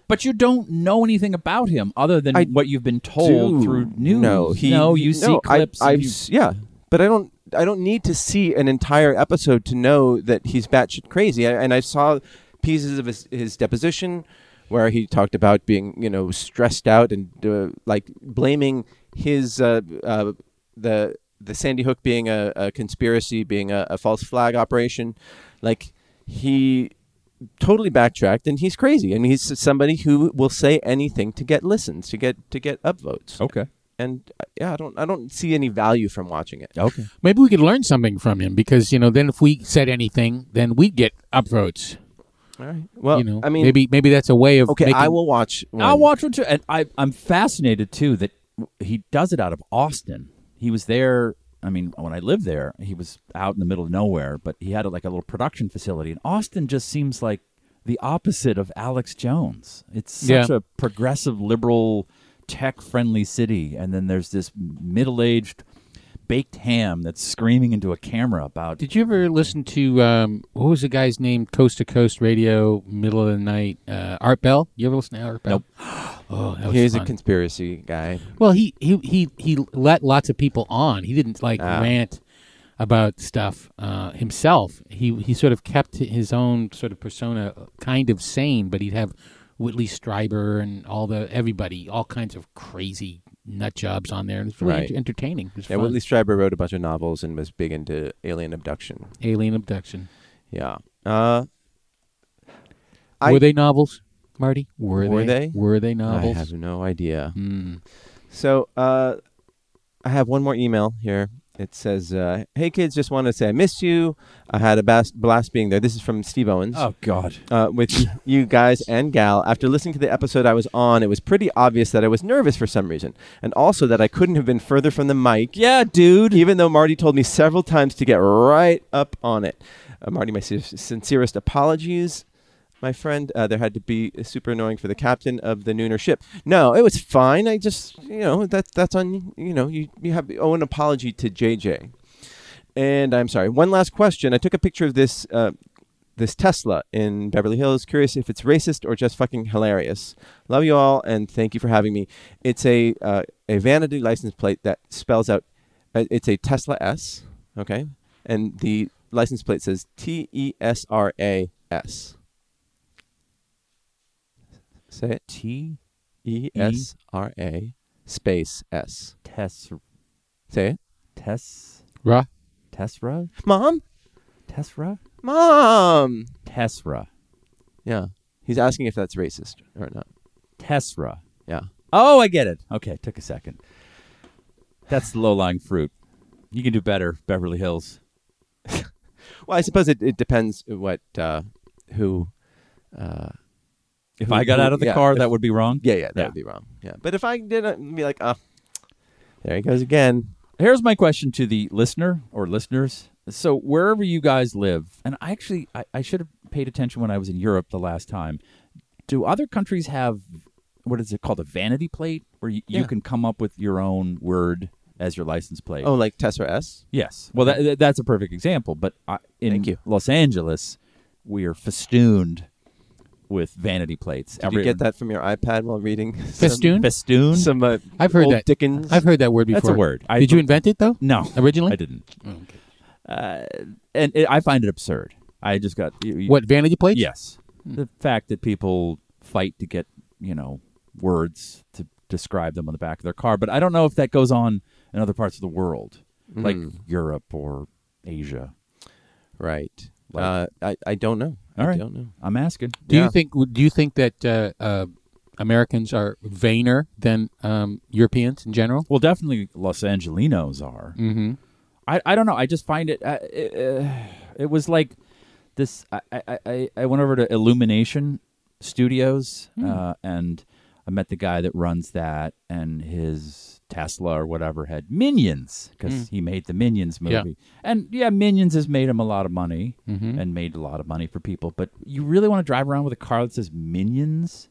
D: But you don't know anything about him other than
B: I
D: what you've been told
B: do-
D: through news.
B: No, he.
D: no, you see
B: no, I-
D: clips. and
B: I've
D: you-
B: s- yeah, but I don't. I don't need to see an entire episode to know that he's batshit crazy. I, and I saw pieces of his, his deposition where he talked about being, you know, stressed out and uh, like blaming his uh, uh, the the Sandy Hook being a, a conspiracy, being a, a false flag operation. Like he totally backtracked and he's crazy and he's somebody who will say anything to get listens to get to get upvotes
D: okay.
B: and uh, yeah, I don't I don't see any value from watching it.
D: Okay.
C: Maybe we could learn something from him because you know then if we said anything, then we'd get upvotes.
B: All right. Well,
C: you know,
B: I mean,
C: maybe maybe that's a way of
B: okay,
C: Making,
B: I will watch. one.
D: I'll watch one too, and I, I'm fascinated too that he does it out of Austin. He was there. I mean, when I lived there, he was out in the middle of nowhere, but he had like a little production facility. And Austin just seems like the opposite of Alex Jones. It's such
C: Yeah.
D: a progressive, liberal, tech-friendly city, and then there's this middle-aged baked ham that's screaming into a camera about
C: Did you ever listen to um, what was the guy's name? Coast to Coast Radio, middle of the night. Uh, Art Bell. You ever listen to Art Bell? Oh, that was
B: He's a
C: fun.
B: conspiracy guy.
C: well, he, he he he let lots of people on. He didn't like
B: Ah.
C: rant about stuff uh, himself. He he sort of kept his own sort of persona kind of sane, but he'd have Whitley Strieber and all the everybody, all kinds of crazy nut jobs on there, and it's really
B: Right.
C: ent- entertaining. It was
B: Yeah,
C: fun.
B: Whitley Strieber wrote a bunch of novels and was big into alien abduction.
C: Alien abduction.
B: Yeah. Uh, I-
C: were they novels, Marty? Were,
B: Were they?
C: Were they
B: I
C: novels?
B: have no idea.
C: Hmm.
B: So uh, I have one more email here. It says, uh, "Hey kids, just want to say I miss you. I had a bas- blast being there." This is from Steve Owens.
D: Oh God!
B: uh, with you guys and gal. After listening to the episode I was on, it was pretty obvious that I was nervous for some reason, and also that I couldn't have been further from the mic. Yeah, dude. Even though Marty told me several times to get right up on it. Uh, Marty, my sin- sincerest apologies, my friend. Uh, there had to be super annoying for the captain of the Nooner ship. No, it was fine. I just, you know, that's that's on you know you you have owe an apology to JJ. And I'm sorry. One last question. I took a picture of this uh, this Tesla in Beverly Hills. Curious if it's racist or just fucking hilarious. Love you all and thank you for having me. It's a uh, a vanity license plate that spells out. Uh, it's a Tesla S. Okay, and the license plate says T E S R A S. Say it.
D: T
B: E S R A space S.
D: Tess
B: Say it.
D: Tess
C: Ra.
D: Tesra
B: Mom,
D: Tesra
B: mom.
D: Tesra
B: Yeah, he's asking if that's racist or not.
D: Tesra.
B: Yeah.
D: Oh, I get it. Okay, took a second. That's low lying fruit. You can do better, Beverly Hills.
B: Well, I suppose it, it depends what uh, who. Uh,
D: If
B: Who-
D: I got
B: who-
D: out of the
B: yeah,
D: car,
B: if-
D: that would be wrong.
B: yeah, yeah, that
D: Yeah.
B: would be wrong. Yeah, but if I did, I'd be like, oh, there he goes again.
D: Here's my question to the listener or listeners. So wherever you guys live, and I actually I, I should have paid attention when I was in Europe the last time. Do other countries have what is it called a vanity plate where you, you
B: Yeah.
D: can come up with your own word as your license plate?
B: Oh, like Tesla S.
D: Yes. Well, that, that- that's a perfect example. But I, in
B: Thank you.
D: Los Angeles, we are festooned with vanity plates.
B: Did you get that from your iPad while reading? some-
C: Festoon.
D: Festooned?
B: Some uh,
C: I've heard
B: old
C: that.
B: Dickens.
C: I've heard that word before.
D: That's a word. I-
C: Did you invent it though?
D: no.
C: Originally?
D: I didn't. Uh,
C: Oh, okay.
D: And it, I find it absurd. I just got. you- you-
C: What vanity plates?
D: Yes.
B: Hmm.
D: The fact that people fight to get, you know, words to describe them on the back of their car. But I don't know if that goes on in other parts of the world,
B: Hmm.
D: like Europe or Asia.
B: Right.
D: Like-
B: uh, I I don't know.
D: All
B: I
D: right.
B: don't know.
D: I'm asking.
C: Do
B: Yeah.
C: you think? Do you think that uh, uh, Americans are vainer than um, Europeans in general?
D: Well, definitely Los Angelinos are.
C: Mm-hmm.
D: I, I don't know. I just find it. Uh, it, uh, it was like this. I, I, I, I went over to Illumination Studios uh, and I met the guy that runs that, and his Tesla or whatever had Minions because he made the Minions movie.
C: Yeah.
D: And yeah, Minions has made him a lot of money
C: Mhm.
D: and made a lot of money for people. But you really want to drive around with a car that says Minions?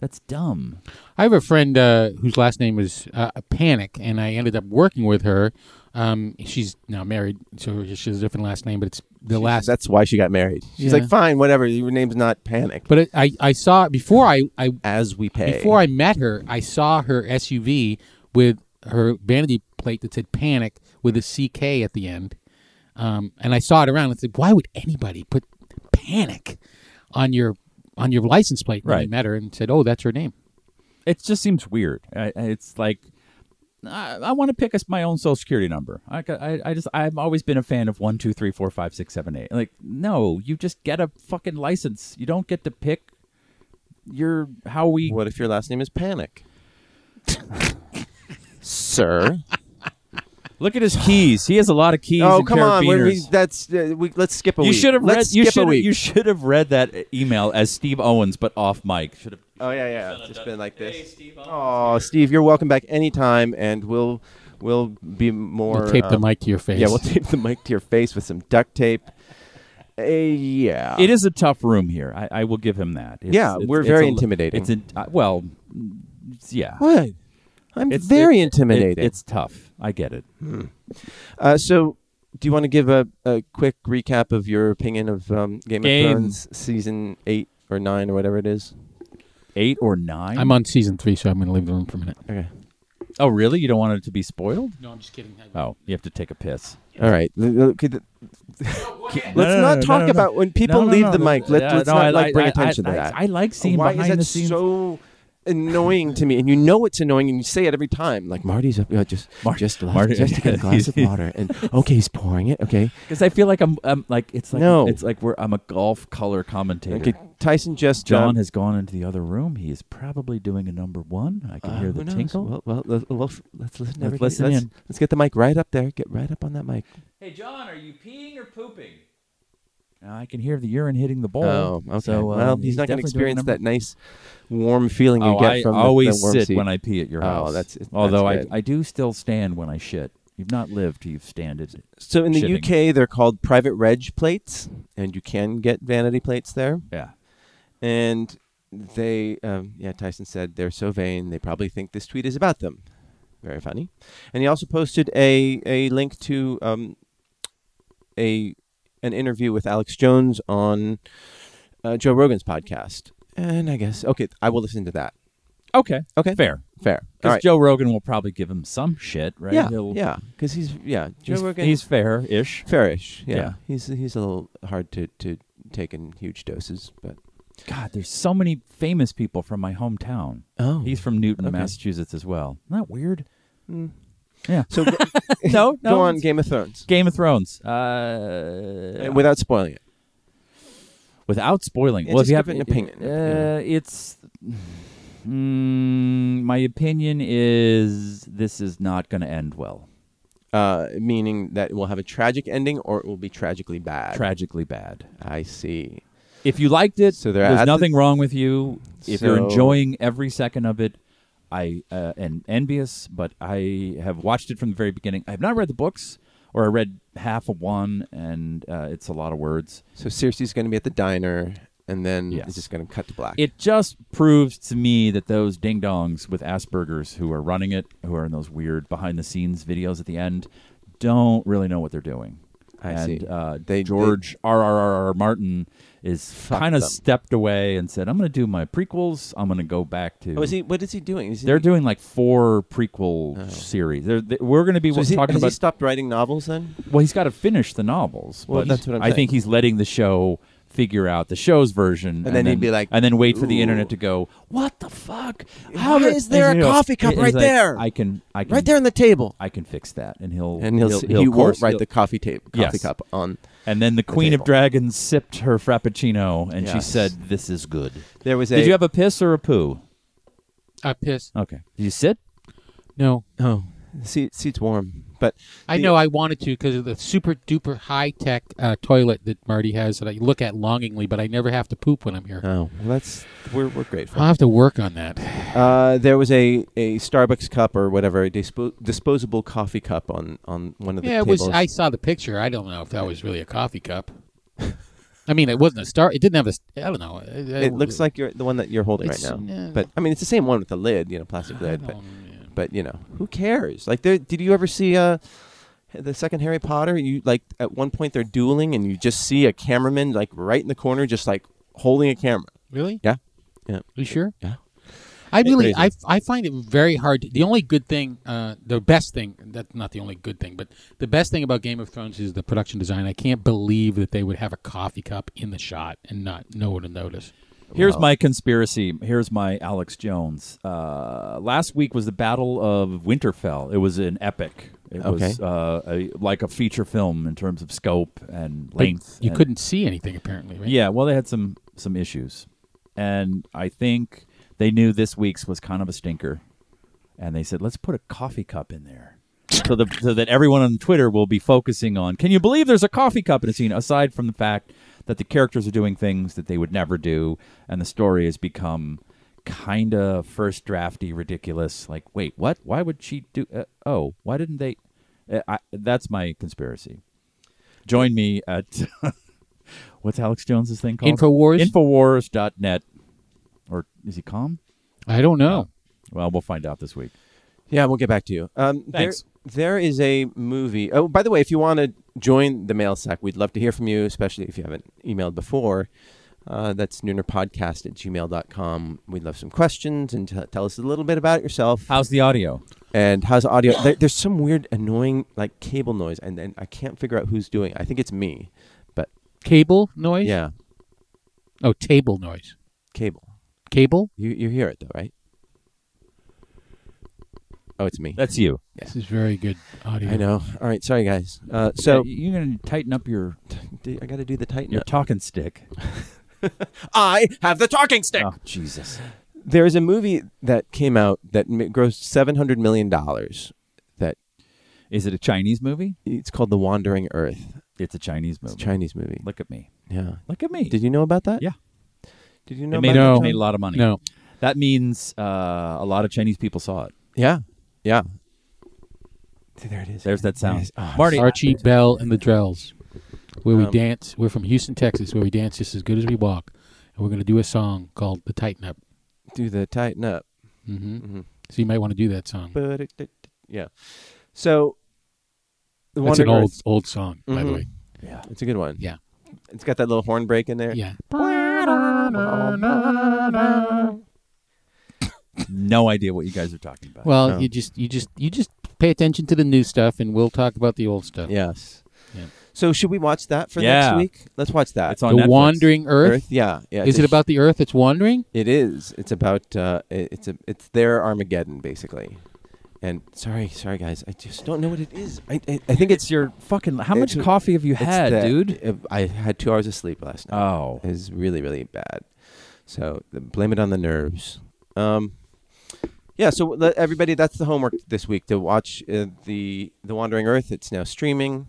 D: That's dumb.
C: I have a friend uh, whose last name was uh, Panic, and I ended up working with her. Um, she's now married, so she has a different last name, but it's the last.
B: That's why she got married. She's
C: Yeah.
B: like, fine, whatever. Your name's not Panic.
C: But it, I, I saw before I, I
B: as we pay.
C: before I met her, I saw her SUV with her vanity plate that said "Panic" with a CK at the end, um, and I saw it around. and said, "Why would anybody put Panic on your on your license plate?" And I
D: Right.
C: met her and said, "Oh, that's her name."
D: it just seems weird. I, I- it's like I, I want to pick us my own social security number. I, ca- I, I just I've always been a fan of one two three four five six seven eight. Like no, you just get a fucking license. You don't get to pick your how we.
B: What if your last name is Panic? Sir.
D: Look at his keys. He has a lot of keys.
B: oh
D: and
B: come on! we- we-
D: carabiners.
B: that's uh, we, let's skip a
D: you
B: week.
D: should have
B: Let's
D: read.
B: Skip
D: You
B: a
D: should.
B: week.
D: You should have read that e, email as Steve Owens, but off mic. Should have.
B: oh yeah, yeah. Just been like this. oh, Steve, you're welcome back anytime, and we'll we'll be more.
C: We'll tape the
B: um,
C: mic to your face.
B: Yeah, we'll tape the mic to your face with some duct tape. Uh, yeah.
D: It is a tough room here. I, I will give him that. It's-
B: Yeah,
D: it's-
B: we're
D: it's
B: very
D: a-
B: intimidating.
D: It's a, uh, well, yeah.
B: What? I'm
D: It's
B: very
D: it- it-
B: intimidating.
D: it's tough. I get it.
B: Uh, so, do you want to give a, a quick recap of your opinion of um, Game,
D: Game.
B: of Thrones season eight or nine or whatever it is?
D: Eight or 9
C: I'm on season three, so I'm going to leave the room for a minute.
B: Okay.
D: oh, really? You don't want it to be spoiled?
C: No, I'm just kidding.
D: Oh, you have to take a piss.
B: All right. L- l- could- Let's
D: no,
B: not
D: no,
B: talk
D: no, no.
B: about when people
D: No, no,
B: leave
D: no,
B: the
D: no,
B: mic.
D: no,
B: Let,
D: no,
B: let's
D: no, I-
B: not like bring
D: I- I-
B: attention
D: I-
B: to that.
D: I like seeing
B: Why is
D: behind
B: that
D: the scenes.
B: so annoying to me? And you know it's annoying, and you say it every time. Like Marty's up, uh, just
D: Mar-
B: just left,
D: Marty-
B: just to get a glass of water, and okay, he's pouring it. Okay,
D: Because I feel like I'm, I'm like it's like
B: No.
D: it's like we're I'm a golf color commentator.
B: okay. Tyson just
D: John
B: um,
D: has gone into the other room. He is probably doing a number one. I can
B: Uh,
D: hear
B: who
D: the
B: knows?
D: tinkle.
B: Well, well, let, well, f- let's listen.
D: Let's
B: everybody.
D: listen
B: let's,
D: in.
B: let's get the mic right up there. Get right up on that mic.
D: hey, John, are you peeing or pooping? I can hear the urine hitting the bowl.
B: Oh, okay.
D: So, uh,
B: well, he's, not going to
D: definitely doing a
B: experience
D: number-
B: that nice, warm feeling you
D: oh,
B: get
D: I
B: from the-
D: always
B: the warm
D: sit
B: seat.
D: when I pee at your
B: Oh,
D: house.
B: that's- that's
D: although
B: good.
D: I I do still stand when I shit. You've not lived till you've standed.
B: So in the
D: Shipping.
B: UK, they're called private reg plates, and you can get vanity plates there.
D: Yeah.
B: And they, um, yeah, Tyson said they're so vain, they probably think this tweet is about them. Very funny. And he also posted a, a link to um, a an interview with Alex Jones on uh, Joe Rogan's podcast. And I guess okay, I will listen to that.
D: Okay.
B: Okay,
D: Fair.
B: fair. All
D: Because
B: right.
D: Joe Rogan will probably give him some shit, right?
B: yeah,
D: He'll-
B: yeah, because he's yeah Joe
D: He's,
B: Rogan.
D: he's fair-ish.
B: fairish. Yeah.
D: Yeah.
B: he's he's a little hard to to take in huge doses, but
D: God, there's so many famous people from my hometown.
B: oh,
D: He's from Newton,
B: Okay.
D: Massachusetts as well. Isn't that weird?
B: Mm.
D: Yeah.
B: so go,
D: No, no.
B: go on
D: it's
B: Game of Thrones
D: Game of Thrones. Uh,
B: uh, without spoiling it.
D: without spoiling.
B: Yeah,
D: well,
B: just
D: if you have
B: give an opinion.
D: uh, it's mm, my opinion is this is not going to end well.
B: Uh, meaning that it will have a tragic ending or it will be tragically bad.
D: Tragically bad.
B: I see.
D: If you liked it,
B: So they're at
D: there's
B: the-
D: nothing wrong with you. If you're
B: So-
D: enjoying every second of it, I uh, am envious, but I have watched it from the very beginning. I have not read the books, or I read half of one, and uh, it's a lot of words.
B: So Cersei's going to be at the diner, and then
D: Yes.
B: it's just going to cut to black.
D: It just proves to me that those ding dongs with Asperger's who are running it, who are in those weird behind the scenes videos at the end, don't really know what they're doing.
B: I
D: and,
B: see.
D: Uh,
B: They-
D: George R. R. R. R. Martin is
B: Fuck
D: kind of
B: them.
D: stepped away and said, "I'm going to do my prequels. I'm going to go back to."
B: oh, is he? What is he doing? Is he,
D: They're doing like four prequel
B: Oh.
D: series. They're, they, we're going to be
B: So is he,
D: talking
B: has
D: about.
B: he stopped writing novels then?
D: well, he's got to finish the novels.
B: Well,
D: but
B: that's what I'm
D: I think
B: saying.
D: he's letting the show figure out the show's version, and,
B: then he'd be like,
D: and then wait for the internet
B: "Ooh.
D: to go, "What the fuck?
B: Why
D: did-"
B: is there a
D: And he'll-
B: coffee cup
D: he's
B: right
D: like,
B: there?
D: I can, I can,
B: Right there on the table.
D: I can fix that." And he'll,
B: And he'll,
D: he'll,
B: he
D: course-
B: won't write
D: he'll-
B: the coffee tape coffee
D: Yes.
B: cup on.
D: And then the Queen of
B: table.
D: Dragons sipped her frappuccino, and she
B: Yes.
D: said, "This is good."
B: There was a.
D: Did you have a piss or a poo?
C: I piss.
D: Okay. Did you sit?
C: No,
B: Oh, the seat, seat's warm, but
C: I
B: The-
C: know I wanted to because of the super duper high tech uh, toilet that Marty has that I look at longingly, but I never have to poop when I'm here.
B: oh, well, that's we're we're grateful.
C: I'll have to work on that.
B: Uh, there was a, a Starbucks cup or whatever, a dispo- disposable coffee cup on, on one of the
C: yeah, it
B: tables.
C: was. I saw the picture. I don't know if that was really a coffee cup. I mean, it wasn't a star. It didn't have a. s- I don't know. Uh, It,
B: it looks like you're the one that you're holding right
C: Oh. It's-
B: now.
C: yeah.
B: But I mean, it's the same one with the lid, you know, plastic
C: I
B: lid. But,
C: don't- yeah.
B: but you know, who cares? Like, there, did you ever see uh, the second Harry Potter? You like at one point they're dueling, and you just see a cameraman like right in the corner, just like holding a camera.
C: Really?
B: Yeah, yeah.
C: You sure?
B: Yeah.
C: I really,
B: crazy.
C: I, I find it very hard. to- the only good thing, uh, the best thing, that's not the only good thing, but the best thing about Game of Thrones is the production design. I can't believe that they would have a coffee cup in the shot and not no one to notice.
D: Here's
B: Well-
D: my conspiracy. Here's my Alex Jones. Uh, last week was the Battle of Winterfell. It was an epic. It was
B: Okay.
D: uh, a, like a feature film in terms of scope and
C: But
D: length.
C: you
D: and-
C: couldn't see anything apparently, right?
D: Yeah, well, they had some some issues, and I think they knew this week's was kind of a stinker, and they said, "Let's put a coffee cup in there." so, the, so that everyone on Twitter will be focusing on, can you believe there's a coffee cup in a scene? Aside from the fact that the characters are doing things that they would never do, and the story has become kind of first drafty, ridiculous. Like, wait, what? Why would she do? Uh, oh, why didn't they? Uh, I, that's my conspiracy. Join me at what's Alex Jones's thing called?
C: Infowars?
D: Infowars.net, or is he calm?
C: I don't know.
D: Well, we'll find out this week.
B: Yeah, we'll get back to you. Um,
D: Thanks.
B: There, there is a movie. Oh, by the way, if you want to join the mail sack, we'd love to hear from you, especially if you haven't emailed before. Uh, that's noonerpodcast at gmail.com. We'd love some questions and t- tell us a little bit about yourself.
D: How's the audio?
B: And how's the audio? There, there's some weird, annoying, like cable noise, and, and I can't figure out who's doing it. I think it's me, but
C: Cable noise?
B: yeah,
C: Oh, table noise.
B: cable.
C: Cable?
B: You, you hear it though, right? Oh, it's me.
D: That's you.
C: This is very good audio.
B: I know. All right, sorry guys. Uh, so
D: you're gonna tighten up your
B: do- I got to do the Titan.
D: your talking stick.
B: I have the talking stick.
D: Oh Jesus!
B: Ah. There is a movie that came out that m- grossed seven hundred million dollars. That
D: Is it a Chinese movie?
B: it's called The Wandering Earth.
D: It's a Chinese
B: It's
D: movie.
B: a Chinese movie.
D: Look at me.
B: yeah.
D: Look at me.
B: Did you know about that?
D: Yeah.
B: Did you know
D: it made,
B: about
C: No.
D: it
B: that?
D: made a lot of money.
C: No.
D: That means uh, a lot of Chinese people saw it.
B: Yeah. Yeah. See, there it is.
D: There's that sound.
B: Yes. Oh,
D: Marty,
C: Archie Bell and the Drells, where we
B: Um,
C: dance. We're from Houston, Texas, where we dance just as good as we walk, and we're going to do a song called "The Tighten Up."
B: Do the tighten up.
C: hmm
B: Mm-hmm.
C: So you might want to do that song.
B: But it, it- yeah. So the
C: That's an
B: Wandering
C: old
B: Earth-
C: old song, by the
B: Mhm.
C: way.
D: yeah.
B: It's a good one.
C: Yeah,
B: It's got that little horn break in there.
C: yeah.
D: No idea what you guys are talking about.
C: Well,
B: Oh.
C: you just you just you just pay attention to the new stuff, and we'll talk about the old stuff.
B: Yes.
C: Yeah.
B: So should we watch that for next
D: Yeah.
B: week? Let's watch that.
D: it's
C: The
D: on Netflix.
C: Wandering Earth.
B: Yeah. Yeah.
C: Is
B: it's a
C: it
B: sh-
C: about the Earth that's wandering?
B: It is. It's about. Uh, i- it's a. It's their Armageddon, basically. And sorry, sorry guys, I just don't know what it is. I I, I think it's,
D: It's your fucking. How much
B: It's-
D: coffee have you
B: it's
D: had,
B: that-
D: dude?
B: uh, I had two hours of sleep last night.
D: Oh,
B: is really really bad. So th- blame it on the nerves. Um, yeah. So let everybody, that's the homework this week to watch uh, the the Wandering Earth. It's now streaming.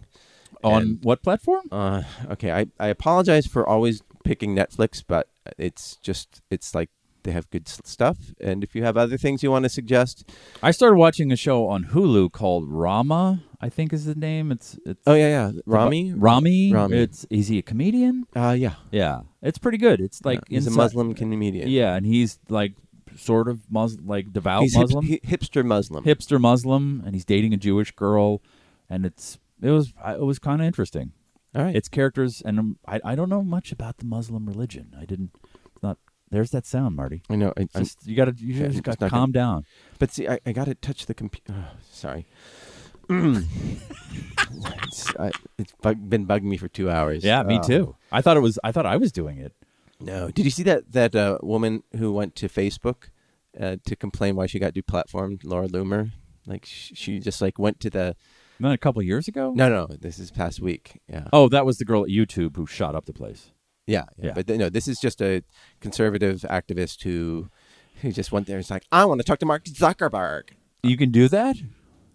D: on
B: And,
D: what platform?
B: uh, okay, I I apologize for always picking Netflix, but it's just it's like they have good s- stuff. And if you have other things you want to suggest,
D: I started watching a show on Hulu called Rama. I think is the name. It's it's
B: oh yeah yeah Rami
D: Rami.
B: Rami.
D: It's is he a comedian?
B: uh yeah
D: Yeah, it's pretty good. It's like
B: Yeah, he's a
D: inside-
B: Muslim comedian.
D: Yeah, and he's like sort of Muslim, like devout
B: he's hip-
D: Muslim,
B: hi- hipster Muslim.
D: hipster Muslim, and he's dating a Jewish girl, and it's it was it was kind of interesting.
B: All right.
D: It's characters, and um, I I don't know much about the Muslim religion. I didn't not. There's that sound, Marty.
B: I know. I,
D: It's
B: I'm-
D: Just, you gotta you
B: Yeah,
D: just
B: it's
D: gotta
B: not
D: calm down.
B: But see, I, I got to touch the computer. Oh, sorry. it's I, it's bug- been bugging me for two hours.
D: Yeah, me
B: Oh.
D: too. I thought it was I thought I was doing it.
B: No. Did you see that that uh, woman who went to Facebook uh, to complain why she got deplatformed, Laura Loomer? Like sh- she just like went to the
D: Not a couple years ago.
B: no no this is past week yeah
D: Oh, that was the girl at YouTube who shot up the place.
B: yeah,
D: yeah.
B: but th- no this is just a conservative activist who who just went there and was like I want to talk to Mark Zuckerberg
D: You can do that.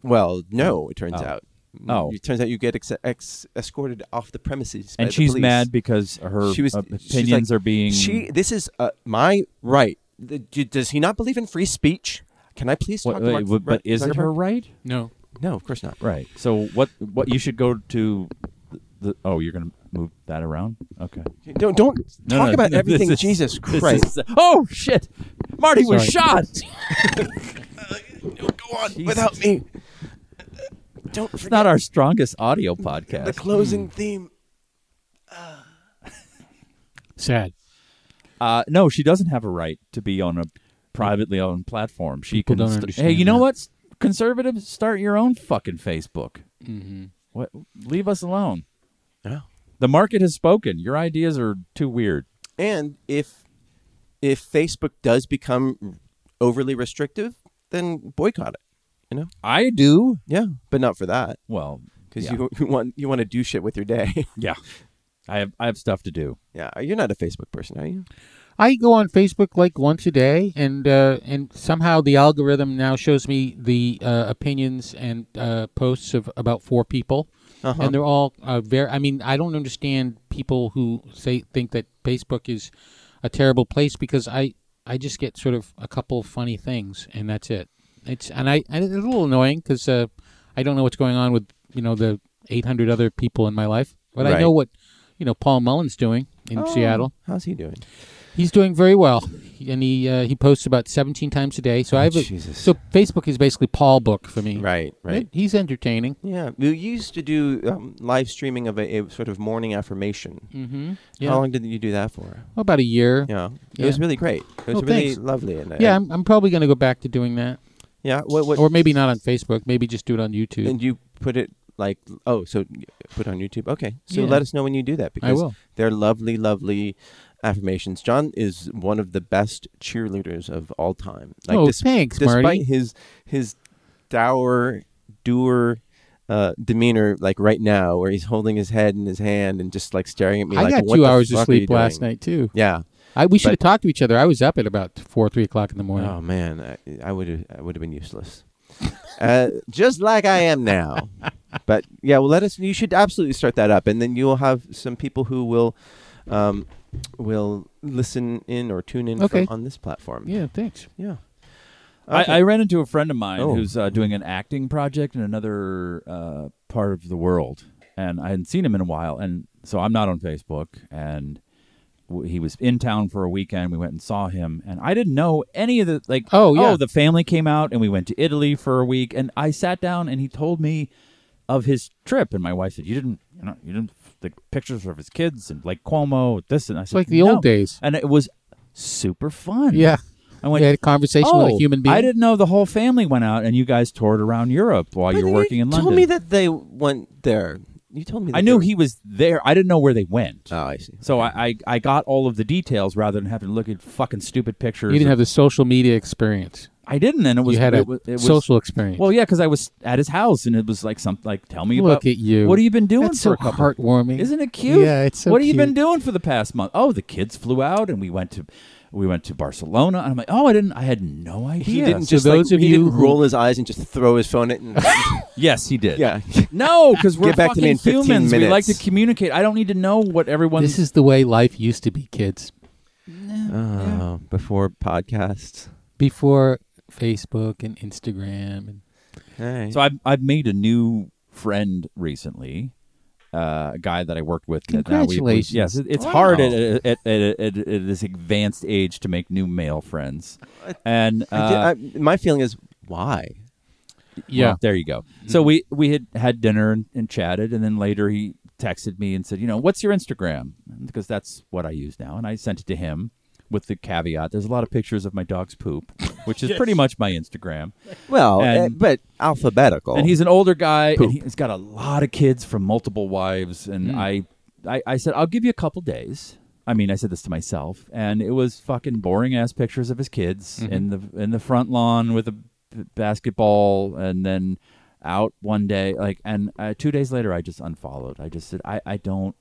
B: Well, no, it turns
D: Oh.
B: out.
D: Oh.
B: It turns out you get ex- ex- escorted off the premises. by
D: and
B: the
D: she's
B: police.
D: mad because her
B: She was-
D: op-
B: she's
D: opinions
B: like,
D: are being
B: She. This is uh, my right. The- d- Does he not believe in free speech? Can I please talk
D: What-
B: to
D: wait,
B: Mark
D: what- but is it
B: Zuckerberg?
D: her right?
C: No.
B: No, of course not.
D: Right. So what? What you should go to the? Oh, you're gonna move that around. Okay.
B: Don't don't
D: No,
B: talk
D: no,
B: about
D: no,
B: everything.
D: this is-
B: Jesus
D: this
B: Christ.
D: is- oh shit! Marty was
C: Sorry.
D: shot.
B: Go on
D: Jesus.
B: without me. Don't
D: It's
B: forget
D: not Hmm. our strongest audio
B: the
D: podcast.
B: closing theme.
C: Sad.
D: Uh, no, she doesn't have a right to be on a privately owned platform. She
C: People
D: can.
C: don't
D: st-
C: understand
D: hey, you know
C: that.
D: what? Conservatives, start your own fucking Facebook.
B: Mm-hmm.
C: hmm
D: What? Leave us alone.
B: Yeah.
D: The market has spoken. Your ideas are too weird.
B: And if if Facebook does become overly restrictive, then boycott it. You know.
D: I do.
B: Yeah, but not for that.
D: Well,
B: because
D: yeah.
B: you, you want you want to do shit with your day.
D: yeah, I have I have stuff to do.
B: yeah, you're not a Facebook person, are you?
C: I go on Facebook like once a day, and uh, and somehow the algorithm now shows me the uh, opinions and uh, posts of about four people,
B: Uh-huh.
C: and they're all uh, very. I mean, I don't understand people who say think that Facebook is a terrible place because I I just get sort of a couple funny things, and that's it. It's and I and it's a little annoying because uh, I don't know what's going on with you know the 800 other people in my life, but I
B: Right. Oh,
C: know what you know Paul Mullen's doing in Seattle.
B: How's he doing?
C: He's doing very well, He- and he uh, he posts about seventeen times a day. So I have a,
B: Oh, Jesus.
C: so Facebook is basically Paul book for me.
B: Right, right.
C: He's entertaining.
B: Yeah, we used to do um, live streaming of a, a sort of morning affirmation.
C: Mm-hmm. Yeah.
B: How long did you do that for?
C: about a year. Yeah,
B: Oh, Yeah, it
C: Yeah.
B: was really great. It was
C: Oh,
B: really
C: thanks.
B: lovely. And I-
C: I'm, I'm probably going to go back to doing that,
B: yeah. What, what,
C: or maybe not on Facebook. Maybe just do it on YouTube.
B: and you put it like oh, so you put it on YouTube. Okay, so
C: Yeah.
B: let us know when you do that because
C: I will.
B: they're lovely, lovely affirmations. John is one of the best cheerleaders of all time.
C: oh,
B: this.
C: thanks,
B: despite
C: Marty.
B: his his dour, dour uh, demeanor, like right now, where he's holding his head in his hand and just like staring at me.
C: I
B: like,
C: got
B: "What
C: two
B: the
C: hours of
B: fuck are you
C: sleep last
B: doing?"
C: night too.
B: Yeah.
C: I we
B: But-
C: should have talked to each other. I was up at about four, three o'clock in the morning.
B: Oh man, I- I would have I would have been useless, uh, just like I am now. but yeah, well, let us. You should absolutely start that up, and then you'll have some people who will. Um, will listen in or tune in from-
C: Okay.
B: on this platform.
C: Yeah, thanks.
B: Yeah. Okay.
D: I, I ran into a friend of mine
B: Oh.
D: who's uh, doing an acting project in another uh, part of the world, and I hadn't seen him in a while, and so I'm not on Facebook. And w- he was in town for a weekend. We went and saw him, and I didn't know any of the like.
C: Oh, yeah.
D: the family came out, and we went to Italy for a week. And I sat down, and he told me of his trip, and my wife said, "You didn't, you know, you didn't." The pictures of his kids and like Cuomo, this and I
C: It's like the old days.
D: and it was super fun.
C: Yeah.
D: I went.
C: you had a conversation with a
D: "Oh,
C: human being.
D: I didn't know the whole family went out and you guys toured around Europe while you were working in London.
B: told me that they went there. You told me. That
D: I knew
B: they-
D: he was there. I didn't know where they went.
B: Oh, I see.
D: so I, I I got all of the details rather than having to look at fucking stupid pictures.
C: You didn't have
D: of-
C: the social media experience.
D: I didn't, and it was
C: you had
D: it
C: a
D: was, it was-
C: social experience.
D: Well, yeah, because I was at his house, and it was like something like, "Tell me
C: look
D: about
C: at you.
D: What have you been doing
C: That's
D: for
C: so
D: a couple
C: heartwarming.
D: Isn't it cute?
C: Yeah, it's so
D: What have you been
C: cute.
D: doing for the past month? Oh, the kids flew out and we went to we went to Barcelona. And I'm like, oh, I didn't. I had no idea.
B: He didn't
C: So
B: just like,
C: those of
B: he
C: you
B: didn't
C: who-
B: roll his eyes and just throw his phone at. And,
D: Yes, he did.
B: yeah.
D: No, because we're
B: Get back to me
D: fucking
B: in 15
D: humans. We
B: minutes.
D: like to communicate. I don't need to know what everyone.
C: This is the way life used to be, kids.
B: Oh, before podcasts.
C: Before Facebook and Instagram. And
B: Alright.
D: So I've I've made a new friend recently. Uh, a guy that I worked with. that now we- we-
C: Congratulations.
D: yes, it- it's
B: Wow.
D: hard at, at, at, at, at, at this advanced age to make new male friends, and uh,
B: I did- I- my feeling is why.
C: yeah.
D: Well, there you go. So we we had had dinner and, and chatted, and then later he texted me and said, you know, what's your Instagram? Because that's what I use now, and I sent it to him with the caveat: there's a lot of pictures of my dog's poop, which is pretty much my Instagram.
B: Well,
D: And-
B: eh, but alphabetical.
D: And he's an older guy,
B: Poop. Mm.
D: and he- he's got a lot of kids from multiple wives. And I, I, I said, I'll give you a couple days. I mean, I said this to myself, and it was fucking boring ass pictures of his kids
B: Mm-hmm.
D: in the in the front lawn with a b- basketball, and then out one day, like, and uh, two days later, I just unfollowed. I just said, I, I don't,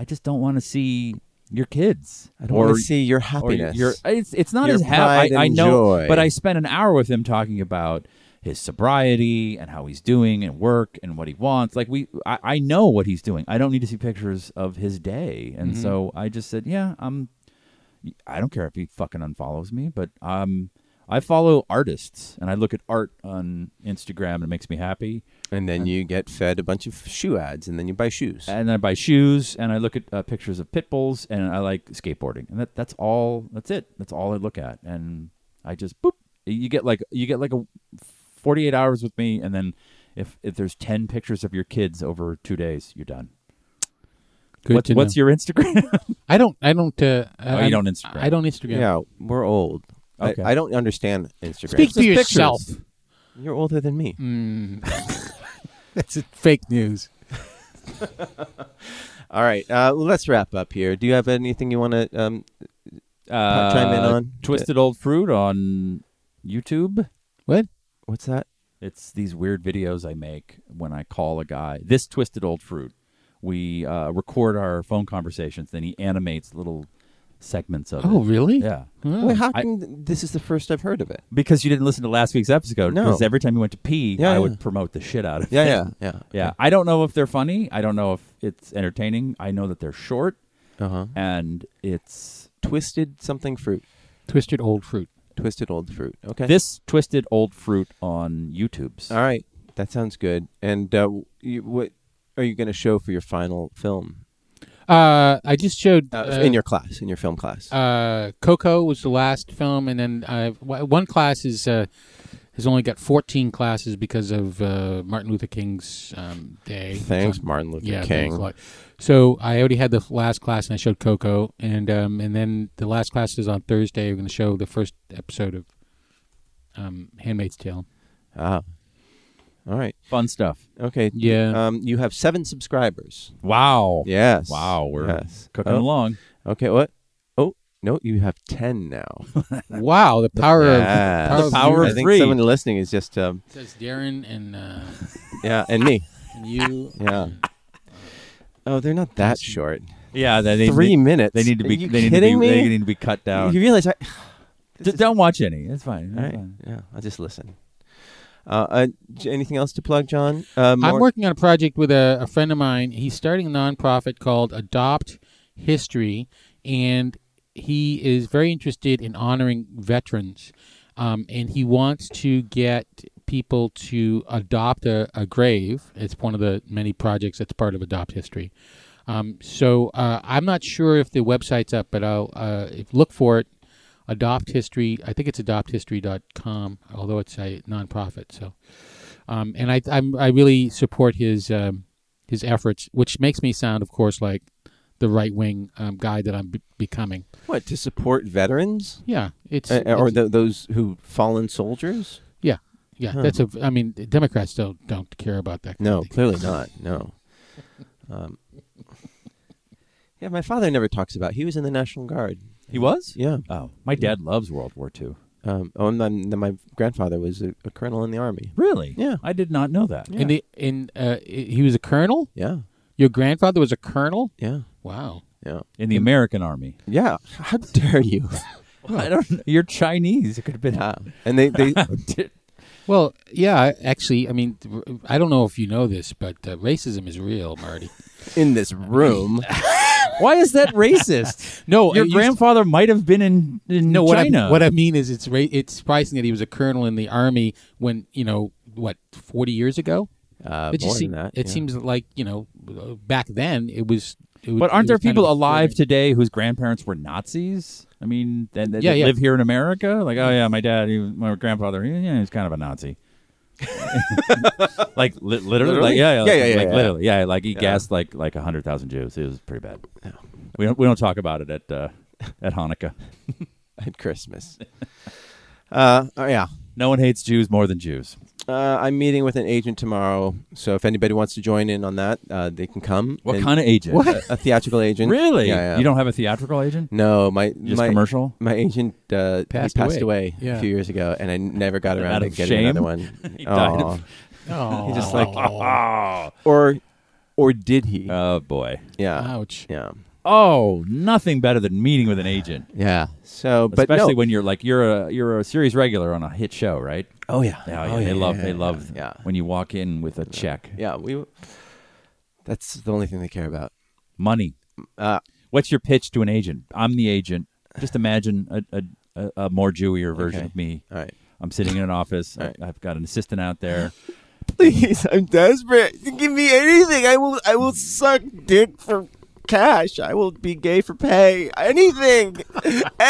D: I just don't want to see your kids.
B: I don't
D: or-
B: want to see your
D: or
B: happiness.
D: Your, it's it's not
B: Your
D: as
B: pride
D: happy. I, I
B: and
D: know,
B: joy.
D: but I spent an hour with him talking about his sobriety and how he's doing and work and what he wants. Like we, I, I know what he's doing. I don't need to see pictures of his day. And
B: Mm-hmm.
D: so I just said, yeah, I'm. I don't care if he fucking unfollows me, but um, I follow artists and I look at art on Instagram and it makes me happy.
B: and then you get fed a bunch of shoe ads, and then you buy shoes.
D: And I buy shoes and I look at uh, pictures of pit bulls and I like skateboarding. And that, that's all that's it. That's all I look at. And I just boop. You get like you get like a 48 hours with me and then if if there's 10 pictures of your kids over 2 days, you're done.
C: Good
D: what's
C: to know.
D: what's your Instagram?
C: I don't. I don't. Uh,
D: Oh,
C: I,
D: you don't Instagram.
C: I don't Instagram.
B: yeah. we're old. I-
D: Okay.
B: I, don't understand Instagram.
C: Speak to
D: Just pictures.
C: yourself.
B: You're older than me.
C: That's fake news.
B: All right, uh, well, let's wrap up here. Do you have anything you want to? Um,
D: uh,
B: chime in on.
D: Twisted Old Fruit on YouTube.
C: What?
B: what's that?
D: It's these weird videos I make when I call a guy. This twisted old fruit. We uh, record our phone conversations, then he animates little segments of
C: Oh,
D: it.
C: really?
D: Yeah.
C: Oh.
B: Wait, how
D: I-
B: can this is the first I've heard of it?
D: Because you didn't listen to last week's episode.
B: No.
D: Because every time you went to pee,
B: Yeah,
D: I
B: yeah.
D: would promote the shit out of
B: Yeah,
D: it.
B: yeah, yeah,
D: Yeah. I don't know if they're funny. I don't know if it's entertaining. I know that they're short
B: Uh
D: Uh-huh.
B: huh.
D: and it's
B: Twisted something fruit,
C: Twisted old fruit.
B: twisted old fruit. Okay.
D: this twisted old fruit on YouTube's.
B: All right, that sounds good. And uh, you, what are you going to show for your final film
C: Uh, I just showed
B: uh,
C: uh,
B: in your class? In your film class?
C: uh, Coco was the last film, and then i w- one class is uh, has only got fourteen classes because of uh, Martin Luther King's um, day.
B: Thanks,
C: So-
B: Martin Luther
C: yeah,
B: King.
C: thanks a lot. So I already had the last class, and I showed Coco, and um, and then the last class is on Thursday. We're going to show the first episode of um, Handmaid's Tale.
B: Ah. All right.
D: Fun stuff.
B: Okay.
C: Yeah.
B: Um, you have seven subscribers.
D: Wow.
B: Yes.
D: Wow. We're
B: Yes.
D: cooking
B: Oh,
D: along.
B: Okay. What? Oh no, you have ten now.
C: wow, the power
B: Yes.
C: of
D: The power
B: I
D: of-
C: music.
B: think
D: free.
B: someone listening is just um,
C: It says Darren and, uh,
B: yeah, and me.
C: and you.
B: Yeah. Oh, they're not that short.
D: Yeah. They, they,
B: Three minutes.
D: They need to be.
B: Are you
D: they need
B: kidding
D: to be,
B: me?
D: They need to be cut down.
B: You realize I.
D: D- don't watch any. It's fine.
B: All right.
D: It's fine.
B: Yeah, I'll just listen. Uh, uh, j- anything else to plug, John? Uh,
C: I'm
B: more-
C: working on a project with a, a friend of mine. He's starting a nonprofit called Adopt History, and he is very interested in honoring veterans. um, and he wants to get people to adopt a, a grave. It's one of the many projects that's part of Adopt History. Um, so uh, I'm not sure if the website's up, but I'll uh, if, look for it. Adopt History. I think it's adopthistory.com, although it's a nonprofit. So, um, and I I'm, I really support his um, his efforts, which makes me sound, of course, like the right wing um, guy that I'm be- becoming.
B: What to support veterans
C: Yeah, it's
B: Uh, or
C: it's-
B: th those who fallen soldiers?
C: yeah, yeah.
B: Huh.
C: That's a. I mean, Democrats don't don't care about that. Kind
B: No,
C: of thing.
B: clearly not. No. Um, yeah, my father never talks about. He was in the National Guard.
D: He was?
B: Yeah.
D: Oh, my dad loves World War II.
B: Um, oh, and then, then my grandfather was a, a colonel in the army.
D: Really?
B: Yeah.
D: I did not know that.
C: In the in uh, i- he was a colonel.
B: Yeah.
C: Your grandfather was a colonel.
B: Yeah.
C: Wow.
B: Yeah.
D: In the American Army.
B: Yeah. How dare you?
D: I don't know. You're Chinese. It could have been.
B: yeah. And they they
C: Well, yeah. I- Actually, I mean, r- I don't know if you know this, but uh, racism is real, Marty.
B: in this room.
D: Why is that racist?
C: No, uh,
D: Your
C: it used-
D: grandfather might have been in, in
C: No, what
D: China.
C: I what I mean is, it's ra- it's surprising that he was a colonel in the army when you know what forty years ago.
B: Uh,
C: it
B: more than
C: just seem-
B: that.
C: it
B: yeah.
C: seems like you know uh, back then it was. It was
D: but
C: it
D: aren't there
C: was kind
D: people
C: of
D: alive
C: extraordinary.
D: today whose grandparents were Nazis? I mean, that, that,
C: Yeah,
D: that
C: yeah.
D: live here in America? Like, oh yeah, my dad, he, was- my grandfather, he, yeah, he was kind of a Nazi. like li- literally,
B: Literally?
D: like yeah, yeah,
B: Yeah,
D: like,
B: yeah, yeah,
D: like,
B: yeah.
D: literally, yeah, like he gassed like like hundred thousand Jews. It was pretty bad. We don't we don't talk about it at uh, at Hanukkah.
B: at Christmas. uh, oh yeah.
D: No one hates Jews more than Jews.
B: Uh, I'm meeting with an agent tomorrow, so if anybody wants to join in on that, uh, they can come.
D: What
B: And-
D: kind of agent? Uh,
B: What? A, a theatrical agent?
D: Really?
B: Yeah, yeah.
D: You don't have a theatrical agent?
B: No, my
D: Just
B: my
D: commercial?
B: My agent uh, he
C: Passed
B: passed,
C: away.
B: away,
C: Yeah.
B: a few years ago, and I never got around
D: Out
B: to
D: of
B: getting another
D: shame?
B: one.
D: He died of-
B: Aw.
C: Oh,
D: He's just like, oh,
B: or or did he?
D: oh boy.
B: yeah.
C: ouch.
B: Yeah.
D: Oh, nothing better than meeting with an agent.
B: Yeah. So, but
D: Especially
B: no.
D: when you're like you're a you're a series regular on a hit show, right?
B: oh yeah.
D: Yeah, yeah, they love they love
B: Yeah.
D: when you walk in with a check,
B: Yeah. We. That's the only thing they care about.
D: money.
B: Uh,
D: What's your pitch to an agent? I'm the agent. Just imagine a a, a, a more Jewier version
B: Okay.
D: of me.
B: all right.
D: I'm sitting in an office.
B: All right.
D: I, I've got an assistant out there.
B: Please, I'm desperate. Give me anything. I will. I will suck dick for cash. I will be gay for pay. Anything.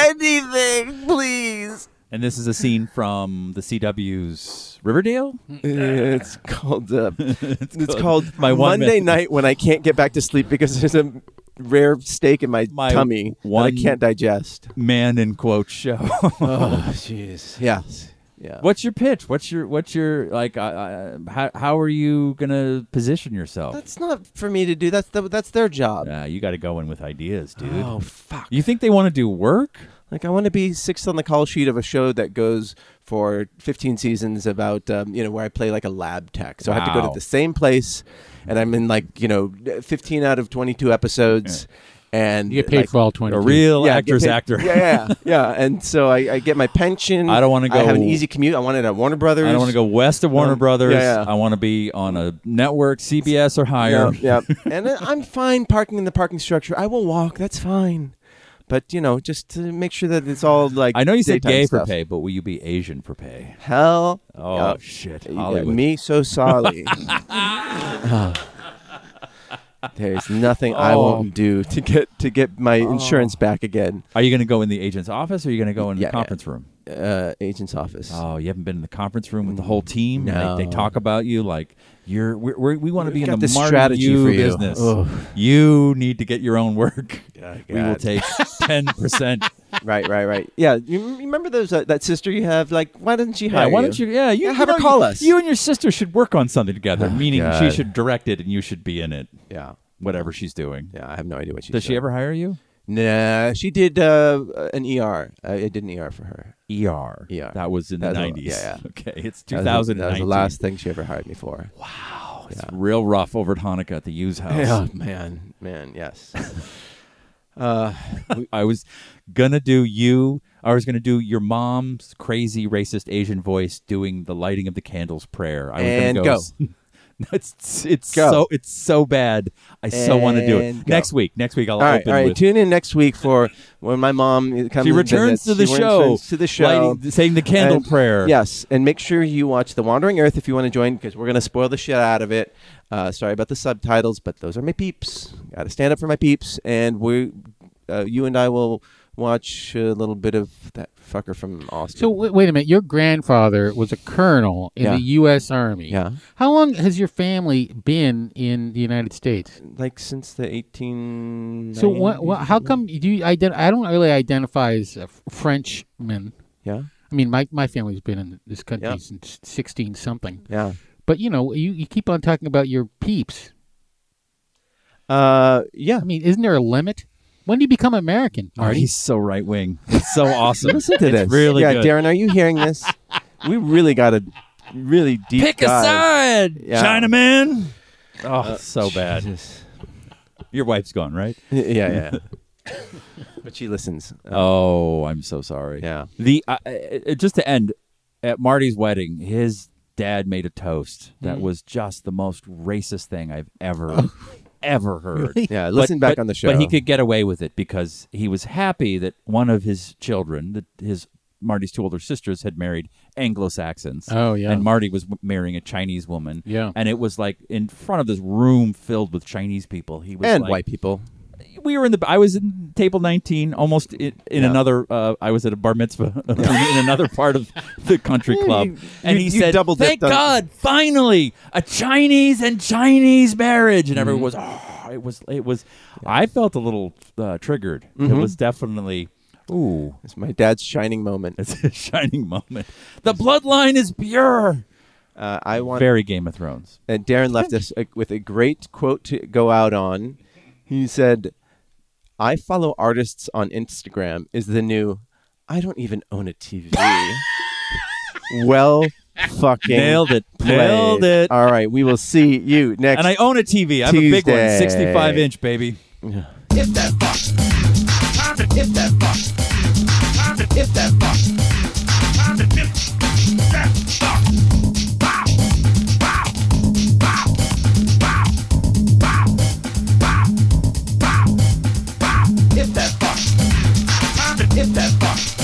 B: anything, please.
D: And this is a scene from the CW's Riverdale.
B: It's called. Uh, it's, called,
D: My One
B: Monday
D: Man-
B: night when I can't get back to sleep because there's a rare steak in my,
D: My
B: tummy
D: one-
B: that I can't digest.
D: Man in quote show.
B: Oh, jeez. Yes. Yeah.
D: What's your pitch? What's your what's your like? Uh, uh, how how are you gonna position yourself?
B: That's not for me to do. That's the, that's their job.
D: Uh, you got to go in with ideas, dude.
B: Oh fuck.
D: You think they want to do work?
B: Like I want to be sixth on the call sheet of a show that goes for 15 seasons about um, you know where I play like a lab tech. So I have to go
D: Wow.
B: to the same place, and I'm in like you know 15 out of 22 episodes, and
C: You get paid
B: like-
C: for all twenty.
D: A real
B: Yeah, I get
D: actor's
B: paid-
D: actor.
B: Yeah, yeah, yeah. And so I, I get my pension.
D: I don't wanna
B: I have an
D: go-
B: easy commute. I want it at Warner Brothers.
D: I don't want to go west of Warner
B: Um,
D: Brothers.
B: yeah, yeah.
D: I want to be on a network, CBS or higher.
B: Yeah, yeah. and I- I'm fine parking in the parking structure. I will walk. That's fine. But you know, just to make sure that it's all like
D: I know you said
B: daytime
D: gay for
B: stuff.
D: pay, but will you be Asian for pay?
B: Hell,
D: Oh
B: yeah.
D: shit,
B: You got
D: Hollywood.
B: Me so sorry. There's nothing I
D: Oh.
B: won't do to get to get my insurance back again.
D: Are you going to go in the agent's office or are you going to go in
B: Yeah,
D: the
B: yeah.
D: conference room?
B: Uh, agent's office.
D: Oh, you haven't been in the conference room with the whole team.
B: Mm, No.
D: They, they talk about you like you're. We're, we're, we want to be in
B: got
D: the
B: this
D: Martin
B: strategy
D: Yu
B: for you.
D: business.
B: Ugh.
D: You need to get your own work. we will
B: God.
D: take ten percent.
B: Right, right, right. Yeah, you you remember those uh, that sister you have? Like, why didn't she hire?
D: why don't you? Yeah, you
B: Yeah, have
D: you
B: her
D: know,
B: call
D: you-
B: us. Oh,
D: You and your sister should work on something together. meaning she
B: God.
D: should direct it and you should be in it.
B: Yeah,
D: Whatever she's doing.
B: yeah. I have no idea what she
D: Does she ever hire you?
B: Nah, she did uh, an ER. I, I did an ER for her.
D: ER.
B: ER.
D: That was in the
B: That was a-
D: nineties.
B: yeah, yeah.
D: Okay, it's
B: That
D: two
B: was-
D: thousand
B: That was
D: and
B: the
D: nineteen. Oh,
B: last thing she ever hired me for. Wow.
D: It's real rough over at Hanukkah at the Yu's house.
B: Yeah, Oh, man, man. Yes. uh,
D: I was gonna do you. I was gonna do your mom's crazy racist Asian voice doing the lighting of the candles prayer. I was
B: And
D: gonna
B: go.
D: s- It's it's
B: Go.
D: so it's so bad. I so want to do
B: And
D: it
B: go.
D: next week. Next week I'll
B: All right,
D: open
B: all right.
D: with.
B: Tune in next week for when my mom comes.
D: she
B: and
D: returns
B: visits.
D: to the
B: She
D: show.
B: returns To the show.
D: lighting- saying the candle
B: And-
D: prayer.
B: Yes, and make sure you watch The Wandering Earth if you want to join, because we're gonna spoil the shit out of it. Uh, sorry about the subtitles, but those are my peeps. Got to stand up for my peeps, and we, uh, you and I will watch a little bit of that fucker from Austin.
C: So w- wait a minute. Your grandfather was a colonel in
B: Yeah.
C: the U.S. Army.
B: Yeah.
C: How long has your family been in the United States?
B: like since the eighteen.
C: So what, what, how come do you ident- I don't really identify as a F- Frenchman.
B: Yeah,
C: I mean, my, my family's been in this country
B: Yeah.
C: since sixteen something.
B: yeah.
C: But you know, you, you keep on talking about your peeps.
B: Uh, yeah.
C: I mean, isn't there a limit? When do you become American,
D: Oh,
C: Marty?
D: he's so right wing. It's so awesome.
B: Listen to
D: it's
B: this.
D: Really
B: yeah,
D: good.
B: Darren, are you hearing this? we really got to really deep
D: Pick a
B: dive.
D: side,
B: Yeah.
D: Chinaman. Oh, so bad.
B: Jesus.
D: Your wife's gone, right?
B: Yeah, yeah. but she listens.
D: Oh, I'm so sorry.
B: Yeah.
D: The uh, uh, uh, just to end at Marty's wedding, his dad made a toast
B: Mm-hmm.
D: that was just the most racist thing I've ever ever heard.
B: Oh. Yeah, listen back on the show.
D: But he could get away with it because he was happy that one of his children, that his Marty's two older sisters, had married Anglo Saxons.
C: Oh, yeah.
D: and Marty was w- marrying a Chinese woman.
C: Yeah.
D: and it was like in front of this room filled with Chinese people. He was
B: and
D: like,
B: white people.
D: we were in the I was in table 19 almost in, in
B: Yeah.
D: another uh, I was at a bar mitzvah in another part of the country club and
B: you-
D: he
B: you
D: said
B: double dipped
D: thank
B: on-
D: god finally a Chinese and Chinese marriage and everyone was
B: Mm-hmm.
D: oh it was it was I felt a little uh, triggered
B: Mm-hmm.
D: it was definitely ooh
B: It's my dad's shining moment.
D: it's a shining moment the bloodline is pure
B: Uh, I want.
D: very Game of Thrones
B: And Darren left us a, with a great quote to go out on. He said, "I follow artists on Instagram is the new. I don't even own a TV." well, fucking
D: nailed it
B: played.
D: nailed it
B: All right, we will see you next.
D: and I own a TV I'm a big one
B: Tuesday.
D: 65 inch baby
E: If that box. If that box. If that box. If that box. Bow. Bow. Bow. Bow. Bow. Bow. Bow. Bow. If that box. If that box.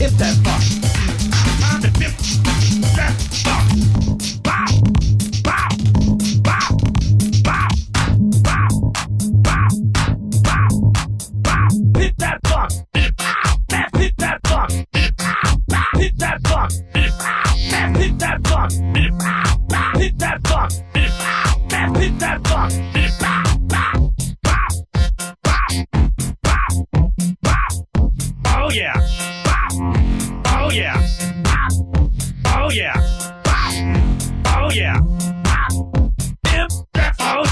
E: If that box. If that box. Bow. Bow. Bow. Bow. Bow. Bow. Bow. Bow. Hit that buck. Bow. Fast hit that buck. Bow. Bow. Hit that buck. Bow. Fast hit that buck. Bow. Bow. Hit that buck. Bow. Fast hit that buck. Bow. Bow. Bow. Bow. Bow. Bow. Oh yeah. Bow. Oh yeah. Bow. Oh yeah. Bow. Oh yeah. Bow. Imp that phone.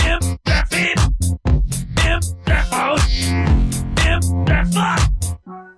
E: Imp that fit. Imp that phone. Imp that fuck.